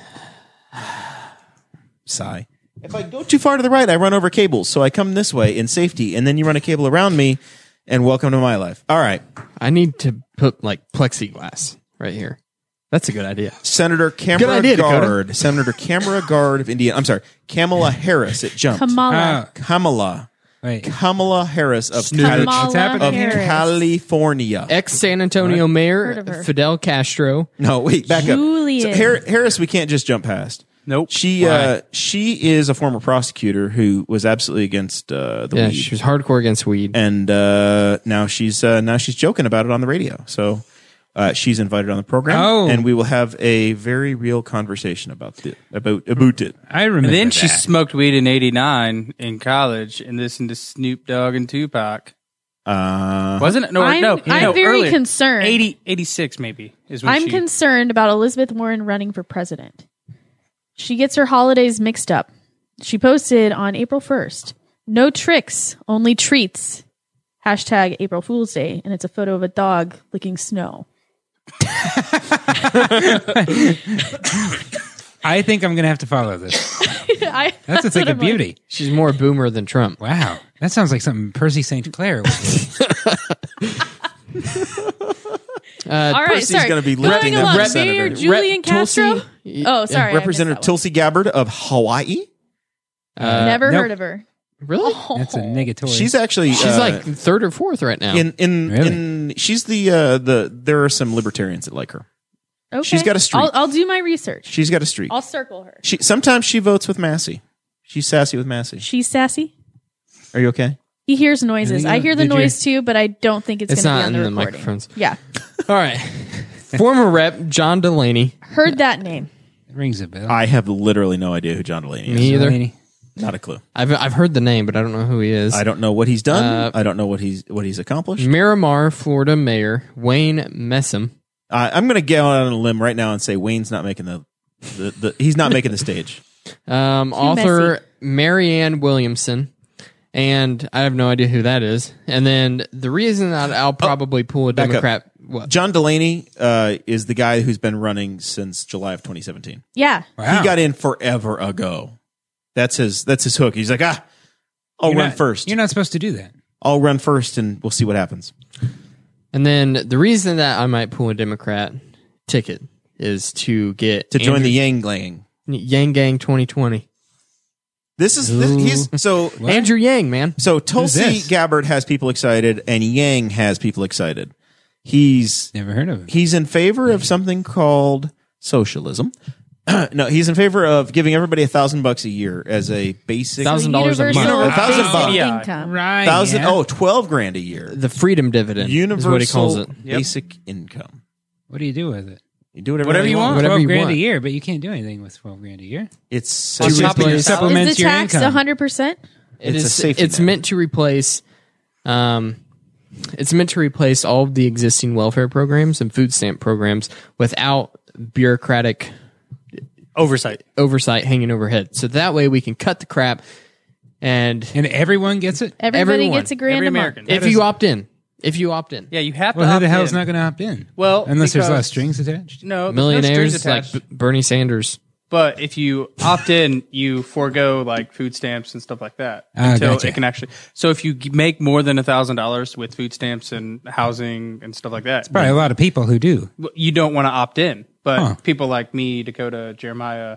Speaker 1: Sigh. If I go too far to the right, I run over cables. So I come this way in safety, and then you run a cable around me, and welcome to my life. All right,
Speaker 2: I need to put like plexiglass right here. That's a good idea.
Speaker 1: Senator Camera
Speaker 2: idea, Dakota.
Speaker 1: Guard, Senator Camera Guard of Indiana. I'm sorry, Kamala Harris. It jumped.
Speaker 5: Kamala.
Speaker 3: Oh,
Speaker 1: Kamala.
Speaker 3: wait.
Speaker 1: Kamala Harris of Cali-
Speaker 5: Kamala
Speaker 3: It's happening.
Speaker 1: of
Speaker 5: Harris.
Speaker 1: California.
Speaker 2: Ex San Antonio
Speaker 5: Heard of
Speaker 2: Mayor
Speaker 5: her.
Speaker 2: Fidel Castro.
Speaker 1: No, wait, back
Speaker 5: Julian.
Speaker 1: up. So Har- Harris, we can't just jump past.
Speaker 4: Nope.
Speaker 1: She uh, she is a former prosecutor who was absolutely against uh, the
Speaker 2: Yeah,
Speaker 1: weed,
Speaker 2: she was hardcore against weed.
Speaker 1: and uh, now she's uh, now she's joking about it on the radio. So uh, she's invited on the program,
Speaker 3: Oh.
Speaker 1: and we will have a very real conversation about the about about it.
Speaker 3: I remember.
Speaker 4: then she
Speaker 3: that.
Speaker 4: smoked weed in '89 in college and listened to Snoop Dogg and Tupac.
Speaker 1: Uh,
Speaker 4: Wasn't it? No,
Speaker 5: I'm-
Speaker 4: no,
Speaker 5: I'm
Speaker 4: no,
Speaker 5: very
Speaker 4: earlier.
Speaker 5: concerned.
Speaker 4: 80, 86 maybe is when
Speaker 5: I'm
Speaker 4: she.
Speaker 5: concerned about Elizabeth Warren running for president. She gets her holidays mixed up. She posted on April 1st no tricks, only treats. Hashtag April Fool's Day. And it's a photo of a dog licking snow.
Speaker 3: I think I'm going to have to follow this.
Speaker 5: I,
Speaker 3: That's a thing
Speaker 5: what
Speaker 3: of
Speaker 5: I'm like.
Speaker 3: beauty.
Speaker 2: She's more boomer than Trump.
Speaker 3: Wow, that sounds like something Percy St. Clair would do.
Speaker 5: All right,
Speaker 1: Uh, Percy's
Speaker 5: sorry.
Speaker 1: gonna be
Speaker 5: Going
Speaker 1: lifting up
Speaker 5: along,
Speaker 1: the senator.
Speaker 5: Mayor
Speaker 1: Rep
Speaker 5: Julian Castro.
Speaker 2: Tulsi, y-
Speaker 5: oh, sorry. I missed
Speaker 1: Representative
Speaker 5: that one.
Speaker 1: Tulsi Gabbard of Hawaii.
Speaker 5: Never
Speaker 3: Uh, nope.
Speaker 5: heard of her.
Speaker 2: Really?
Speaker 5: Oh.
Speaker 3: That's a negatory.
Speaker 1: She's actually
Speaker 2: She's
Speaker 1: uh,
Speaker 2: like third or fourth right now.
Speaker 1: in in
Speaker 3: Really?
Speaker 1: in. She's the uh, the. There are some libertarians that like her.
Speaker 5: Okay.
Speaker 1: She's got a streak.
Speaker 5: I'll, I'll do my research.
Speaker 1: She's got a streak.
Speaker 5: I'll circle her.
Speaker 1: She sometimes she votes with Massey. She's sassy with Massey.
Speaker 5: She's sassy.
Speaker 1: Are you okay?
Speaker 5: He hears noises.
Speaker 3: I
Speaker 5: I,
Speaker 3: think I-
Speaker 5: hear the
Speaker 3: did you-
Speaker 5: noise too, but I don't think it's,
Speaker 2: It's
Speaker 5: going to
Speaker 2: not
Speaker 5: be
Speaker 2: in
Speaker 5: on
Speaker 2: the
Speaker 5: the recording.
Speaker 2: microphones.
Speaker 5: Yeah,
Speaker 2: All right. Former Rep John Delaney.
Speaker 5: heard that name.
Speaker 3: rings a bell.
Speaker 1: I have literally no idea who John Delaney is.
Speaker 2: Me either.
Speaker 3: Delaney.
Speaker 1: Not a clue.
Speaker 2: I've I've heard the name, but I don't know who he is.
Speaker 1: I don't know what he's done.
Speaker 2: Uh,
Speaker 1: I don't know what he's what he's accomplished.
Speaker 2: Miramar, Florida Mayor Wayne Messam.
Speaker 1: I I'm going to get out on a limb right now and say Wayne's not making the, the, the he's not making the stage.
Speaker 2: um, author Marianne Williamson, and I have no idea who that is. And then the reason that I'll probably pull a
Speaker 1: Oh, up.
Speaker 2: Democrat. What?
Speaker 1: John Delaney uh, is the guy who's been running since July of 2017.
Speaker 5: Yeah,
Speaker 3: Wow.
Speaker 1: He got in forever ago. That's his that's his hook. He's like ah, I'll
Speaker 3: You're
Speaker 1: run
Speaker 3: not-
Speaker 1: first.
Speaker 3: You're not supposed to do that.
Speaker 1: I'll run first, and we'll see what happens.
Speaker 2: And then the reason that I might pull a Democrat ticket is to get
Speaker 1: To join
Speaker 2: Andrew-
Speaker 1: the Yang Gang.
Speaker 2: Yang Gang 2020.
Speaker 1: This is this, he's so
Speaker 2: Andrew Yang, man.
Speaker 1: So Tulsi
Speaker 3: this?
Speaker 1: Gabbard has people excited, and Yang has people excited. He's
Speaker 3: Never heard of him.
Speaker 1: he's in favor of something called socialism. no, he's in favor of giving everybody a thousand bucks a year as a basic
Speaker 2: Thousand dollars a month.
Speaker 5: Universal
Speaker 1: A thousand
Speaker 5: basic
Speaker 1: bucks.
Speaker 4: Yeah.
Speaker 5: income.
Speaker 3: right.
Speaker 1: thousand
Speaker 3: yeah.
Speaker 1: oh twelve grand a year.
Speaker 2: The freedom dividend is
Speaker 1: Universal
Speaker 2: what he calls it.
Speaker 1: basic income.
Speaker 3: What do you do with it?
Speaker 1: You do whatever,
Speaker 4: Whatever
Speaker 1: they
Speaker 4: you want.
Speaker 2: Whatever
Speaker 3: twelve
Speaker 2: you
Speaker 3: grand
Speaker 2: want.
Speaker 3: a year, but you can't do anything with twelve grand a year.
Speaker 1: It's
Speaker 4: On
Speaker 1: socialism.
Speaker 4: top of your
Speaker 3: Replace-
Speaker 4: salary.
Speaker 5: Is
Speaker 3: Supplements
Speaker 5: the
Speaker 3: your
Speaker 5: tax
Speaker 3: income.
Speaker 5: hundred percent?
Speaker 2: It
Speaker 1: It's
Speaker 2: is.
Speaker 1: a safety
Speaker 2: it's
Speaker 1: net.
Speaker 2: meant to replace. Um, it's meant to replace all of the existing welfare programs and food stamp programs without bureaucratic
Speaker 4: oversight.
Speaker 2: oversight hanging overhead. So that way we can cut the crap. And
Speaker 3: And everyone gets it.
Speaker 5: Everybody
Speaker 2: Everyone.
Speaker 5: gets a grand
Speaker 4: Every
Speaker 5: a month.
Speaker 4: American.
Speaker 2: if you opt in, if you opt in,
Speaker 4: Yeah, you have to.
Speaker 3: Well, who
Speaker 4: opt
Speaker 3: the hell
Speaker 4: in.
Speaker 3: is not going to opt in?
Speaker 4: Well,
Speaker 3: unless there's
Speaker 4: because-
Speaker 3: less strings attached.
Speaker 4: No, there's no
Speaker 2: millionaires
Speaker 4: strings
Speaker 2: like
Speaker 4: attached.
Speaker 2: B- Bernie Sanders.
Speaker 4: But if you opt in, you forego like food stamps and stuff like that
Speaker 3: Ah,
Speaker 4: until
Speaker 3: gotcha.
Speaker 4: it can actually. So if you g- make more than a thousand dollars with food stamps and housing and stuff like that,
Speaker 3: Probably a lot of people who do.
Speaker 4: you don't want to opt in. But
Speaker 3: Huh.
Speaker 4: people like me, Dakota, Jeremiah,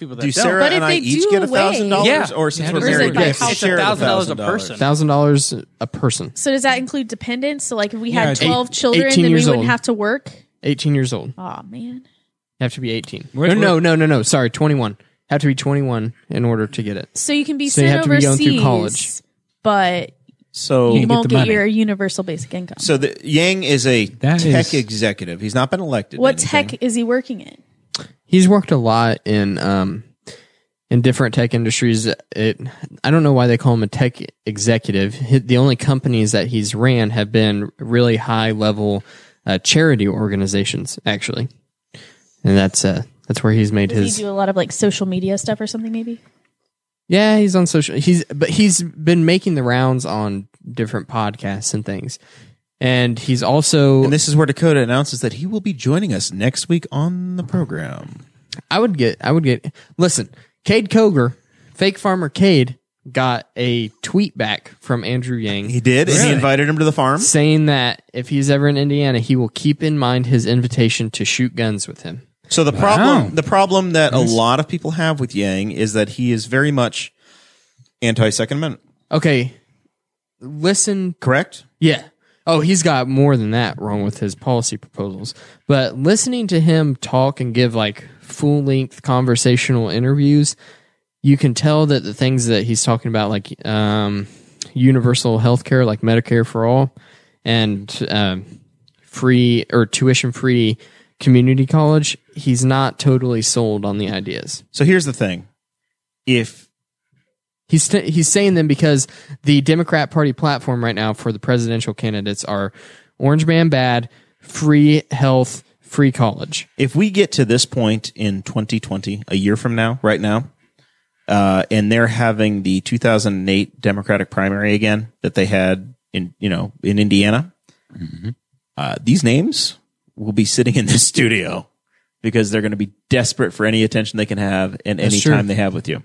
Speaker 4: people that
Speaker 1: Do
Speaker 4: don't,
Speaker 1: Sarah
Speaker 5: But if
Speaker 1: and I
Speaker 5: they
Speaker 1: each
Speaker 5: do
Speaker 1: get a
Speaker 5: away-
Speaker 1: thousand dollars,
Speaker 4: Yeah.
Speaker 1: or since
Speaker 3: Yeah,
Speaker 1: we're
Speaker 3: does it
Speaker 1: married,
Speaker 5: like
Speaker 1: we have to
Speaker 5: how- It's
Speaker 1: share the
Speaker 4: $1,000 a
Speaker 1: $1,000.
Speaker 4: person.
Speaker 2: Thousand dollars a person,
Speaker 5: So does that include dependents? So like if we had
Speaker 3: Yeah, eight-
Speaker 5: twelve children,
Speaker 2: 18
Speaker 5: then we
Speaker 2: years
Speaker 5: wouldn't
Speaker 2: old.
Speaker 5: have to work.
Speaker 2: eighteen years old.
Speaker 5: Oh man,
Speaker 2: You have to be eighteen.
Speaker 3: What-
Speaker 2: no, no,
Speaker 3: what-
Speaker 2: no, no, no. Sorry, twenty-one. Have to be twenty-one in order to get it.
Speaker 5: so you can be
Speaker 2: So you
Speaker 5: sent
Speaker 2: have to be going
Speaker 5: overseas,
Speaker 2: through college.
Speaker 5: but
Speaker 1: So
Speaker 5: you
Speaker 3: get
Speaker 5: won't
Speaker 3: the
Speaker 5: get
Speaker 3: money.
Speaker 5: your universal basic income.
Speaker 1: so the, Yang is a
Speaker 3: That
Speaker 1: tech
Speaker 3: is-
Speaker 1: executive. He's not been elected.
Speaker 5: what
Speaker 1: to anything.
Speaker 5: tech is he working in?
Speaker 2: He's worked a lot in um in different tech industries. It, I don't know why they call him a tech executive. Hi- The only companies that he's ran have been really high level uh, charity organizations, actually, and that's uh, that's where he's made
Speaker 5: Does
Speaker 2: his.
Speaker 5: he do a lot of like social media stuff or something? Maybe.
Speaker 2: Yeah, he's on social. He's but he's been making the rounds on different podcasts and things, and he's also.
Speaker 1: And this is where Dakota announces that he will be joining us next week on the program.
Speaker 2: I would get. I would get. Listen, Cade Koger, fake farmer Cade, got a tweet back from Andrew Yang.
Speaker 1: He did, and he invited him to the farm.
Speaker 2: saying that if he's ever in Indiana, he will keep in mind his invitation to shoot guns with him.
Speaker 1: So the problem the problem that a lot of people have with Yang is that he is very much anti Second Amendment.
Speaker 2: Okay, listen.
Speaker 1: Correct?
Speaker 2: Yeah. Oh, he's got more than that wrong with his policy proposals. But listening to him talk and give like full length conversational interviews, you can tell that the things that he's talking about, like um, universal health care, like Medicare for all, and um, free or tuition free community college, he's not totally sold on the ideas.
Speaker 1: So here's the thing. If
Speaker 2: He's he's saying them because the Democrat Party platform right now for the presidential candidates are orange man bad, free health, free college.
Speaker 1: if we get to this point in 2020, a year from now, right now, uh, and they're having the 2008 Democratic primary again that they had in you know in Indiana,
Speaker 3: Mm-hmm.
Speaker 1: uh, these names will be sitting in this studio because they're going to be desperate for any attention they can have and any
Speaker 2: true.
Speaker 1: time they have with you.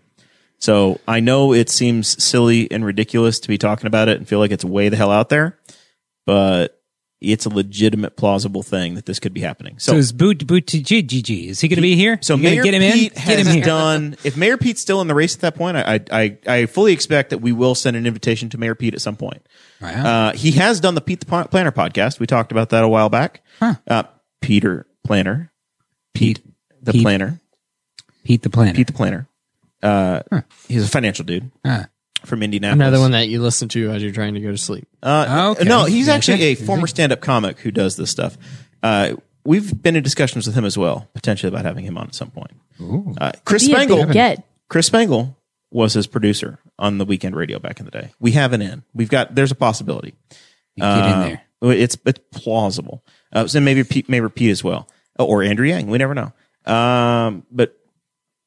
Speaker 1: So I know it seems silly and ridiculous to be talking about it and feel like it's way the hell out there, but it's a legitimate, plausible thing that this could be happening.
Speaker 3: So is Boot Boot Gigi? Is he going to be here?
Speaker 1: So
Speaker 3: you gonna
Speaker 1: Mayor
Speaker 3: get him
Speaker 1: Pete
Speaker 3: in.
Speaker 1: has
Speaker 3: Get him here.
Speaker 1: done. If Mayor Pete's still in the race at that point, I I, I I fully expect that we will send an invitation to Mayor Pete at some point.
Speaker 3: Wow.
Speaker 1: Uh, he has done the Pete the Pla- Planner podcast. We talked about that a while back. Uh, Peter Planner,
Speaker 3: Pete
Speaker 1: the
Speaker 3: Pete.
Speaker 1: Planner,
Speaker 3: Pete the Planet.
Speaker 1: Pete the Planner. Uh, He's a financial dude
Speaker 3: Huh.
Speaker 1: from Indianapolis.
Speaker 2: Another one that you listen to as you're trying to go to sleep.
Speaker 1: Uh,
Speaker 3: Okay.
Speaker 1: No, he's actually
Speaker 3: Okay.
Speaker 1: a former stand-up comic who does this stuff. Uh, we've been in discussions with him as well, potentially about having him on at some point. Uh, Chris
Speaker 5: Be a big
Speaker 1: Spangle,
Speaker 5: get.
Speaker 1: Chris Spangle was his producer on the weekend radio back in the day. We have an in. We've got. There's a possibility.
Speaker 3: Get in there.
Speaker 1: Uh, It's it's plausible. Uh, so maybe Pete, maybe Pete as well, Oh, or Andrew Yang. We never know. Um, but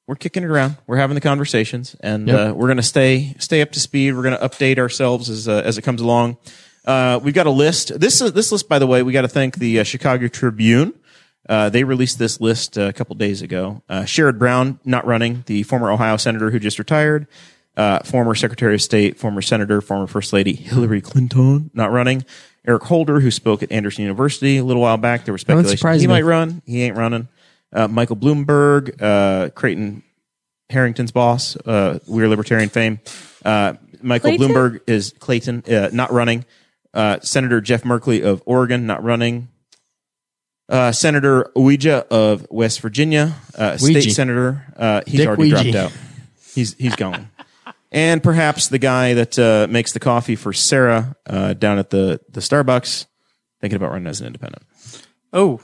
Speaker 1: we're kicking it around. We're having the conversations, and uh, we're going to stay stay up to speed. We're going to update ourselves as uh, as it comes along. Uh, we've got a list. This is this list, by the way, we got to thank the uh, Chicago Tribune. Uh, they released this list uh, a couple days ago. Uh, Sherrod Brown, not running, the former Ohio senator who just retired, uh, former Secretary of State, former senator, former First Lady Hillary Clinton, not running. Eric Holder, who spoke at Anderson University a little while back, there was speculation
Speaker 2: surprise
Speaker 1: he
Speaker 2: me.
Speaker 1: might run. He ain't running. Uh, Michael Bloomberg, uh, Creighton Harrington's boss, uh, We're Libertarian fame. Uh, Michael
Speaker 5: Clayton?
Speaker 1: Bloomberg is Clayton, uh, not running. Uh, Senator Jeff Merkley of Oregon, not running. Uh, Senator Ouija of West Virginia, uh, state
Speaker 2: Ouija.
Speaker 1: senator, uh, he's
Speaker 2: Dick
Speaker 1: already
Speaker 2: Ouija.
Speaker 1: dropped out. He's he's gone. and perhaps the guy that uh, makes the coffee for Sarah uh, down at the the Starbucks, thinking about running as an independent.
Speaker 4: Oh,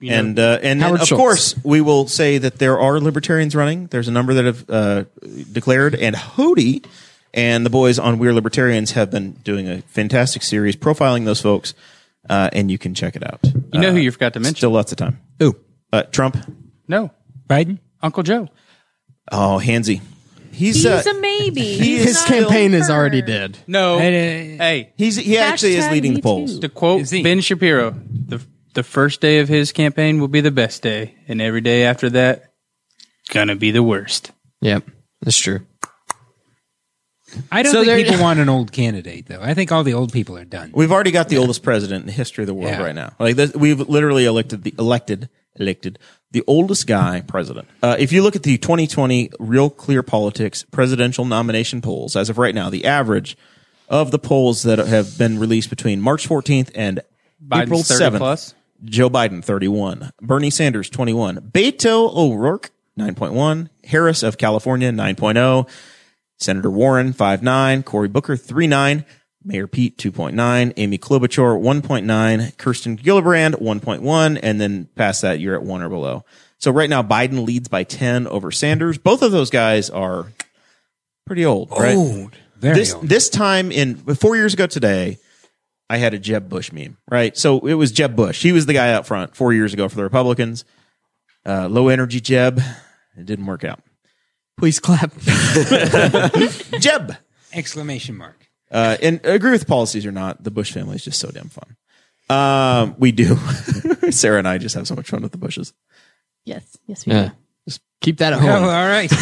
Speaker 4: you know,
Speaker 1: And uh, and then,
Speaker 2: Howard
Speaker 1: of
Speaker 2: Schultz.
Speaker 1: course, we will say that there are libertarians running. There's a number that have uh, declared, and Hody and the boys on We're Libertarians have been doing a fantastic series profiling those folks, uh, and you can check it out. Uh,
Speaker 3: Uh,
Speaker 4: you know who you forgot to mention?
Speaker 1: Still lots of time.
Speaker 2: Ooh.
Speaker 1: Uh, Trump.
Speaker 4: no,
Speaker 3: Biden.
Speaker 4: Uncle Joe.
Speaker 1: Oh, Hansy. He's,
Speaker 5: He's
Speaker 1: uh,
Speaker 5: a maybe.
Speaker 1: he-
Speaker 2: His
Speaker 1: Not
Speaker 2: campaign is
Speaker 5: confirmed.
Speaker 2: already dead.
Speaker 4: No,
Speaker 3: Hey,
Speaker 4: hey,
Speaker 1: he's he actually is
Speaker 5: Hashtag
Speaker 1: leading the
Speaker 5: me
Speaker 1: polls.
Speaker 5: too.
Speaker 4: to quote
Speaker 3: Is he-
Speaker 4: Ben Shapiro, the the first day of his campaign will be the best day, and every day after that, gonna be the worst.
Speaker 2: Yep, that's true.
Speaker 3: I don't
Speaker 2: So there-
Speaker 3: think people want an old candidate though. I think all the old people are done.
Speaker 1: We've already got the oldest president in the history of the world
Speaker 3: Yeah.
Speaker 1: right now. Like this, we've literally elected the elected elected the oldest guy president. Uh, if you look at the 2020 Real Clear Politics presidential nomination polls as of right now, the average of the polls that have been released between March 14th and
Speaker 4: Biden's
Speaker 1: April
Speaker 4: 30
Speaker 1: 7th,
Speaker 4: plus.
Speaker 1: Joe Biden 31, Bernie Sanders 21, Beto O'Rourke 9.1, Harris of California 9.0, Senator Warren 5.9, Cory Booker 3.9, Mayor Pete 2.9, Amy Klobuchar 1.9, Kirsten Gillibrand 1.1, and then past that you're at 1 or below. So right now, Biden leads by 10 over Sanders. Both of those guys are pretty old, right?
Speaker 3: Old. Very
Speaker 1: this
Speaker 3: old.
Speaker 1: this time in four years ago today, I had a Jeb Bush meme, right? So it was Jeb Bush. He was the guy out front four years ago for the Republicans. Uh, low energy Jeb. It didn't work out.
Speaker 2: Please clap.
Speaker 1: Jeb.
Speaker 3: Exclamation mark.
Speaker 1: Uh, and I agree with policies or not, the Bush family is just so damn fun. Um, we do. Sarah and I just have so much fun with the Bushes.
Speaker 5: Yes, yes, we
Speaker 2: yeah.
Speaker 5: do.
Speaker 2: Just keep that at
Speaker 3: Oh,
Speaker 2: home.
Speaker 3: all right.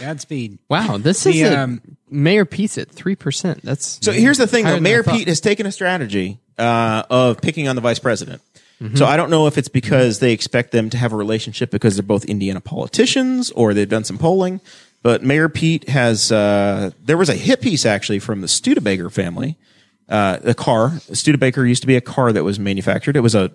Speaker 3: Godspeed.
Speaker 2: Wow, this is
Speaker 3: The,
Speaker 2: a
Speaker 3: um,
Speaker 2: Mayor Pete's at three percent. That's
Speaker 1: So here's the thing,
Speaker 2: Higher
Speaker 1: though.
Speaker 2: than I
Speaker 1: Mayor
Speaker 2: thought.
Speaker 1: Pete has taken a strategy uh, of picking on the vice president.
Speaker 2: Mm-hmm.
Speaker 1: So I don't know if it's because they expect them to have a relationship because they're both Indiana politicians or they've done some polling. But Mayor Pete has. Uh, there was a hit piece actually from the Studebaker family. Uh, a car. Studebaker used to be a car that was manufactured. It was a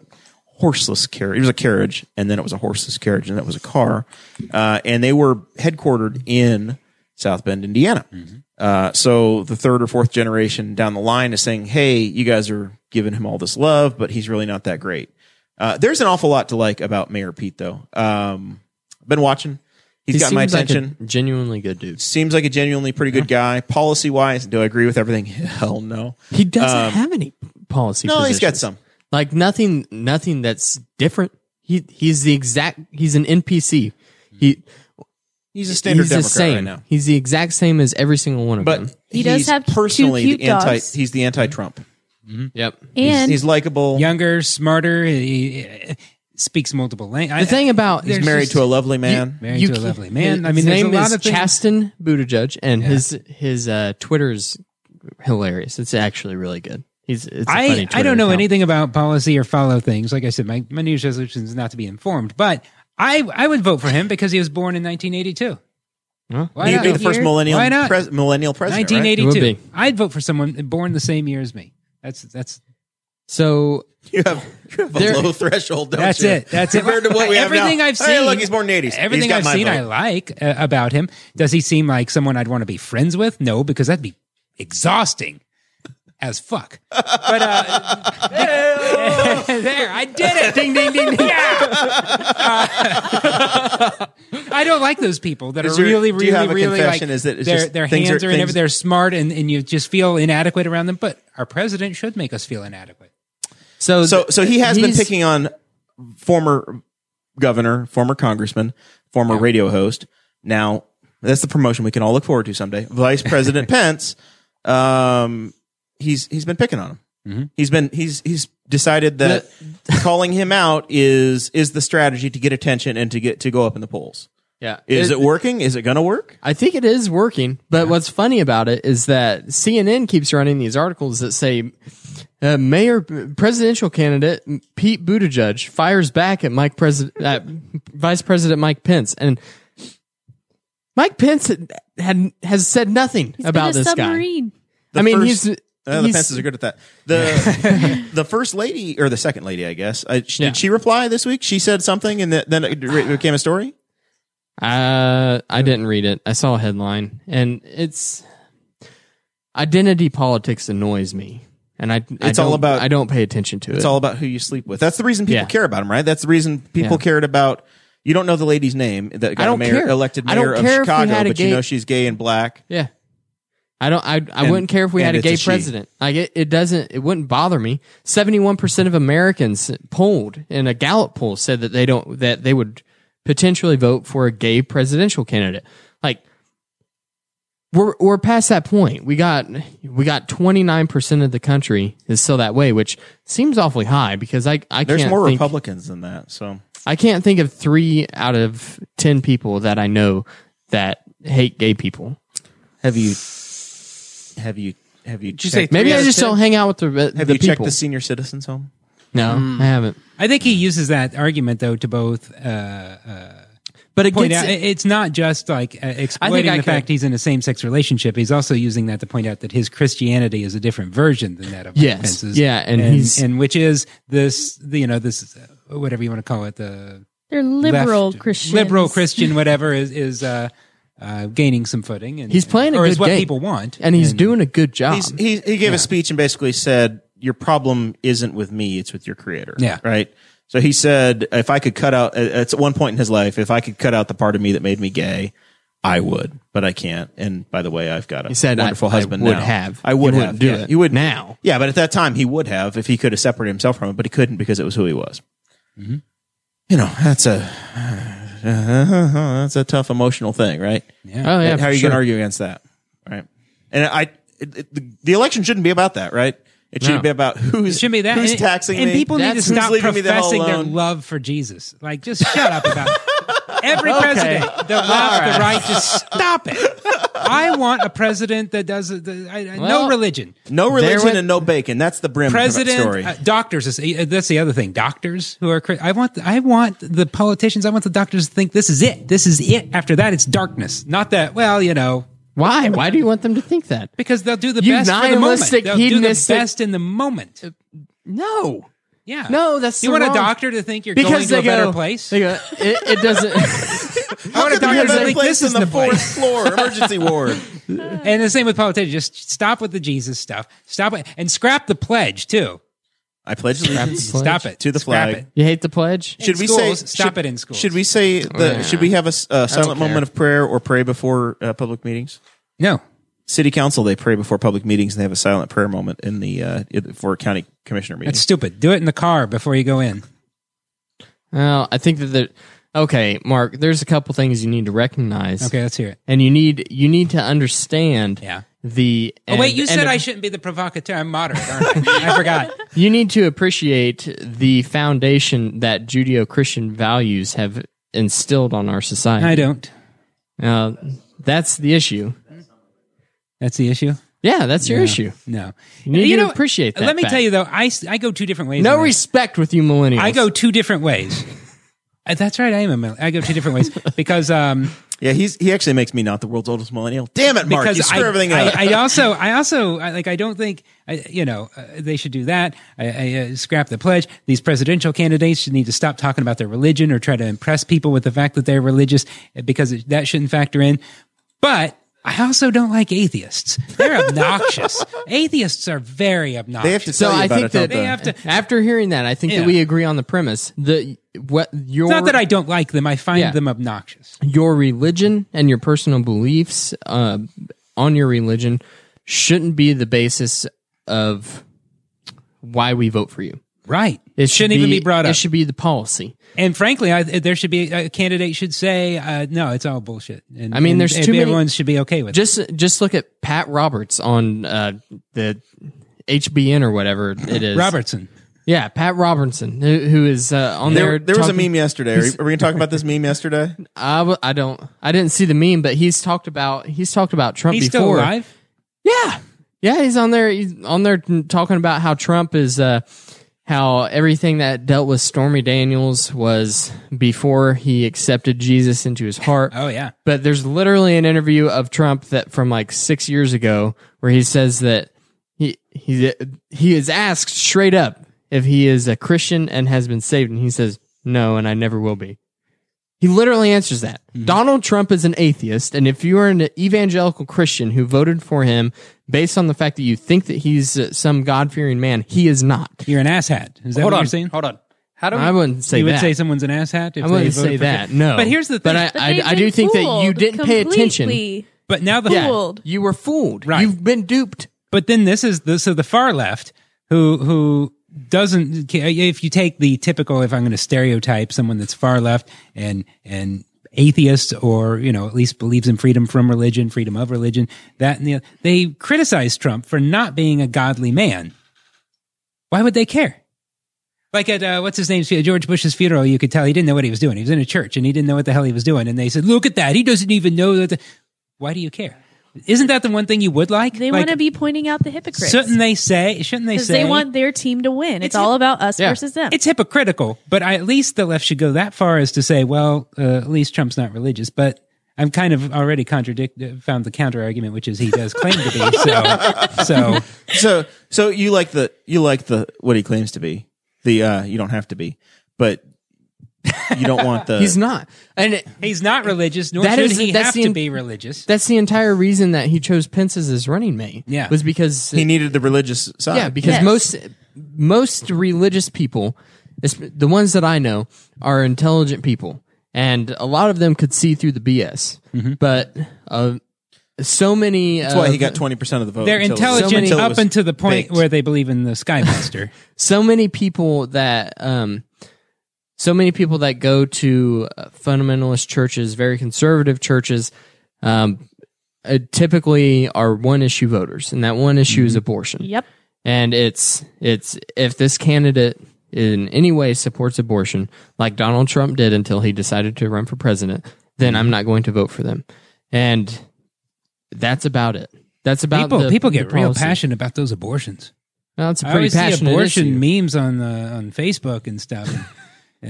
Speaker 1: horseless carriage. It was a carriage, and then it was a horseless carriage, and then it was a car. Uh, and they were headquartered in South Bend, Indiana.
Speaker 2: Mm.
Speaker 1: Uh, so the third or fourth generation down the line is saying, "Hey, you guys are giving him all this love, but he's really not that great." Uh, there's an awful lot to like about Mayor Pete, though. Um, been watching. he's got my
Speaker 2: seems like a
Speaker 1: attention.
Speaker 2: genuinely good dude.
Speaker 1: Seems like a genuinely pretty good guy. Policy wise, do I agree with everything? Hell no.
Speaker 2: He doesn't
Speaker 1: Uh,
Speaker 2: have any policy.
Speaker 1: No, he's got
Speaker 2: positions.
Speaker 1: some.
Speaker 2: Like nothing, nothing that's different. He he's the exact. He's an NPC. He
Speaker 1: He's a standard
Speaker 2: he's
Speaker 1: Democrat
Speaker 2: the same.
Speaker 1: right now.
Speaker 2: He's the exact same as every single one of them.
Speaker 1: But
Speaker 5: He does
Speaker 1: he's
Speaker 5: have two
Speaker 1: personally
Speaker 5: cute
Speaker 1: the anti.
Speaker 5: dogs.
Speaker 1: He's the anti-Trump.
Speaker 2: Yep.
Speaker 1: He's,
Speaker 5: And
Speaker 1: he's likable.
Speaker 3: Younger, smarter, he, he speaks multiple languages.
Speaker 2: The thing about
Speaker 1: He's married to a lovely man.
Speaker 3: married to a
Speaker 2: can't-
Speaker 3: lovely man. I
Speaker 2: his
Speaker 3: mean, there's a
Speaker 2: name
Speaker 3: lot
Speaker 2: is
Speaker 3: of things-
Speaker 2: Chasten Buttigieg, and his his uh, Twitter is hilarious. It's actually really good. He's it's a funny
Speaker 3: I, I
Speaker 2: Twitter
Speaker 3: don't know
Speaker 2: account.
Speaker 3: anything about policy or follow things. Like I said, my, my New Year's resolution is not to be informed, but I, I would vote for him because he was born in 1982.
Speaker 2: Huh?
Speaker 3: Why
Speaker 1: He'd
Speaker 3: not?
Speaker 1: be the first
Speaker 5: Here?
Speaker 1: millennial
Speaker 3: Why not?
Speaker 1: pres- millennial president. right?
Speaker 3: 1982.
Speaker 2: It would be.
Speaker 3: I'd vote for someone born the same year as me. That's that's
Speaker 2: So
Speaker 1: You have, you have a
Speaker 2: There-
Speaker 1: low threshold, don't
Speaker 3: that's
Speaker 1: you?
Speaker 3: it. That's it.
Speaker 1: Compared to what we have now.
Speaker 3: everything I've seen.
Speaker 1: Hey, look, he's born in the 80s.
Speaker 3: Everything
Speaker 1: He's got
Speaker 3: I've
Speaker 1: my
Speaker 3: seen,
Speaker 1: vote.
Speaker 3: I like uh, about him. Does he seem like someone I'd want to be friends with? No, because that'd be exhausting as fuck. But uh, there, I did it. Ding ding ding. ding. Yeah. Uh, I don't like those people that
Speaker 1: Is
Speaker 3: are
Speaker 1: your-
Speaker 3: really,
Speaker 1: do
Speaker 3: really,
Speaker 1: you have a
Speaker 3: really like
Speaker 1: confession? Is that it's
Speaker 3: their
Speaker 1: just
Speaker 3: their
Speaker 1: things
Speaker 3: hands
Speaker 1: are-
Speaker 3: are, in
Speaker 1: things-
Speaker 3: everything. They're smart, and, and you just feel inadequate around them. But our president should make us feel inadequate.
Speaker 2: so
Speaker 1: So, so he has been
Speaker 2: he's-
Speaker 1: picking on former governor, former congressman, former radio host. Now that's the promotion we can all look forward to someday. Vice President Pence. Um, he's he's been picking on him.
Speaker 3: Mm-hmm.
Speaker 1: He's been he's he's decided that calling him out is is the strategy to get attention and to get to go up in the polls.
Speaker 2: Yeah.
Speaker 1: Is it working? Is it going to work?
Speaker 2: I think it is working, but what's funny about it is that CNN keeps running these articles that say uh, Mayor presidential candidate Pete Buttigieg fires back at Mike Pres- at Vice President Mike Pence, and Mike Pence had, had has said nothing
Speaker 5: he's
Speaker 2: about
Speaker 5: been a
Speaker 2: this guy.
Speaker 5: submarine.
Speaker 2: I mean,
Speaker 1: first-
Speaker 2: he's,
Speaker 1: Uh, the
Speaker 2: he's-
Speaker 1: Pences are good at that. The the first lady or the second lady, I guess. I, sh-
Speaker 2: Yeah.
Speaker 1: Did she reply this week? She said something, and th- then it re- became a story.
Speaker 2: Uh, I didn't read it. I saw a headline, and it's identity politics annoys me, and I I
Speaker 1: It's all
Speaker 2: don't-
Speaker 1: about-
Speaker 2: I don't pay attention to
Speaker 1: It's
Speaker 2: it.
Speaker 1: all about who you sleep with. That's the reason people
Speaker 2: Yeah.
Speaker 1: care about him, right? That's the reason people
Speaker 2: Yeah.
Speaker 1: cared about. You don't know the lady's name that got
Speaker 2: I don't
Speaker 1: mayor,
Speaker 2: care.
Speaker 1: elected
Speaker 2: I don't
Speaker 1: mayor of
Speaker 2: care if we
Speaker 1: Chicago,
Speaker 2: had a
Speaker 1: but you
Speaker 2: gay-
Speaker 1: know she's gay and black.
Speaker 2: Yeah. I don't I I wouldn't care if we
Speaker 1: and
Speaker 2: had a
Speaker 1: it's a
Speaker 2: gay
Speaker 1: she.
Speaker 2: president. Like it, it doesn't it wouldn't bother me. 71% of Americans polled in a Gallup poll said that they don't that they would potentially vote for a gay presidential candidate. Like we're we're past that point. We got we got 29% of the country is still that way, which seems awfully high because I I
Speaker 1: There's
Speaker 2: can't
Speaker 1: more
Speaker 2: think,
Speaker 1: Republicans than that, so
Speaker 2: I can't think of 3 out of 10 people that I know that hate gay people.
Speaker 1: have you? Have you? Have you?
Speaker 4: you say
Speaker 1: checked-
Speaker 2: Maybe
Speaker 4: Three out
Speaker 2: I
Speaker 4: of
Speaker 2: just
Speaker 4: 10?
Speaker 2: don't hang out with the, the
Speaker 1: have you
Speaker 2: people.
Speaker 1: checked the Hmm. senior citizens home?
Speaker 2: No, I haven't.
Speaker 3: I think he uses that argument though to both uh,
Speaker 2: But it
Speaker 3: point
Speaker 2: gets
Speaker 3: out it- it's not just like uh, exploiting
Speaker 4: I
Speaker 3: the
Speaker 4: could-
Speaker 3: fact he's in a same-sex relationship. He's also using that to point out that his Christianity is a different version than that of
Speaker 2: Yes.
Speaker 3: Pence's.
Speaker 2: Yeah, and he's-
Speaker 3: and which is this the, you know this uh, whatever you want to call it the
Speaker 5: They're liberal
Speaker 3: left-
Speaker 5: Christians.
Speaker 3: liberal Christian whatever is is uh, uh, gaining some footing. And,
Speaker 2: he's playing a
Speaker 3: or
Speaker 2: good
Speaker 3: is what
Speaker 2: game,
Speaker 3: people want,
Speaker 2: and he's doing a good job.
Speaker 1: Hmm. He's, he he gave a speech and basically said, "Your problem isn't with me; it's with your creator."
Speaker 3: Yeah.
Speaker 1: right. So he said, if I could cut out, it's at one point in his life, if I could cut out the part of me that made me gay, I would, but I can't. And by the way, I've got a
Speaker 2: He said,
Speaker 1: wonderful
Speaker 2: I- I
Speaker 1: husband.
Speaker 2: would
Speaker 1: now.
Speaker 2: have.
Speaker 1: I would
Speaker 2: He
Speaker 1: have.
Speaker 2: wouldn't do
Speaker 1: yeah.
Speaker 2: it
Speaker 1: He would
Speaker 2: now.
Speaker 1: Yeah, but at that time he would have if he could have separated himself from it, but he couldn't because it was who he was.
Speaker 2: Mm-hmm.
Speaker 1: You know, that's a that's a tough emotional thing, right?
Speaker 2: Oh yeah.
Speaker 1: how
Speaker 2: for
Speaker 1: are you
Speaker 2: sure.
Speaker 1: going to argue against that? Right. And I, it, it- the, the election shouldn't be about that, right? It should
Speaker 2: No.
Speaker 1: be about who's,
Speaker 3: It should be that.
Speaker 1: who's
Speaker 3: and,
Speaker 1: taxing
Speaker 3: and
Speaker 1: me.
Speaker 3: people need to
Speaker 2: That's-
Speaker 3: stop
Speaker 1: Who's leaving me the hell
Speaker 3: professing their
Speaker 1: alone?
Speaker 3: love for Jesus. Like, just shut up about it. Every president, the left, the right, just stop it. I want a president that does the, I, I-
Speaker 2: Well,
Speaker 3: no religion.
Speaker 1: no religion
Speaker 2: went-
Speaker 1: and no bacon. That's the brim
Speaker 3: President,
Speaker 1: story.
Speaker 3: uh, doctors. Is, uh, that's the other thing. Doctors who are. cri- I want. I want the politicians. I want the doctors to think this is it. This is it. After that, it's darkness. Not that. Well, you know,
Speaker 2: Why? Why do you want them to think that?
Speaker 3: because they'll do the best for the moment.
Speaker 2: Nihilistic,
Speaker 3: They'll do the
Speaker 2: hedonistic-
Speaker 3: best in the moment.
Speaker 2: No.
Speaker 3: Yeah.
Speaker 2: No, that's
Speaker 3: you
Speaker 2: the
Speaker 3: want
Speaker 2: wrong-
Speaker 3: a doctor to think you're
Speaker 2: Because
Speaker 3: going
Speaker 2: they
Speaker 3: to a
Speaker 2: go,
Speaker 3: better place.
Speaker 2: They go, it, it doesn't.
Speaker 1: How
Speaker 3: wanna
Speaker 1: could there
Speaker 3: talk
Speaker 1: be a
Speaker 3: about
Speaker 1: better
Speaker 3: like,
Speaker 1: place
Speaker 3: this
Speaker 1: than
Speaker 3: is
Speaker 1: the,
Speaker 3: the
Speaker 1: fourth
Speaker 3: place.
Speaker 1: floor emergency ward?
Speaker 3: And the same with politics. Just stop with the Jesus stuff. Stop it and scrap the pledge too.
Speaker 1: I pledge allegiance.
Speaker 2: Pledge
Speaker 3: Stop it
Speaker 1: to the
Speaker 3: Scrap
Speaker 1: flag.
Speaker 3: it.
Speaker 2: you hate the pledge?
Speaker 1: Should we
Speaker 3: schools,
Speaker 1: say
Speaker 3: stop
Speaker 1: should-
Speaker 3: it in schools.
Speaker 1: Should we say the? Should we have a s- a silent moment of prayer or pray before uh, public meetings?
Speaker 3: No.
Speaker 1: City council they pray before public meetings and they have a silent prayer moment in the uh, in- for county commissioner
Speaker 3: That's
Speaker 1: meetings.
Speaker 3: stupid. Do it in the car before you go in.
Speaker 2: Well, I think that the okay, Mark. There's a couple things you need to recognize.
Speaker 3: Okay, let's hear it.
Speaker 2: and you need you need to understand.
Speaker 3: Yeah.
Speaker 2: The
Speaker 3: Oh wait, you said
Speaker 2: I
Speaker 3: I
Speaker 2: should.
Speaker 3: shouldn't be the provocateur. I'm moderate, aren't I? I forgot.
Speaker 2: You need to appreciate the foundation that Judeo Christian values have instilled on our
Speaker 3: I
Speaker 2: society.
Speaker 3: don't.
Speaker 2: Uh, that's the issue.
Speaker 3: That's the issue.
Speaker 2: Yeah, that's your issue.
Speaker 3: No. You
Speaker 2: need to appreciate that
Speaker 3: Let me
Speaker 2: fact.
Speaker 3: tell you though, I, s- I go two different ways.
Speaker 2: No
Speaker 3: on this.
Speaker 2: respect with you millennials.
Speaker 3: I go two different ways. Uh, That's right. I am a mill- I go two different ways because um
Speaker 1: Yeah, he's he actually makes me not the world's oldest millennial. Damn it, Mark!
Speaker 3: because
Speaker 1: You screw
Speaker 3: I,
Speaker 1: everything
Speaker 3: I,
Speaker 1: up.
Speaker 3: I also, I also, I, like, I don't think, I, you know, uh, they should do that. I, I uh, scrap the pledge. These presidential candidates should need to stop talking about their religion or try to impress people with the fact that they're religious uh, because it, that shouldn't factor in. But I also don't like atheists. They're obnoxious. atheists are very obnoxious.
Speaker 1: they have to
Speaker 2: So
Speaker 1: tell you
Speaker 2: I
Speaker 1: about
Speaker 2: think
Speaker 1: it. don't
Speaker 2: that
Speaker 1: they?
Speaker 3: have to-
Speaker 2: after hearing that, I think
Speaker 3: Yeah.
Speaker 2: that we agree on the premise that what your
Speaker 3: it's not that I don't like them. I find
Speaker 2: Yeah.
Speaker 3: them obnoxious.
Speaker 2: your religion and your personal beliefs uh, on your religion shouldn't be the basis of why we vote for you.
Speaker 3: Right.
Speaker 2: It should
Speaker 3: shouldn't even be brought up.
Speaker 2: It should be the policy.
Speaker 3: And frankly, I, there should be a candidate should say, uh, no, it's all bullshit. And,
Speaker 2: I mean,
Speaker 3: and-
Speaker 2: there's
Speaker 3: and
Speaker 2: too many-
Speaker 3: everyone should be okay with it.
Speaker 2: just just look at Pat Roberts on uh, the HBN or whatever it is.
Speaker 3: Robertson.
Speaker 2: yeah, Pat Robertson, who, who is uh, on
Speaker 1: There,
Speaker 2: there.
Speaker 1: there was a
Speaker 2: talking-
Speaker 1: meme yesterday. Are, you- are we going to talk about this meme yesterday?
Speaker 2: I, w- I don't. I didn't see the meme, but he's talked about he's talked about Trump
Speaker 3: He's
Speaker 2: before.
Speaker 3: still alive.
Speaker 2: Yeah, yeah, he's on there. He's on there talking about how Trump is. Uh, how everything that dealt with Stormy Daniels was before he accepted Jesus into his heart.
Speaker 3: Oh yeah.
Speaker 2: But there's literally an interview of Trump that from like six years ago where he says that he he he is asked straight up if he is a Christian and has been saved, and he says no, and I never will be. He literally answers that.
Speaker 3: Mm-hmm.
Speaker 2: Donald Trump is an atheist, and if you are an evangelical Christian who voted for him based on the fact that you think that he's uh, some God fearing man, he is not.
Speaker 3: You're an asshat. Is that
Speaker 4: Hold
Speaker 3: what
Speaker 4: on.
Speaker 3: you're saying?
Speaker 4: Hold on. How do we,
Speaker 2: I wouldn't say
Speaker 3: you would
Speaker 2: that.
Speaker 3: say someone's an asshat. If
Speaker 2: I wouldn't
Speaker 3: they voted
Speaker 2: say
Speaker 3: for-
Speaker 2: that. No.
Speaker 3: But here's the thing.
Speaker 2: But
Speaker 3: But,
Speaker 2: I, I,
Speaker 5: they've
Speaker 2: I
Speaker 5: been
Speaker 2: do think that you
Speaker 5: fooled
Speaker 2: didn't pay attention.
Speaker 5: completely.
Speaker 3: now the
Speaker 2: Yeah,
Speaker 5: Fooled.
Speaker 2: you were fooled.
Speaker 3: Right.
Speaker 2: You've been duped.
Speaker 3: But then this is the so the far left who who doesn't if you take the typical if I'm going to stereotype someone that's far left and and atheist or you know at least believes in freedom from religion, freedom of religion, that and the other, they criticize Trump for not being a godly man. Why would they care? Like at uh, what's his name George Bush's funeral, you could tell he didn't know what he was doing. He was in a church and he didn't know what the hell he was doing. And they said, "Look at that! He doesn't even know that." The... Why do you care? Isn't that the one thing you would like?
Speaker 5: They
Speaker 3: Like-
Speaker 5: want to be pointing out the hypocrites.
Speaker 3: Shouldn't they say? Shouldn't they
Speaker 5: because
Speaker 3: say?
Speaker 5: they want their team to win.
Speaker 3: It's-
Speaker 5: It's, all about us versus them.
Speaker 3: it's hypocritical, but I, at least the left should go that far as to say, well, uh, at least Trump's not religious. But I'm kind of already contradict uh, found the counter argument, which is he does claim to be. So, so
Speaker 1: So, so you like the you like the what he claims to be. The uh, you don't have to be, but you don't want the.
Speaker 2: He's not. And it,
Speaker 3: he's not religious, nor
Speaker 2: That
Speaker 3: should
Speaker 2: is-
Speaker 3: he
Speaker 2: that's
Speaker 3: have
Speaker 2: the
Speaker 3: to
Speaker 2: in-
Speaker 3: be religious.
Speaker 2: that's the entire reason that he chose Pence as his running mate.
Speaker 3: Yeah.
Speaker 2: Was because
Speaker 1: he needed the religious side.
Speaker 2: yeah, because
Speaker 5: Yes.
Speaker 2: most most religious people it's, the ones that I know are intelligent people, and a lot of them could see through the BS. But uh, so many.
Speaker 1: Mm-hmm.
Speaker 2: uh,
Speaker 1: That's why he got twenty percent of the vote.
Speaker 3: They're
Speaker 1: until it was-
Speaker 3: intelligent
Speaker 1: until it
Speaker 3: up
Speaker 1: was
Speaker 3: until the point
Speaker 1: baked.
Speaker 3: where they believe in the Sky Master.
Speaker 2: so many people that um so many people that go to uh, fundamentalist churches very conservative churches um uh, typically are one issue voters and that one issue is abortion
Speaker 5: Yep.
Speaker 2: and it's it's if this candidate in any way supports abortion like Donald Trump did until he decided to run for president then I'm not going to vote for them and that's about it that's about
Speaker 3: people
Speaker 2: the-
Speaker 3: people
Speaker 2: the
Speaker 3: get real
Speaker 2: policy.
Speaker 3: passionate about those abortions.
Speaker 2: well, it's a
Speaker 3: I
Speaker 2: pretty
Speaker 3: always see
Speaker 2: passionate
Speaker 3: abortion
Speaker 2: issue.
Speaker 3: memes on uh, on Facebook and stuff, and,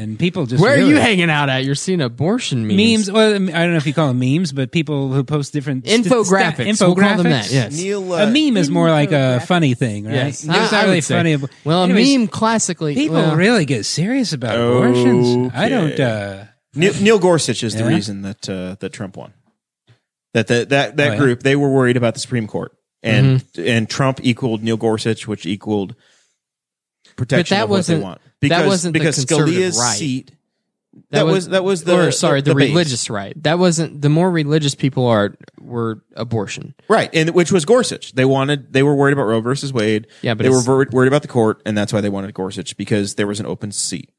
Speaker 3: and people just
Speaker 2: Where are
Speaker 3: really-
Speaker 2: you hanging out at? You're seeing abortion memes.
Speaker 3: memes? Well, I mean, I don't know if you call them memes, but people who post different st- st-
Speaker 2: Infographics. We'll call them that, yes.
Speaker 1: Neil, uh,
Speaker 3: a meme is more like a funny thing, right?
Speaker 2: Yes.
Speaker 3: It's not
Speaker 2: I- I
Speaker 3: really
Speaker 2: would say.
Speaker 3: funny. ab-
Speaker 2: Well, a
Speaker 3: Anyways,
Speaker 2: meme classically.
Speaker 3: People
Speaker 2: well,
Speaker 3: really get serious about abortions. I don't.
Speaker 1: Okay.
Speaker 3: Uh,
Speaker 1: Neil, Neil Gorsuch is the
Speaker 3: Yeah.
Speaker 1: reason that uh, that Trump won. That that that, that
Speaker 3: Oh, yeah.
Speaker 1: group they were worried about the Supreme Court and
Speaker 2: Mm-hmm.
Speaker 1: and Trump equaled Neil Gorsuch, which equaled protection
Speaker 2: that
Speaker 1: of what they
Speaker 2: wasn't-
Speaker 1: want.
Speaker 2: that
Speaker 1: Because
Speaker 2: wasn't the
Speaker 1: because
Speaker 2: conservative
Speaker 1: Scalia's
Speaker 2: right.
Speaker 1: seat. That, was, that was the
Speaker 2: or, sorry the,
Speaker 1: base.
Speaker 2: religious right. That wasn't the more religious people are were abortion.
Speaker 1: right, and which was Gorsuch. They wanted they were worried about Roe versus Wade.
Speaker 2: Yeah, but
Speaker 1: they were
Speaker 2: it's-
Speaker 1: wor- worried about the court, and that's why they wanted Gorsuch because there was an open seat.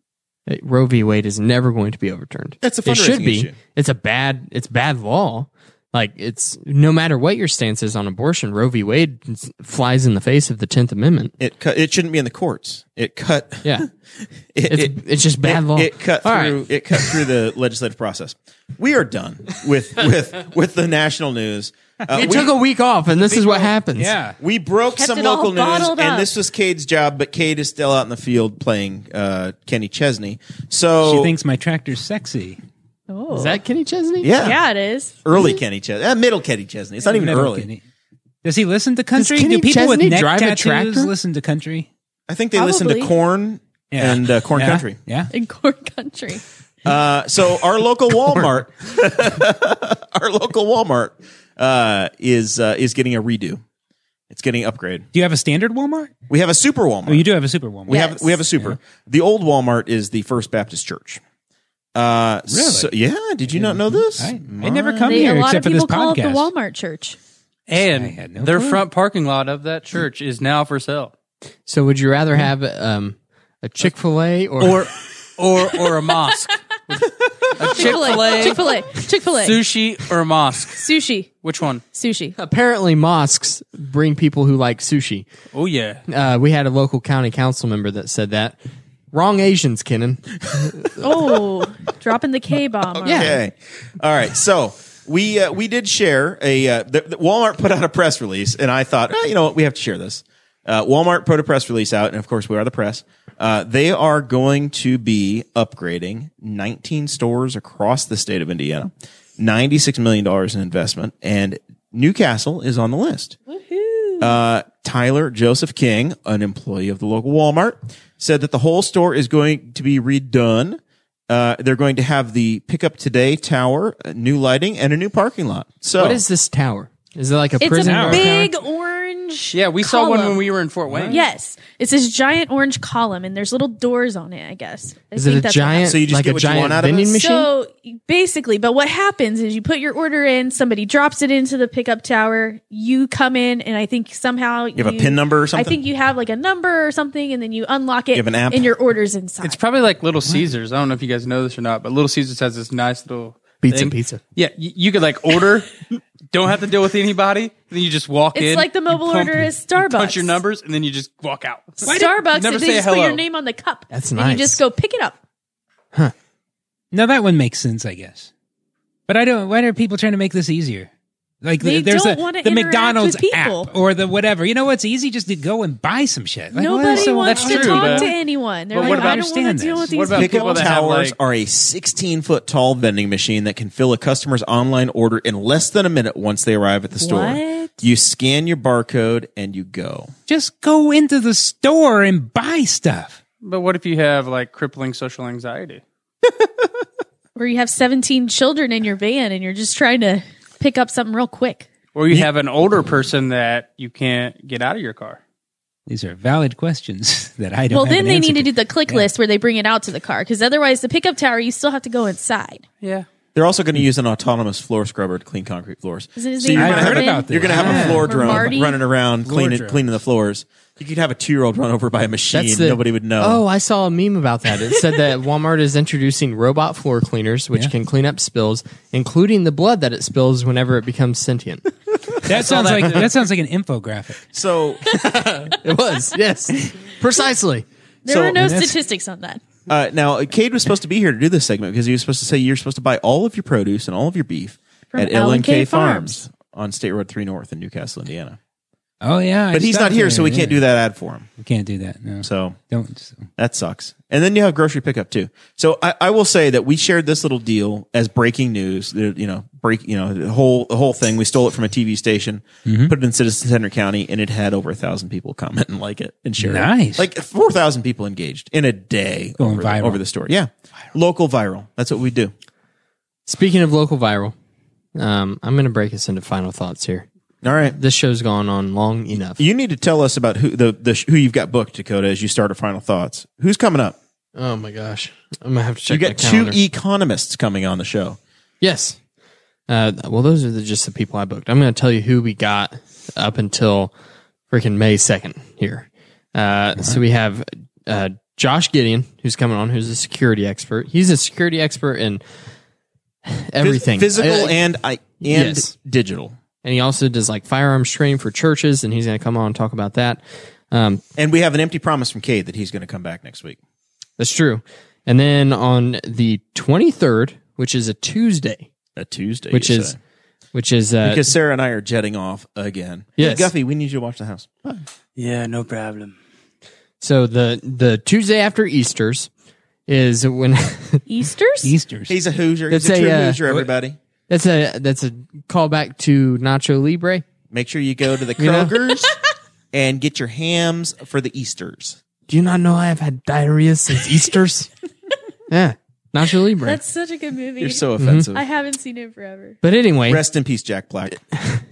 Speaker 2: Uh, Roe v. Wade is never going to be overturned.
Speaker 1: That's a
Speaker 2: it should
Speaker 1: fundraising
Speaker 2: be.
Speaker 1: issue.
Speaker 2: It's a bad it's bad law. Like it's no matter what your stance is on abortion, Roe v. Wade s- flies in the face of the Tenth Amendment.
Speaker 1: It cut, it shouldn't be in the courts. It cut
Speaker 2: Yeah,
Speaker 1: it,
Speaker 2: it's
Speaker 1: it-
Speaker 2: it's just bad
Speaker 1: it,
Speaker 2: law.
Speaker 1: It cut
Speaker 2: All right.
Speaker 1: through. It cut through the legislative process. We are done with with with the national news. Uh,
Speaker 2: It
Speaker 1: we,
Speaker 2: took a week off, and this is what happens.
Speaker 3: yeah,
Speaker 1: we broke
Speaker 5: Kept
Speaker 1: some
Speaker 5: it all
Speaker 1: local news,
Speaker 5: bottled
Speaker 1: and
Speaker 5: up.
Speaker 1: this was Cade's job, but Cade is still out in the field playing uh, Kenny Chesney. So
Speaker 3: uh, she thinks my tractor's sexy.
Speaker 5: Oh.
Speaker 2: is that Kenny Chesney?
Speaker 1: yeah,
Speaker 5: yeah, it is.
Speaker 1: early Kenny Chesney, uh, middle Kenny Chesney. It's not even
Speaker 3: Middle
Speaker 1: early.
Speaker 3: Kenny. e-, Does he listen to country?
Speaker 2: Kenny
Speaker 3: Do people
Speaker 2: Chesney
Speaker 3: with neck
Speaker 2: drive a
Speaker 3: tattoos
Speaker 2: tractor?
Speaker 3: listen to country?
Speaker 1: I think they listen to
Speaker 5: Probably.
Speaker 1: Corn and uh, Corn
Speaker 3: Yeah.
Speaker 1: Country.
Speaker 3: Yeah.
Speaker 5: In corn country.
Speaker 1: Uh, so our local Walmart, our local Walmart uh, is uh, is getting a redo. It's getting an upgrade.
Speaker 3: Do you have a standard Walmart?
Speaker 1: We have a super Walmart.
Speaker 3: Oh, you do have a super Walmart.
Speaker 1: We
Speaker 5: Yeah.
Speaker 1: have we have a super. The old Walmart is the First Baptist Church. Uh,
Speaker 3: Really?
Speaker 1: so- yeah. Did you not know this?
Speaker 3: I, I never come
Speaker 5: They, a
Speaker 3: here
Speaker 5: lot
Speaker 3: except
Speaker 5: of
Speaker 3: for this
Speaker 5: people call
Speaker 3: podcast.
Speaker 5: it the Walmart church.
Speaker 3: I
Speaker 4: And
Speaker 3: had no
Speaker 4: their
Speaker 3: clue.
Speaker 4: front parking lot of that church is now for sale.
Speaker 2: So would you rather have um, a Chick Fil A
Speaker 4: Or or or a mosque. a Chick fil
Speaker 5: Chick
Speaker 4: A
Speaker 5: fil A. Chick fil A.
Speaker 4: sushi or a mosque.
Speaker 5: Sushi.
Speaker 4: Which one?
Speaker 5: Sushi.
Speaker 2: apparently mosques bring people who like sushi.
Speaker 4: Oh yeah.
Speaker 2: Uh, we had a local county council member that said that. Wrong Asians, Kenan.
Speaker 5: Oh, dropping the K bomb.
Speaker 2: Yeah.
Speaker 1: Okay. All right. So we uh, we did share a uh, the, the Walmart put out a press release, and I thought, eh, you know what, we have to share this. Uh, Walmart put a press release out, and of course, we are the press. Uh, they are going to be upgrading 19 stores across the state of Indiana, 96 million dollars in investment, and Newcastle is on the list. Uh, Tyler Joseph King, an employee of the local Walmart, said that the whole store is going to be redone. Uh, they're going to have the pickup today tower, uh, new lighting, and a new parking lot. So
Speaker 2: What is this tower? Is it like a
Speaker 5: It's
Speaker 2: prison?
Speaker 5: a
Speaker 2: guard
Speaker 5: big
Speaker 2: tower?
Speaker 5: orange.
Speaker 4: Yeah, we saw one
Speaker 5: column.
Speaker 4: when we were in Fort Wayne.
Speaker 5: Yes, it's this giant orange column, and there's little doors on it. I guess. I
Speaker 2: Is it a
Speaker 5: that's what
Speaker 2: giant?
Speaker 1: So you just
Speaker 2: like
Speaker 1: get
Speaker 2: a
Speaker 1: what you
Speaker 2: giant
Speaker 1: want out of
Speaker 2: vending
Speaker 1: it?
Speaker 2: machine?
Speaker 5: So basically, but what happens is you put your order in, somebody drops it into the pickup tower, you come in, and I think somehow you
Speaker 1: have a PIN number or something?
Speaker 5: I think you have like a number or something, and then you unlock it.
Speaker 1: You have an app?
Speaker 5: and your order's inside.
Speaker 4: It's probably like Little Caesars. I don't know if you guys know this or not, but Little Caesars has this nice little
Speaker 2: Pizza,
Speaker 4: thing.
Speaker 2: pizza.
Speaker 4: Yeah, y- you could like order, don't have to deal with anybody. Then you just walk
Speaker 5: It's
Speaker 4: in.
Speaker 5: like the
Speaker 4: you
Speaker 5: mobile
Speaker 4: pump-
Speaker 5: order at
Speaker 4: you Punch
Speaker 5: Starbucks.
Speaker 4: your numbers and then you just walk out.
Speaker 5: Starbucks.
Speaker 4: never
Speaker 5: and
Speaker 4: say
Speaker 5: they just put
Speaker 4: hello.
Speaker 5: your name on the cup.
Speaker 2: That's
Speaker 5: and
Speaker 2: nice.
Speaker 5: You just go pick it up.
Speaker 3: Now that one makes sense, I guess. But I don't. Why are people trying to make this easier? Like
Speaker 5: They
Speaker 3: there's
Speaker 5: don't
Speaker 3: a-
Speaker 5: wanna
Speaker 3: the
Speaker 5: interact
Speaker 3: McDonald's
Speaker 5: with people.
Speaker 3: app or the whatever. You know what's easy? Just to go and buy some shit. Like, why is
Speaker 5: Nobody
Speaker 3: someone-
Speaker 5: wants
Speaker 4: That's
Speaker 5: to
Speaker 4: true,
Speaker 5: talk
Speaker 4: but-
Speaker 5: to anyone. They're
Speaker 4: but
Speaker 5: like,
Speaker 4: what about-
Speaker 5: I don't want
Speaker 3: understand
Speaker 5: to deal
Speaker 3: this.
Speaker 5: with these.
Speaker 4: What about
Speaker 5: people.
Speaker 4: people
Speaker 1: Pickup
Speaker 4: that have,
Speaker 1: towers
Speaker 4: like-
Speaker 1: are a 16 foot tall vending machine that can fill a customer's online order in less than a minute once they arrive at the store.
Speaker 5: What?
Speaker 1: You scan your barcode and you go.
Speaker 3: Just go into the store and buy stuff.
Speaker 4: But what if you have like crippling social anxiety?
Speaker 5: Where you have 17 children in your van and you're just trying to pick up something real quick.
Speaker 4: Or you have an older person that you can't get out of your car.
Speaker 3: These are valid questions that I don't.
Speaker 5: Well,
Speaker 3: have
Speaker 5: then
Speaker 3: an
Speaker 5: they
Speaker 3: answer
Speaker 5: need to do the click list where they bring it out to the car because otherwise, the pickup tower you still have to go inside.
Speaker 4: Yeah.
Speaker 1: They're also going to use an autonomous floor scrubber to clean concrete floors.
Speaker 5: Isn't his
Speaker 1: So
Speaker 5: name
Speaker 1: you're gonna
Speaker 3: I've heard
Speaker 1: have-
Speaker 3: about this.
Speaker 1: You're going to have a floor drone
Speaker 5: Marty?
Speaker 1: running around cleaning
Speaker 3: drone.
Speaker 1: cleaning the floors. You could have a two year old run over by a machine.
Speaker 2: That's the-
Speaker 1: Nobody would know.
Speaker 2: Oh, I saw a meme about that. It said that Walmart is introducing robot floor cleaners, which can clean up spills, including the blood that it spills whenever it becomes sentient.
Speaker 3: That sounds like that sounds like an infographic.
Speaker 1: So
Speaker 2: It was yes, precisely.
Speaker 5: There
Speaker 1: So-
Speaker 5: are no
Speaker 1: And that's-
Speaker 5: statistics on that.
Speaker 1: uh, now Cade was supposed to be here to do this segment because he was supposed to say you're supposed to buy all of your produce and all of your beef
Speaker 5: From
Speaker 1: at
Speaker 5: L&K
Speaker 1: LNK
Speaker 5: Farms.
Speaker 1: Farms on State Road Three North in Newcastle, Indiana.
Speaker 3: Oh yeah,
Speaker 1: But he's not here, so we can't do that ad for him.
Speaker 3: We can't do that. No,
Speaker 1: So
Speaker 3: don't. so-
Speaker 1: That sucks. And then you have grocery pickup too. So I, I will say that we shared this little deal as breaking news. The- You know, break. You know, the whole the whole thing. We stole it from a TV station, put it in Citizen Center County, and it had over a thousand people comment and like it and share. it.
Speaker 3: Nice.
Speaker 1: Like four thousand people engaged in a day
Speaker 3: Going
Speaker 1: over, the-
Speaker 3: viral.
Speaker 1: over the story. Yeah, local viral. That's what we do.
Speaker 2: Speaking of local viral, um, I'm going to break us into final thoughts here.
Speaker 1: All right.
Speaker 2: This show's gone on long enough.
Speaker 1: You need to tell us about who the, the who you've got booked, Dakota, as you start our final thoughts. Who's coming up?
Speaker 2: Oh my gosh, I'm gonna have to check.
Speaker 1: You
Speaker 2: my
Speaker 1: got two e-
Speaker 2: calendar.
Speaker 1: economists coming on the show.
Speaker 2: Yes. Uh, well, those are the, just the people I booked. I'm going to tell you who we got up until freaking May 2nd here. Uh, So we have uh, Josh Gideon, who's coming on, who's a security expert. He's a security expert in everything
Speaker 1: Phys- physical
Speaker 2: Uh,
Speaker 1: and I and
Speaker 2: Yes.
Speaker 1: digital.
Speaker 2: and he also does like firearms training for churches, and he's going to come on and talk about that. Um,
Speaker 1: And we have an empty promise from Cade that he's going to come back next week.
Speaker 2: that's true. And then on the 23rd, which is a Tuesday,
Speaker 1: A Tuesday,
Speaker 2: which
Speaker 1: you
Speaker 2: is
Speaker 1: say.
Speaker 2: which is uh,
Speaker 1: because Sarah and I are jetting off again.
Speaker 2: Yes.
Speaker 1: hey, Guffy, we need you to watch the house.
Speaker 4: Yeah, no problem.
Speaker 2: So the the Tuesday after Easter's is when
Speaker 5: Easter's?
Speaker 3: Easter's.
Speaker 1: He's a Hoosier. He's
Speaker 2: That's
Speaker 1: a true
Speaker 2: a, uh,
Speaker 1: Hoosier. Everybody,
Speaker 2: that's a that's a callback to Nacho Libre.
Speaker 1: make sure you go to the
Speaker 2: know?
Speaker 1: Kroger's and get your hams for the Easter's.
Speaker 2: Do you not know I have had diarrhea since Easter's? yeah, Nacho Libre.
Speaker 5: That's such a good movie.
Speaker 1: You're so
Speaker 2: Mm-hmm.
Speaker 1: offensive.
Speaker 5: I haven't seen it forever.
Speaker 2: but anyway,
Speaker 1: Rest in peace, Jack Black.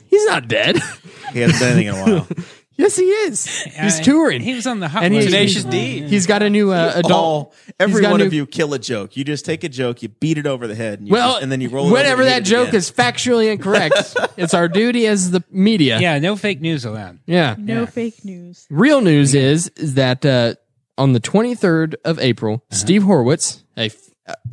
Speaker 2: he's not dead.
Speaker 1: He hasn't done anything in a while.
Speaker 2: yes, he is. He's
Speaker 3: I-
Speaker 2: touring.
Speaker 3: He was on the hot.
Speaker 2: And
Speaker 3: Ones.
Speaker 2: he-
Speaker 4: Tenacious D.
Speaker 2: He's got a new uh, adult.
Speaker 1: All every
Speaker 2: He's got
Speaker 1: one
Speaker 2: new-
Speaker 1: of you kill a joke. You just take a joke, you beat it over the head, and you
Speaker 2: Well,
Speaker 1: just- and then you roll. it over
Speaker 2: whenever
Speaker 1: and
Speaker 2: that
Speaker 1: hit it
Speaker 2: joke
Speaker 1: again.
Speaker 2: is factually incorrect, it's our duty as the media.
Speaker 3: yeah, no fake news allowed.
Speaker 2: yeah.
Speaker 5: No fake news.
Speaker 2: Real news is is that uh, on the 23rd of April,
Speaker 1: Uh-huh.
Speaker 2: Steve Horwitz, a f-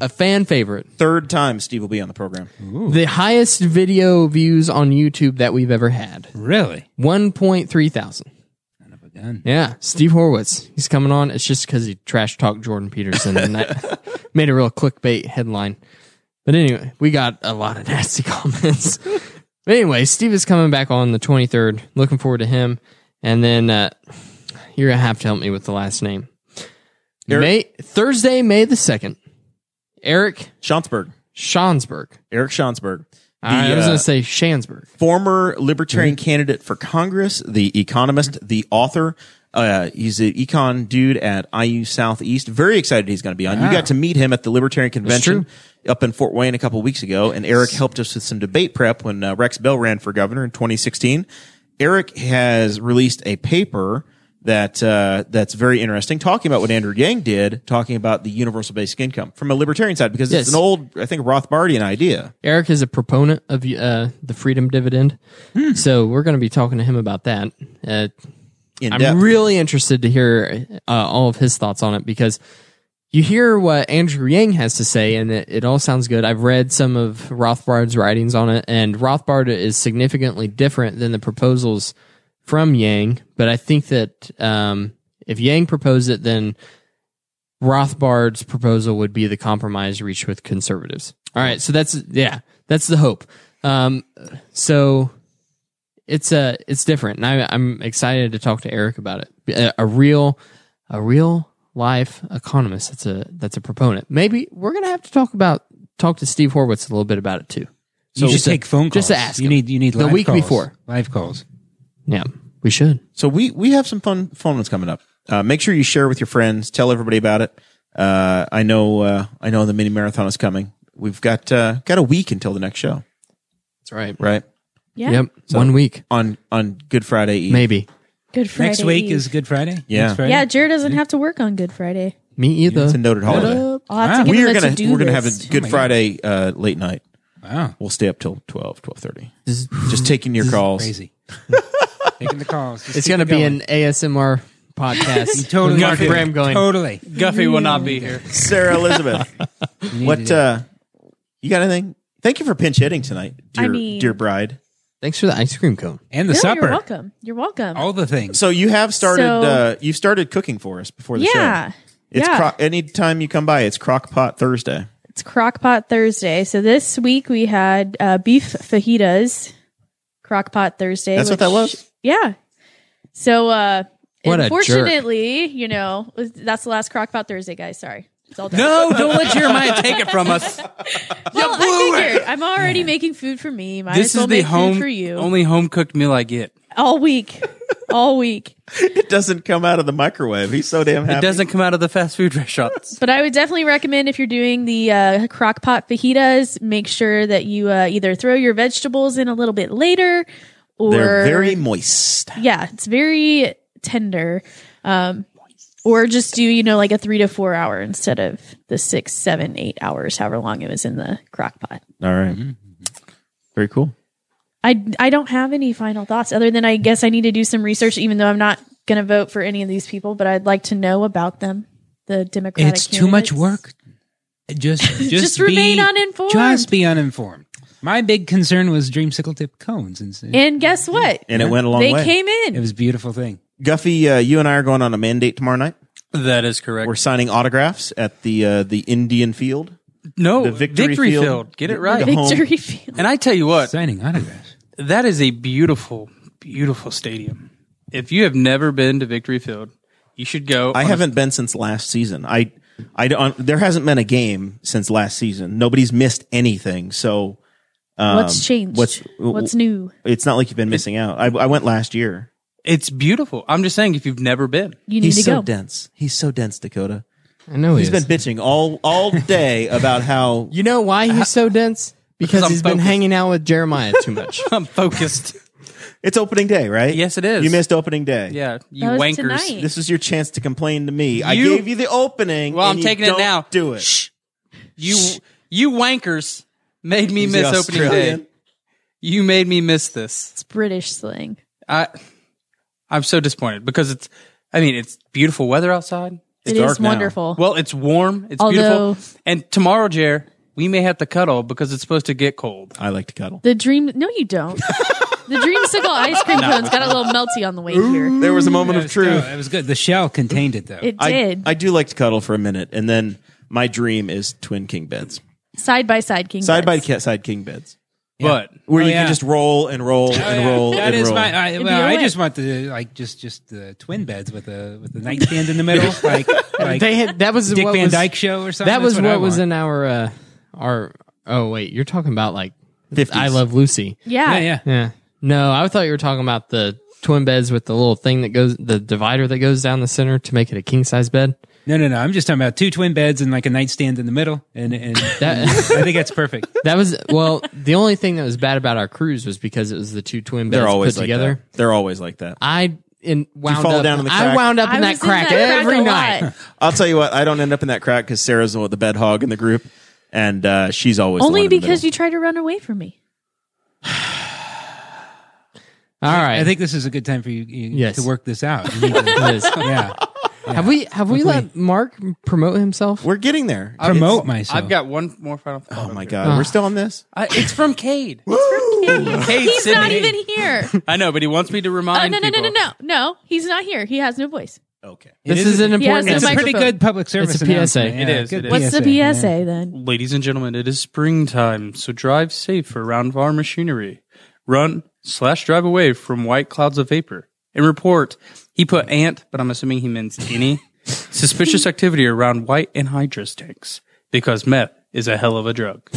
Speaker 2: a fan favorite,
Speaker 1: third time, Steve will be on the program.
Speaker 2: the highest video views on YouTube that we've ever had.
Speaker 3: Really?
Speaker 2: 1.3 thousand.
Speaker 3: Son of a gun.
Speaker 2: Yeah, Steve Horwitz. He's coming on. It's just because he trash talked Jordan Peterson and that made a real clickbait headline. But anyway, we got a lot of nasty comments. but anyway, Steve is coming back on the 23rd. Looking forward to him. And then uh, you're going to have to help me with the last name.
Speaker 1: Eric-
Speaker 2: May, Thursday, May the 2nd, Eric
Speaker 1: Schonsberg,
Speaker 2: Schansberg.
Speaker 1: Eric Schonsberg. The,
Speaker 2: I was
Speaker 1: uh,
Speaker 2: going to say Mm-hmm. Shansberg.
Speaker 1: former libertarian candidate for Congress, the economist, the author. Uh, he's an econ dude at IU Southeast. Very excited he's going to be on.
Speaker 2: Ah.
Speaker 1: You got to meet him at the Libertarian Convention up in Fort Wayne a couple weeks ago, and Eric helped us with some debate prep when uh, Rex Bell ran for governor in 2016. Eric has released a paper that uh, that's very interesting, talking about what Andrew Yang did, talking about the universal basic income from a libertarian side, because
Speaker 2: Yes.
Speaker 1: it's an old, I think, Rothbardian idea.
Speaker 2: Eric is a proponent of uh, the freedom dividend, so we're going to be talking to him about that. Uh,
Speaker 1: In
Speaker 2: I'm
Speaker 1: depth.
Speaker 2: really interested to hear uh, all of his thoughts on it because you hear what Andrew Yang has to say, and it, it all sounds good. I've read some of Rothbard's writings on it, and Rothbard is significantly different than the proposals from Yang. But I think that um, if Yang proposed it, then Rothbard's proposal would be the compromise reached with conservatives. All right, so that's yeah, that's the hope. Um, so it's uh, it's different, and I, I'm excited to talk to Eric about it. A, a real, a real life economist. That's a that's a proponent. Maybe we're gonna have to talk about talk to Steve Horwitz a little bit about it too.
Speaker 3: You just take phone calls.
Speaker 2: just to ask
Speaker 3: You
Speaker 2: him.
Speaker 3: need you need
Speaker 2: The
Speaker 3: live
Speaker 2: week
Speaker 3: calls.
Speaker 2: before.
Speaker 3: live calls.
Speaker 2: Yeah, we should.
Speaker 1: So we we have some fun fun ones coming up. Uh, make sure you share with your friends. Tell everybody about it. Uh, I know uh, I know the mini marathon is coming. We've got uh, got a week until the next show,
Speaker 2: That's right.
Speaker 1: right?
Speaker 5: Yeah.
Speaker 2: Yep. One week,
Speaker 1: On on Good Friday Eve.
Speaker 2: maybe.
Speaker 5: Good Friday.
Speaker 3: Next week
Speaker 5: Eve.
Speaker 3: is Good Friday.
Speaker 1: Yeah.
Speaker 3: Next Friday?
Speaker 5: yeah. Jared doesn't have to work on Good Friday.
Speaker 2: Me either.
Speaker 1: It's a noted holiday.
Speaker 5: I'll have
Speaker 3: Wow.
Speaker 5: to give
Speaker 1: We
Speaker 5: him
Speaker 1: are
Speaker 5: a
Speaker 1: gonna
Speaker 5: to-do
Speaker 1: we're gonna have a
Speaker 5: list. Oh
Speaker 1: Good Friday uh, late night.
Speaker 3: Wow.
Speaker 1: We'll stay up till 12, 12.30.
Speaker 2: This is-
Speaker 1: Just taking your calls.
Speaker 3: Crazy. Taking the calls. Just
Speaker 2: it's
Speaker 3: keep
Speaker 2: gonna
Speaker 3: it
Speaker 2: be
Speaker 3: going.
Speaker 2: an ASMR podcast.
Speaker 3: You totally
Speaker 2: Mark
Speaker 3: do.
Speaker 2: Graham going.
Speaker 3: Totally.
Speaker 4: Guffey will not be here.
Speaker 1: Sarah Elizabeth, what uh, you got? Anything? Thank you for pinch hitting tonight, dear,
Speaker 5: I mean-
Speaker 1: dear bride.
Speaker 2: Thanks for the ice cream cone.
Speaker 3: And the
Speaker 5: No,
Speaker 3: supper.
Speaker 5: You're welcome. You're welcome.
Speaker 3: All the things.
Speaker 1: So you have started.
Speaker 5: So-
Speaker 1: uh, you've started cooking for us before the show.
Speaker 5: yeah.
Speaker 1: It's
Speaker 5: yeah.
Speaker 1: crock anytime you come by, it's crock pot Thursday.
Speaker 5: It's Crockpot Thursday. So this week we had uh, beef fajitas, Crockpot Thursday.
Speaker 1: That's what that was?
Speaker 5: Yeah. So uh,
Speaker 2: What a jerk.
Speaker 5: unfortunately, you know, that's the last Crockpot Thursday, guys. Sorry. It's all done.
Speaker 4: No, don't let Jeremiah take it from us.
Speaker 5: well, I figured I'm already making food for me. Might
Speaker 4: this
Speaker 5: as well
Speaker 4: is the
Speaker 5: make
Speaker 4: home
Speaker 5: food for you
Speaker 4: only home cooked meal I get.
Speaker 5: all week, all week.
Speaker 1: It doesn't come out of the microwave. He's so damn happy.
Speaker 4: It doesn't come out of the fast food restaurants.
Speaker 5: But I would definitely recommend if you're doing the uh, crock pot fajitas, make sure that you uh, either throw your vegetables in a little bit later, or
Speaker 1: They're very moist.
Speaker 5: yeah, it's very tender. Um, or just do you know like a three to four hour instead of the six, seven, eight hours, however long it was in the crock pot.
Speaker 1: All right.
Speaker 4: Mm-hmm.
Speaker 1: Very cool.
Speaker 5: I I don't have any final thoughts other than I guess I need to do some research, even though I'm not going to vote for any of these people, but I'd like to know about them. The Democratic.
Speaker 3: It's too much
Speaker 5: candidates.
Speaker 3: work. Just, just,
Speaker 5: Just
Speaker 3: be-
Speaker 5: remain uninformed.
Speaker 3: Just be uninformed. My big concern was dreamsicle tip cones, and it
Speaker 5: And guess what?
Speaker 1: And it went a long
Speaker 5: they
Speaker 1: way.
Speaker 5: came in.
Speaker 3: was a beautiful thing.
Speaker 1: Guffey, uh, you and I are going on a mandate tomorrow night.
Speaker 4: that is correct.
Speaker 1: We're signing autographs at the uh, the Indian Field.
Speaker 4: no,
Speaker 1: the victory
Speaker 4: victory,
Speaker 1: field.
Speaker 4: field. Get it right.
Speaker 1: The home-
Speaker 5: Victory field.
Speaker 4: And I tell you what,
Speaker 3: Signing autographs.
Speaker 4: that is a beautiful, beautiful stadium. If you have never been to Victory Field, you should go.
Speaker 1: I
Speaker 4: on a-
Speaker 1: haven't been since last season. I I don't. There hasn't been a game since last season. Nobody's missed anything. So um,
Speaker 5: what's changed?
Speaker 1: What's
Speaker 5: What's what's new?
Speaker 1: It's not like you've been missing out. I, I went last year.
Speaker 4: It's beautiful. I'm just saying, if you've never been,
Speaker 5: You need
Speaker 1: He's
Speaker 5: to
Speaker 1: so
Speaker 5: go.
Speaker 1: dense. He's so dense, Dakota.
Speaker 2: I know
Speaker 1: He's been bitching all all day about how
Speaker 2: You know why he's so dense? Because
Speaker 4: I'm
Speaker 2: he's been
Speaker 4: focused.
Speaker 2: hanging out with Jeremiah too much.
Speaker 4: I'm focused.
Speaker 1: it's opening day, right?
Speaker 4: Yes, it is.
Speaker 1: You missed opening day.
Speaker 4: yeah, you
Speaker 5: That was
Speaker 4: wankers.
Speaker 5: tonight.
Speaker 1: This is your chance to complain to me. I
Speaker 4: You-
Speaker 1: gave you the opening.
Speaker 4: Well,
Speaker 1: and
Speaker 4: I'm
Speaker 1: you
Speaker 4: taking it
Speaker 1: don't
Speaker 4: now.
Speaker 1: Do it.
Speaker 4: Shh. You you wankers made me
Speaker 1: He's
Speaker 4: miss
Speaker 1: the
Speaker 4: opening
Speaker 1: Australian.
Speaker 4: day. You made me miss this.
Speaker 5: It's British slang.
Speaker 4: I I'm so disappointed because it's I mean it's beautiful weather outside.
Speaker 5: It's
Speaker 1: dark now.
Speaker 5: wonderful.
Speaker 4: Well, it's warm, it's
Speaker 5: Although-
Speaker 4: beautiful. And tomorrow, Jer, we may have to cuddle because it's supposed to get cold.
Speaker 1: I like to cuddle.
Speaker 5: the dream. No, you don't. the dreamsicle ice cream cones got a little melty on the way here.
Speaker 1: There was a moment of
Speaker 3: No,
Speaker 1: truth.
Speaker 3: it was good. The shell contained it though.
Speaker 5: It
Speaker 1: I,
Speaker 5: did
Speaker 1: I do like to cuddle for a minute, and then my dream is twin king beds,
Speaker 5: side by side king.
Speaker 1: side by
Speaker 5: beds.
Speaker 1: ca- side king beds,
Speaker 4: But
Speaker 1: where
Speaker 3: Oh,
Speaker 1: you
Speaker 3: yeah.
Speaker 1: can just roll and roll and roll
Speaker 3: That
Speaker 1: and
Speaker 3: is
Speaker 1: roll.
Speaker 3: my. I,
Speaker 5: It'd
Speaker 3: well,
Speaker 5: be
Speaker 3: I
Speaker 5: alright.
Speaker 3: just want the like just just the twin beds with a with the nightstand in the middle, like like
Speaker 2: they had that was
Speaker 3: Dick
Speaker 2: what
Speaker 3: Van
Speaker 2: was,
Speaker 3: Dyke show or something.
Speaker 2: That
Speaker 3: That's
Speaker 2: was what,
Speaker 3: I
Speaker 2: was
Speaker 3: want.
Speaker 2: in our uh, our. Oh wait, you're talking about like
Speaker 1: 50s.
Speaker 2: I Love Lucy.
Speaker 5: Yeah.
Speaker 3: Yeah, yeah.
Speaker 2: Yeah. No, I thought you were talking about the twin beds with the little thing that goes, the divider that goes down the center to make it a king size bed.
Speaker 3: No, no, no. I'm just talking about two twin beds and like a nightstand in the middle, and and
Speaker 2: That
Speaker 3: I think that's perfect.
Speaker 2: that was well. The only thing that was bad about our cruise was because it was the two twin beds
Speaker 1: They're always
Speaker 2: put
Speaker 1: like
Speaker 2: together.
Speaker 1: that. They're always like that.
Speaker 2: I in wound
Speaker 1: fall
Speaker 2: up.
Speaker 1: down in the
Speaker 2: I
Speaker 1: crack?
Speaker 2: wound up
Speaker 5: I
Speaker 2: in that
Speaker 5: was
Speaker 2: crack every
Speaker 5: a
Speaker 2: night.
Speaker 5: lot.
Speaker 1: I'll tell you what. I don't end up in that crack because Sarah's the, the bed hog in the group, and uh, she's always the one
Speaker 5: Only
Speaker 1: in the
Speaker 5: because
Speaker 1: middle.
Speaker 5: you tried to run away from me.
Speaker 2: All right,
Speaker 3: I think this is a good time for you, you
Speaker 2: Yes.
Speaker 3: to work this out. You need to-
Speaker 2: it is.
Speaker 3: yeah,
Speaker 2: Have we have we let Mark promote himself?
Speaker 1: We're getting there.
Speaker 3: promote myself.
Speaker 4: I've got one more final thought.
Speaker 1: oh my god, we're still on this.
Speaker 4: I, it's from Cade. Cade
Speaker 5: He's
Speaker 4: Sidney.
Speaker 5: not even here.
Speaker 4: I know, but he wants me to
Speaker 5: Oh,
Speaker 4: remind
Speaker 5: no, no, no,
Speaker 4: people.
Speaker 5: no, no, no. He's not here. He has no voice.
Speaker 1: Okay.
Speaker 3: It
Speaker 2: this is an
Speaker 5: He
Speaker 2: important.
Speaker 5: has no
Speaker 3: It's a pretty
Speaker 5: microphone.
Speaker 3: good public service.
Speaker 2: It's a PSA.
Speaker 3: announcement.
Speaker 2: It
Speaker 3: Yeah,
Speaker 4: is,
Speaker 3: good
Speaker 4: it is.
Speaker 5: What's the
Speaker 3: yeah.
Speaker 5: PSA then?
Speaker 4: Ladies and gentlemen, it is springtime, so drive safe for round farm machinery. Run slash drive away from white clouds of vapor. And report, he put ant, but I'm assuming he means any, suspicious activity around white anhydrous tanks because meth is a hell of a drug.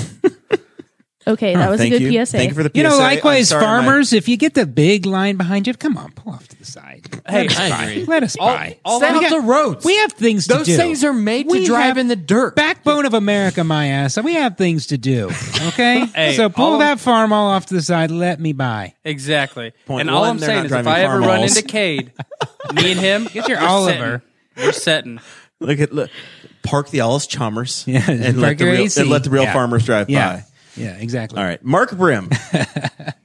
Speaker 5: Okay, that was
Speaker 1: Oh, Thank
Speaker 5: a good
Speaker 1: you.
Speaker 5: PSA.
Speaker 1: Thank you for the PSA.
Speaker 3: You know,
Speaker 1: I'm
Speaker 3: likewise,
Speaker 1: sorry, my-
Speaker 3: farmers, if you get the big line behind you, come on, pull off to the side.
Speaker 4: Hey,
Speaker 3: Let us
Speaker 4: I
Speaker 3: buy.
Speaker 2: agree.
Speaker 3: Let us buy.
Speaker 4: all
Speaker 2: Stay
Speaker 4: I
Speaker 2: off
Speaker 4: got-
Speaker 2: the roads.
Speaker 3: We have things to
Speaker 2: Those
Speaker 3: do.
Speaker 2: things are made to
Speaker 3: We
Speaker 2: drive
Speaker 3: have-
Speaker 2: in the dirt.
Speaker 3: Backbone of America, my ass. We have things to do. Okay?
Speaker 4: Hey,
Speaker 3: so pull
Speaker 4: all-
Speaker 3: that farm all off to the side. Let me buy.
Speaker 4: Exactly.
Speaker 1: Point
Speaker 4: and all
Speaker 1: one,
Speaker 4: I'm
Speaker 1: they're
Speaker 4: saying
Speaker 1: not
Speaker 4: is if
Speaker 1: driving
Speaker 4: I ever
Speaker 1: farm
Speaker 4: run
Speaker 1: malls.
Speaker 4: into Cade, me and him, get
Speaker 3: your Oliver.
Speaker 4: You're setting.
Speaker 1: Look at look, park the Alice Chalmers
Speaker 3: Yeah,
Speaker 1: and,
Speaker 3: park
Speaker 1: let the
Speaker 3: your
Speaker 1: real,
Speaker 3: AC.
Speaker 1: and let the real
Speaker 3: Yeah.
Speaker 1: farmers drive
Speaker 3: Yeah.
Speaker 1: by.
Speaker 3: Yeah, exactly.
Speaker 1: All right, Mark Brim.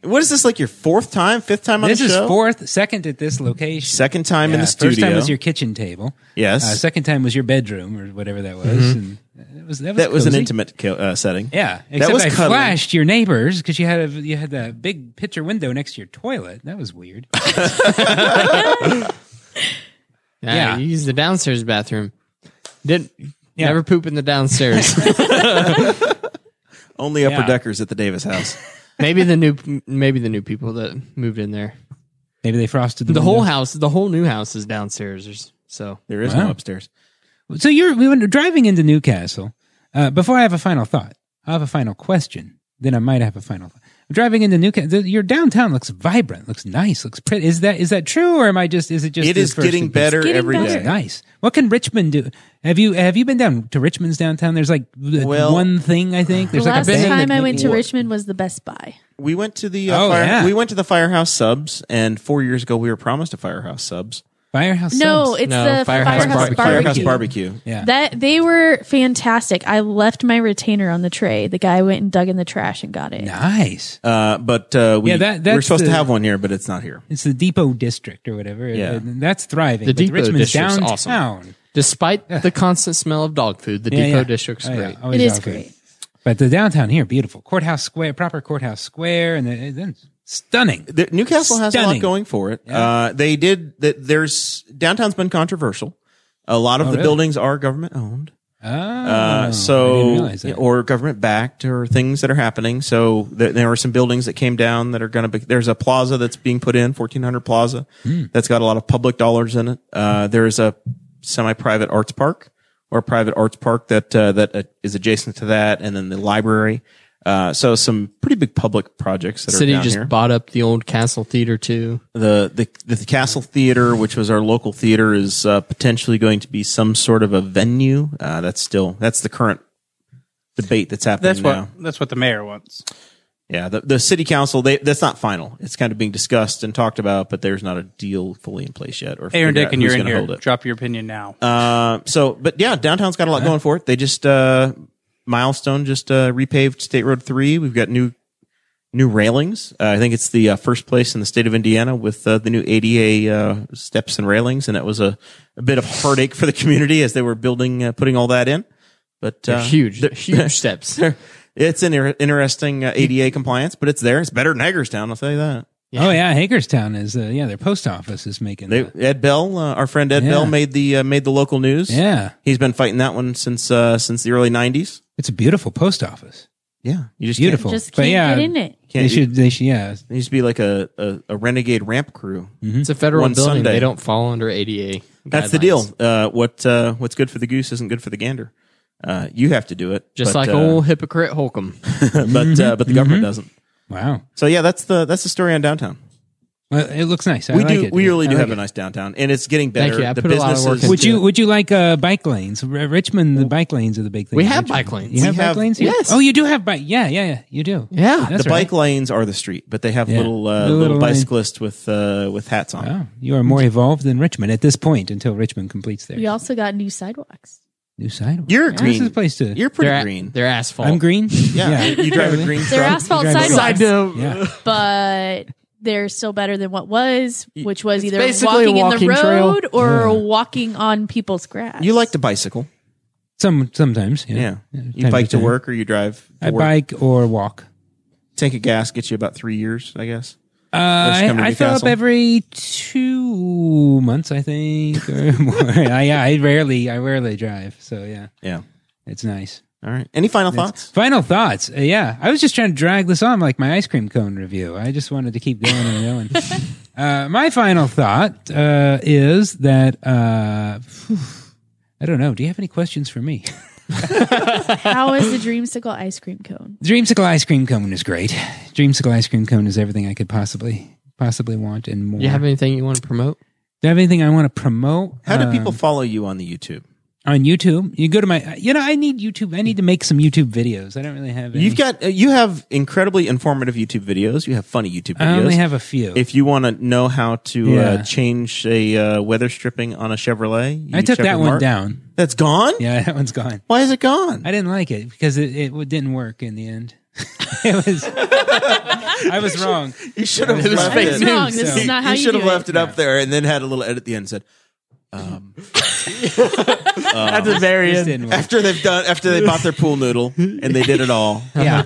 Speaker 1: what is this like? Your fourth time, fifth time on
Speaker 3: This
Speaker 1: the
Speaker 3: is
Speaker 1: show?
Speaker 3: fourth, second at this location.
Speaker 1: Second time in
Speaker 3: Yeah,
Speaker 1: the studio.
Speaker 3: First time was your kitchen table.
Speaker 1: Yes.
Speaker 3: Uh, second time was your bedroom or whatever that was. And it was that was,
Speaker 1: that was an
Speaker 3: cozy.
Speaker 1: intimate co- uh, setting.
Speaker 3: Yeah,
Speaker 1: that
Speaker 3: except
Speaker 1: was
Speaker 3: I
Speaker 1: cuddly.
Speaker 3: flashed your neighbors because you had a you had that big picture window next to your toilet. That was weird.
Speaker 2: Nah,
Speaker 3: Yeah.
Speaker 2: you use the downstairs bathroom. Didn't never poop in the downstairs.
Speaker 1: Only upper
Speaker 3: Yeah.
Speaker 1: deckers at the Davis house.
Speaker 2: maybe the new maybe the new people that moved in there. Mm-hmm.
Speaker 3: Maybe they frosted the,
Speaker 2: The whole
Speaker 3: window.
Speaker 2: house, the whole new house is downstairs. There's- So
Speaker 1: There is no upstairs.
Speaker 3: So you're we were driving into Newcastle. Uh, before I have a final thought, I have a final question. Then I might have a final. thought. Driving into Newcastle, your downtown looks vibrant, looks nice, looks pretty. Is that is that true, or am I just? Is it just?
Speaker 1: It
Speaker 3: this
Speaker 1: is
Speaker 3: first
Speaker 1: getting
Speaker 3: impression?
Speaker 1: better
Speaker 5: Getting
Speaker 1: every day.
Speaker 5: better.
Speaker 3: It's nice. What can Richmond do? Have you have you been down to Richmond's downtown? There's like the
Speaker 1: Well-
Speaker 3: one thing I think.
Speaker 5: The
Speaker 3: There's
Speaker 5: last
Speaker 3: like a bank
Speaker 5: time
Speaker 3: that
Speaker 5: I
Speaker 3: maybe-
Speaker 5: went to Richmond was the Best Buy.
Speaker 1: We went to the uh,
Speaker 3: Oh,
Speaker 1: fire,
Speaker 3: yeah.
Speaker 1: we went to the firehouse subs, and four years ago we were promised a firehouse subs,
Speaker 3: Firehouse.
Speaker 5: No,
Speaker 3: Subs.
Speaker 5: it's
Speaker 2: No, Firehouse
Speaker 5: the Firehouse,
Speaker 2: Barbecue.
Speaker 5: barbecue.
Speaker 1: firehouse barbecue.
Speaker 3: yeah.
Speaker 5: That they were fantastic. I left my retainer on the tray. The guy went and dug in the trash and got it.
Speaker 3: nice.
Speaker 1: Uh, but uh, we
Speaker 3: Yeah, that-
Speaker 1: we're
Speaker 3: that's
Speaker 1: supposed to
Speaker 3: the-
Speaker 1: have one here, but it's not here.
Speaker 3: It's the Depot District or whatever.
Speaker 1: Yeah.
Speaker 3: And that's thriving.
Speaker 2: The
Speaker 3: but
Speaker 2: Depot
Speaker 3: Richmond's
Speaker 2: District's
Speaker 3: downtown.
Speaker 2: awesome. despite the constant smell of dog food, the
Speaker 3: Yeah,
Speaker 2: depot
Speaker 3: yeah.
Speaker 2: district's
Speaker 3: Oh, yeah.
Speaker 2: great.
Speaker 3: Always
Speaker 5: It is
Speaker 3: all good.
Speaker 5: great.
Speaker 3: But the downtown here, beautiful courthouse square, proper courthouse square, and then- then stunning.
Speaker 1: The, Newcastle has a lot
Speaker 3: Stunning.
Speaker 1: going for it. Uh, they did that. There's downtown's been controversial. A lot of the
Speaker 3: Oh, really?
Speaker 1: buildings are government owned.
Speaker 3: Oh,
Speaker 1: Uh,
Speaker 3: I didn't
Speaker 1: so
Speaker 3: realize that.
Speaker 1: or government backed or things that are happening. So th- there are some buildings that came down that are going to be. There's a plaza that's being put in, 1400 Plaza,
Speaker 3: Hmm.
Speaker 1: that's got a lot of public dollars in it. Uh, there is a semi-private arts park or private arts park that uh, that uh, is adjacent to that, and then the library. Uh, so some pretty big public projects that are
Speaker 2: City
Speaker 1: down
Speaker 2: just
Speaker 1: here.
Speaker 2: bought up the old Castle Theater too.
Speaker 1: the, the the Castle Theater, which was our local theater, is uh, potentially going to be some sort of a venue. Uh, that's still that's the current debate that's happening
Speaker 4: That's
Speaker 1: now.
Speaker 4: what that's what the mayor wants.
Speaker 1: Yeah, the, the city council they that's not final. It's kind of being discussed and talked about, but there's not a deal fully in place yet. Or
Speaker 4: Aaron
Speaker 1: figured
Speaker 4: Dick
Speaker 1: out
Speaker 4: and
Speaker 1: who's
Speaker 4: you're in
Speaker 1: gonna
Speaker 4: here.
Speaker 1: hold it.
Speaker 4: Drop your opinion now.
Speaker 6: Um,
Speaker 1: Uh, so, but yeah, downtown's got a lot going for it. They just uh, milestone just uh, repaved State Road Three. We've got new new railings. Uh, I think it's the uh, first place in the state of Indiana with uh, the new ADA uh, steps and railings, and it was a, a bit of heartache for the community as they were building uh, putting all that in. But uh,
Speaker 2: huge, huge steps.
Speaker 1: it's an inter- interesting uh, ADA compliance, but it's there. It's better than Hagerstown, I'll tell you that.
Speaker 3: Oh yeah, Hagerstown is uh, yeah. Their post office is making.
Speaker 1: They,
Speaker 3: that.
Speaker 1: Ed Bell, uh, our friend Ed
Speaker 3: Yeah.
Speaker 1: Bell, made the uh, made the local news.
Speaker 3: yeah,
Speaker 1: He's been fighting that one since uh, since the early '90s.
Speaker 3: it's a beautiful post office.
Speaker 1: Yeah, you just
Speaker 3: Beautiful.
Speaker 5: Just
Speaker 3: But
Speaker 5: can't
Speaker 3: yeah,
Speaker 5: get in it.
Speaker 1: Can't,
Speaker 3: they
Speaker 1: can't
Speaker 3: should. They should. Yeah.
Speaker 1: It used to be like a, a, a renegade ramp crew.
Speaker 7: Mm-hmm.
Speaker 2: It's a federal
Speaker 1: One
Speaker 2: building.
Speaker 1: Sunday.
Speaker 2: They don't fall under ADA.
Speaker 1: That's the
Speaker 2: guidelines.
Speaker 1: deal. Uh, what uh, what's good for the goose isn't good for the gander. Uh, you have to do it,
Speaker 2: Just
Speaker 1: but,
Speaker 2: like
Speaker 1: uh,
Speaker 2: old hypocrite Holcomb.
Speaker 1: but uh, but the government doesn't.
Speaker 3: Wow.
Speaker 1: So yeah, that's the that's the story on downtown.
Speaker 3: Well, it looks nice. I
Speaker 1: we
Speaker 3: like
Speaker 1: do
Speaker 3: it.
Speaker 1: we really
Speaker 3: I
Speaker 1: do
Speaker 3: like
Speaker 1: have
Speaker 3: it.
Speaker 1: a nice downtown, and it's getting better.
Speaker 2: you. I
Speaker 1: the
Speaker 2: put a lot of
Speaker 1: businesses,
Speaker 2: work into
Speaker 3: Would you
Speaker 2: it.
Speaker 3: would you like uh, bike lanes? R- Richmond, the bike lanes are the big thing.
Speaker 2: We
Speaker 3: in
Speaker 2: have
Speaker 3: Richmond.
Speaker 2: bike lanes.
Speaker 3: You have
Speaker 1: We
Speaker 3: bike
Speaker 1: have-
Speaker 3: lanes. here?
Speaker 2: yes.
Speaker 3: Oh, you do have bike. Yeah, yeah, yeah. You do.
Speaker 2: Yeah.
Speaker 3: That's
Speaker 1: the
Speaker 3: right.
Speaker 1: bike lanes are the street, but they have
Speaker 3: Yeah.
Speaker 1: little uh,
Speaker 3: The
Speaker 1: little,
Speaker 3: little lane.
Speaker 1: bicyclists with uh, with hats on.
Speaker 3: Oh, you are more evolved than Richmond at this point until Richmond completes their
Speaker 5: We also got new sidewalks.
Speaker 3: new sidewalk.
Speaker 1: You're
Speaker 3: This
Speaker 1: green.
Speaker 3: is a place to.
Speaker 1: You're pretty
Speaker 2: They're, a-
Speaker 1: green.
Speaker 2: they're asphalt.
Speaker 3: I'm green.
Speaker 1: yeah, you, you drive a green
Speaker 5: They're
Speaker 1: truck.
Speaker 5: asphalt
Speaker 3: You drive a-
Speaker 5: sidewalks,
Speaker 2: note.
Speaker 3: Yeah.
Speaker 5: but they're still better than what was, which was either
Speaker 2: basically a
Speaker 5: walking,
Speaker 2: walking
Speaker 5: in the
Speaker 2: trail.
Speaker 5: road or walking on people's grass.
Speaker 1: You like to bicycle,
Speaker 3: Some sometimes.
Speaker 1: yeah?
Speaker 3: Yeah.
Speaker 1: You bike to work or you drive. To
Speaker 3: I
Speaker 1: work.
Speaker 3: bike or walk.
Speaker 1: Tank of gas gets you about three years, I guess.
Speaker 3: Uh, I,
Speaker 1: come to
Speaker 3: I fill up
Speaker 1: Newcastle.
Speaker 3: every two months, I think, or more. I, I rarely, I rarely drive. So yeah,
Speaker 1: Yeah.
Speaker 3: it's nice.
Speaker 1: All right. Any final thoughts?
Speaker 3: Final thoughts. Uh, yeah, I was just trying to drag this on like my ice cream cone review. I just wanted to keep going and going. uh, my final thought uh, is that uh, I don't know. Do you have any questions for me?
Speaker 5: How is the dreamsicle ice cream cone?
Speaker 3: Dreamsicle ice cream cone is great. Dreamsicle ice cream cone is everything I could possibly possibly want and more.
Speaker 2: You have anything you want to promote?
Speaker 3: Do you have anything I want to promote?
Speaker 1: How do
Speaker 3: Uh,
Speaker 1: people follow you on the YouTube?
Speaker 3: on YouTube? You go to my. uh, You know, I need YouTube. I need to make some YouTube videos. I don't really have. Any.
Speaker 1: You've got uh, you have incredibly informative YouTube videos. You have funny YouTube
Speaker 3: I
Speaker 1: videos.
Speaker 3: only have a few.
Speaker 1: if you want to know how to
Speaker 3: Yeah.
Speaker 1: uh, change a uh, weather stripping on a Chevrolet, you
Speaker 3: I took
Speaker 1: check
Speaker 3: that
Speaker 1: with
Speaker 3: one
Speaker 1: Mark.
Speaker 3: down.
Speaker 1: That's gone.
Speaker 3: Yeah, that one's gone.
Speaker 1: Why is it gone?
Speaker 3: I didn't like it because it, it w- didn't work in the end. it was. I was wrong.
Speaker 1: You should have
Speaker 3: It was
Speaker 1: left
Speaker 3: fake
Speaker 1: it.
Speaker 3: news.
Speaker 5: wrong. This
Speaker 3: so-
Speaker 5: is not how
Speaker 1: you
Speaker 5: you,
Speaker 1: should
Speaker 5: do
Speaker 1: have left
Speaker 5: it.
Speaker 1: it up there and then had a little edit at the end. and Said
Speaker 2: At the very
Speaker 3: This didn't work.
Speaker 1: after they've done after they bought their pool noodle and they did it all.
Speaker 3: Yeah,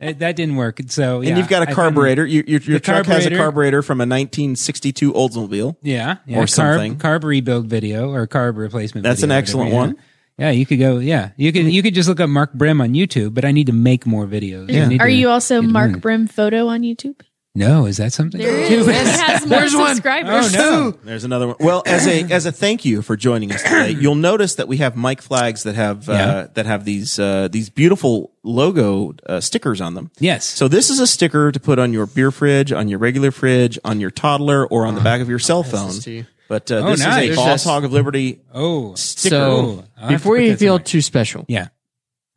Speaker 3: It- that didn't work. So yeah,
Speaker 1: And you've got
Speaker 3: I've
Speaker 1: a
Speaker 3: been-
Speaker 1: carburetor. Your, your, your
Speaker 3: The
Speaker 1: truck has a
Speaker 3: carburetor.
Speaker 1: carburetor from a 1962 Oldsmobile.
Speaker 3: Yeah, yeah,
Speaker 1: Or
Speaker 3: carb,
Speaker 1: something.
Speaker 3: Carb rebuild video or carb replacement.
Speaker 1: That's
Speaker 3: video,
Speaker 1: an
Speaker 3: whatever,
Speaker 1: excellent
Speaker 3: yeah.
Speaker 1: one.
Speaker 3: Yeah, you could go. Yeah, you could you could just look up Mark Brim on YouTube, but I need to make more videos. I need
Speaker 5: Are
Speaker 3: to-
Speaker 5: you also
Speaker 3: need to
Speaker 5: Mark
Speaker 3: learn.
Speaker 5: Brim photo on YouTube?
Speaker 3: No, is that something?
Speaker 5: There is. It has more subscribers.
Speaker 3: Oh
Speaker 1: There's another one. Well, as a as a thank you for joining us today, you'll notice that we have mic flags that have
Speaker 3: Yeah.
Speaker 1: uh, that have these uh, these beautiful logo uh, stickers on them.
Speaker 3: Yes.
Speaker 1: So this is a sticker to put on your beer fridge, on your regular fridge, on your toddler, or on the back of your cell phone.
Speaker 2: to you.
Speaker 1: But uh, this
Speaker 3: Oh, nice.
Speaker 1: is a
Speaker 3: There's
Speaker 1: Boss
Speaker 2: just-
Speaker 1: Hog of Liberty
Speaker 3: no! Oh,
Speaker 1: sticker.
Speaker 2: So
Speaker 3: I'll have to
Speaker 2: before
Speaker 3: put
Speaker 2: you
Speaker 3: that somewhere.
Speaker 2: feel too special,
Speaker 3: yeah.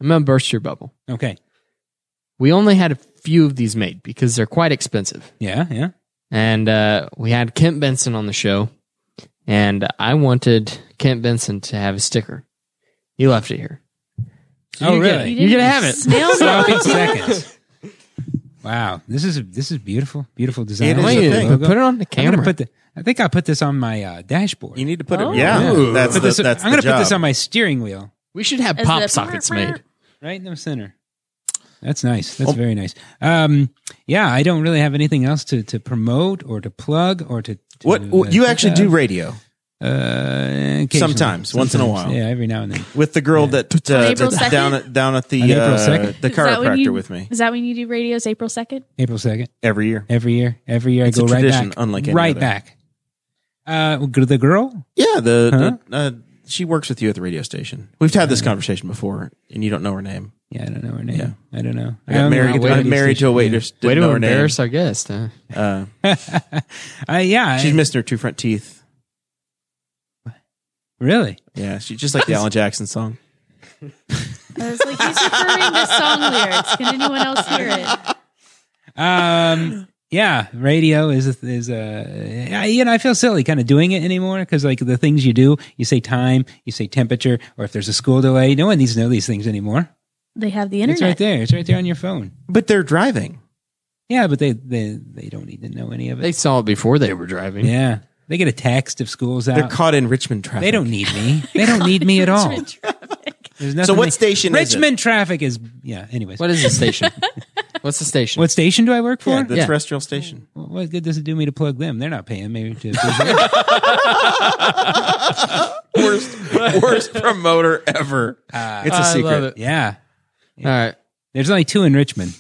Speaker 2: I'm gonna burst your bubble.
Speaker 3: Okay.
Speaker 2: We only had a few of these made because they're quite expensive.
Speaker 3: Yeah, yeah.
Speaker 2: And uh, we had Kent Benson on the show, and I wanted Kent Benson to have a sticker. He left it here.
Speaker 3: oh,
Speaker 2: you get
Speaker 3: really?
Speaker 2: You can have it.
Speaker 5: Snail mail.
Speaker 3: Stop in seconds. Wow, this is this is beautiful, beautiful design.
Speaker 1: It is
Speaker 3: I
Speaker 1: a
Speaker 3: like
Speaker 1: thing.
Speaker 3: the logo.
Speaker 2: Put it on the
Speaker 3: I'm gonna
Speaker 2: camera.
Speaker 3: put the- I think I'll put this on my uh, dashboard.
Speaker 1: You need to put
Speaker 5: Oh.
Speaker 1: it. Yeah,
Speaker 2: Ooh.
Speaker 1: that's
Speaker 3: Put
Speaker 1: the,
Speaker 3: this-
Speaker 1: that's
Speaker 3: I'm
Speaker 1: the
Speaker 3: gonna put this
Speaker 1: job.
Speaker 3: on my steering wheel,
Speaker 2: we should have
Speaker 5: Is
Speaker 2: pop
Speaker 5: it-
Speaker 2: sockets made.
Speaker 3: right in the center. That's nice.
Speaker 1: Oh.
Speaker 3: That's very nice. Um, yeah, I don't really have anything else to, to promote or to plug or to. to
Speaker 1: What
Speaker 3: uh,
Speaker 1: what- you
Speaker 3: put
Speaker 1: actually
Speaker 3: out.
Speaker 1: do radio
Speaker 3: Uh, occasionally.
Speaker 1: Sometimes, once in a while.
Speaker 3: Yeah, every now and then.
Speaker 1: with the girl that uh,
Speaker 5: April
Speaker 1: that's
Speaker 5: 2nd?
Speaker 1: down at, down at the
Speaker 3: On April
Speaker 1: uh,
Speaker 3: 2nd?
Speaker 1: the
Speaker 5: Is that when
Speaker 1: chiropractor
Speaker 5: you-
Speaker 1: with me
Speaker 5: Is that when you do radios? April second.
Speaker 3: April second,
Speaker 1: every year.
Speaker 3: every year, every year
Speaker 1: It's
Speaker 3: I
Speaker 1: a
Speaker 3: go right
Speaker 1: tradition,
Speaker 3: back,
Speaker 1: unlike any
Speaker 3: right
Speaker 1: other.
Speaker 3: back. Uh, go to the girl.
Speaker 1: Yeah, the,
Speaker 3: Huh?
Speaker 1: the uh, she works with you at the radio station. We've had this conversation before, and you don't know her name.
Speaker 3: Yeah, I don't know her name. I don't know.
Speaker 1: I got
Speaker 3: I'm
Speaker 1: married.
Speaker 2: wait,
Speaker 1: I got
Speaker 2: radio
Speaker 1: married to a waitress.
Speaker 2: Way
Speaker 1: Didn't
Speaker 2: to
Speaker 1: know her name.
Speaker 2: embarrass our guest. Huh?
Speaker 1: Uh,
Speaker 3: Uh, yeah,
Speaker 1: she's missing her two front teeth.
Speaker 3: really.
Speaker 1: Yeah, she's just like the Alan Jackson song.
Speaker 5: I was like, he's referring to song lyrics. Can anyone else hear it?
Speaker 3: um yeah radio is is uh I, you know i feel silly kind of doing it anymore because like the things you do you say time you say temperature or if there's a school delay no one needs to know these things anymore
Speaker 5: They have the
Speaker 3: it's right
Speaker 5: internet.
Speaker 3: there it's right there on your phone
Speaker 1: But they're driving.
Speaker 3: yeah but they they, they don't need to know any of
Speaker 2: They
Speaker 3: it
Speaker 2: saw it before they were driving.
Speaker 3: yeah they get a text if school's
Speaker 1: They're
Speaker 3: out
Speaker 1: caught in Richmond traffic.
Speaker 3: Uh, they don't need me they don't need me at all There's nothing
Speaker 1: what
Speaker 3: they-
Speaker 1: station is it?
Speaker 3: richmond traffic is yeah anyways
Speaker 2: What is the station? What's the station?
Speaker 3: what station do i work for
Speaker 1: Yeah, the
Speaker 2: Yeah.
Speaker 1: terrestrial station.
Speaker 3: What good does it do me to plug them? They're not paying me to.
Speaker 1: Worst, worst promoter ever.
Speaker 3: Uh,
Speaker 1: it's a
Speaker 2: I
Speaker 1: secret,
Speaker 2: love it.
Speaker 3: yeah,
Speaker 2: All right.
Speaker 3: There's only two in Richmond.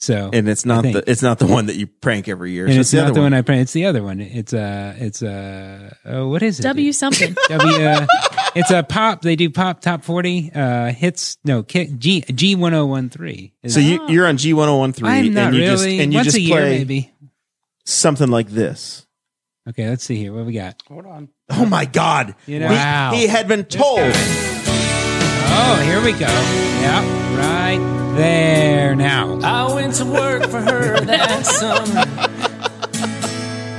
Speaker 3: So
Speaker 1: and it's not
Speaker 3: I think.
Speaker 1: the it's not the one that you prank every year.
Speaker 3: and
Speaker 1: So
Speaker 3: it's
Speaker 1: the
Speaker 3: not
Speaker 1: other
Speaker 3: the
Speaker 1: one.
Speaker 3: one I print. It's the other one. It's uh it's uh oh what is it?
Speaker 5: W something.
Speaker 3: W uh, it's a pop. They do pop top forty uh hits. No kick G G one zero one three.
Speaker 1: So you, you're on G1013
Speaker 3: I'm not
Speaker 1: and you
Speaker 3: really.
Speaker 1: just and you
Speaker 3: Once
Speaker 1: just
Speaker 3: a
Speaker 1: play
Speaker 3: year maybe.
Speaker 1: something like this.
Speaker 3: Okay, let's see here. What we got?
Speaker 4: Hold on.
Speaker 1: Oh my god.
Speaker 3: You know-
Speaker 1: He-
Speaker 2: Wow.
Speaker 1: He, had been told.
Speaker 3: Oh, here we go. Yeah, right there now.
Speaker 6: I went to work for her that summer.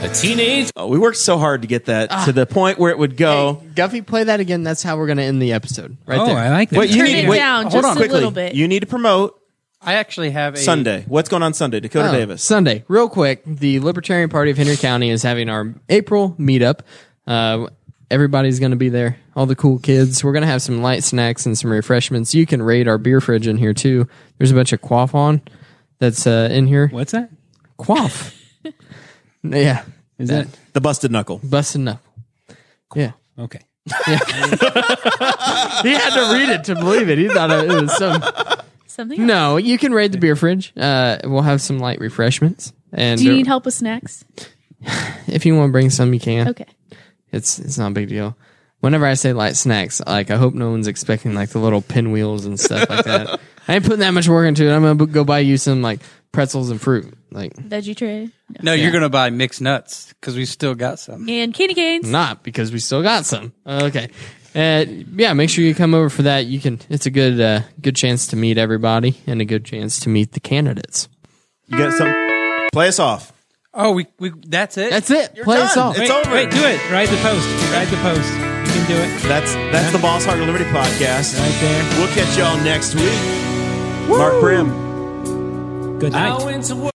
Speaker 6: A teenage
Speaker 1: Oh, we worked so hard to get that to the point where it would go.
Speaker 2: Guffy, play that again. That's how we're going to end the episode. Right
Speaker 3: oh,
Speaker 2: there.
Speaker 3: I like that.
Speaker 1: What you
Speaker 5: Turn
Speaker 1: need
Speaker 5: it
Speaker 1: wait,
Speaker 5: down
Speaker 1: hold
Speaker 5: just
Speaker 1: on
Speaker 5: a
Speaker 1: quickly.
Speaker 5: little bit.
Speaker 1: You need to promote
Speaker 4: I actually have a
Speaker 1: Sunday. What's going on Sunday? Dakota
Speaker 2: Oh,
Speaker 1: Davis.
Speaker 2: Sunday, real quick. The Libertarian Party of Henry County is having our April meetup. Uh, everybody's going to be there. All the cool kids. We're going to have some light snacks and some refreshments. You can raid our beer fridge in here too. There's a bunch of quaff on that's uh, in here.
Speaker 3: What's that?
Speaker 2: Quaff. yeah,
Speaker 3: Is that
Speaker 1: the busted knuckle.
Speaker 2: busting up. Yeah.
Speaker 3: okay?
Speaker 2: He had to read it to believe it. He thought it was some.
Speaker 5: Something.
Speaker 2: No, you can raid the beer fridge. Uh, we'll have some light refreshments. And
Speaker 5: Do you need help with snacks?
Speaker 2: if you want to bring some, you can.
Speaker 5: Okay.
Speaker 2: It's it's not a big deal. whenever I say light snacks, like I hope no one's expecting like the little pinwheels and stuff like that. I ain't putting that much work into it. I'm gonna b- go buy you some like pretzels and fruit, like
Speaker 5: Veggie tray
Speaker 4: No, you're gonna buy mixed nuts because we still got some.
Speaker 5: and candy canes.
Speaker 2: not because we still got some. Okay. Uh, yeah, make sure you come over for that. You can. It's a good, uh, good chance to meet everybody and a good chance to meet the candidates.
Speaker 1: You got some? Play us off.
Speaker 4: Oh, we, we that's it.
Speaker 2: That's it. Play us
Speaker 1: done.
Speaker 2: off.
Speaker 1: It's
Speaker 3: wait,
Speaker 1: over.
Speaker 3: Wait, do it. Ride the post. Ride the post. You can do it.
Speaker 1: That's that's the Boss Hard Liberty podcast.
Speaker 3: Right there.
Speaker 1: We'll catch y'all next week. Mark Brim.
Speaker 3: Good night.
Speaker 6: I went to work.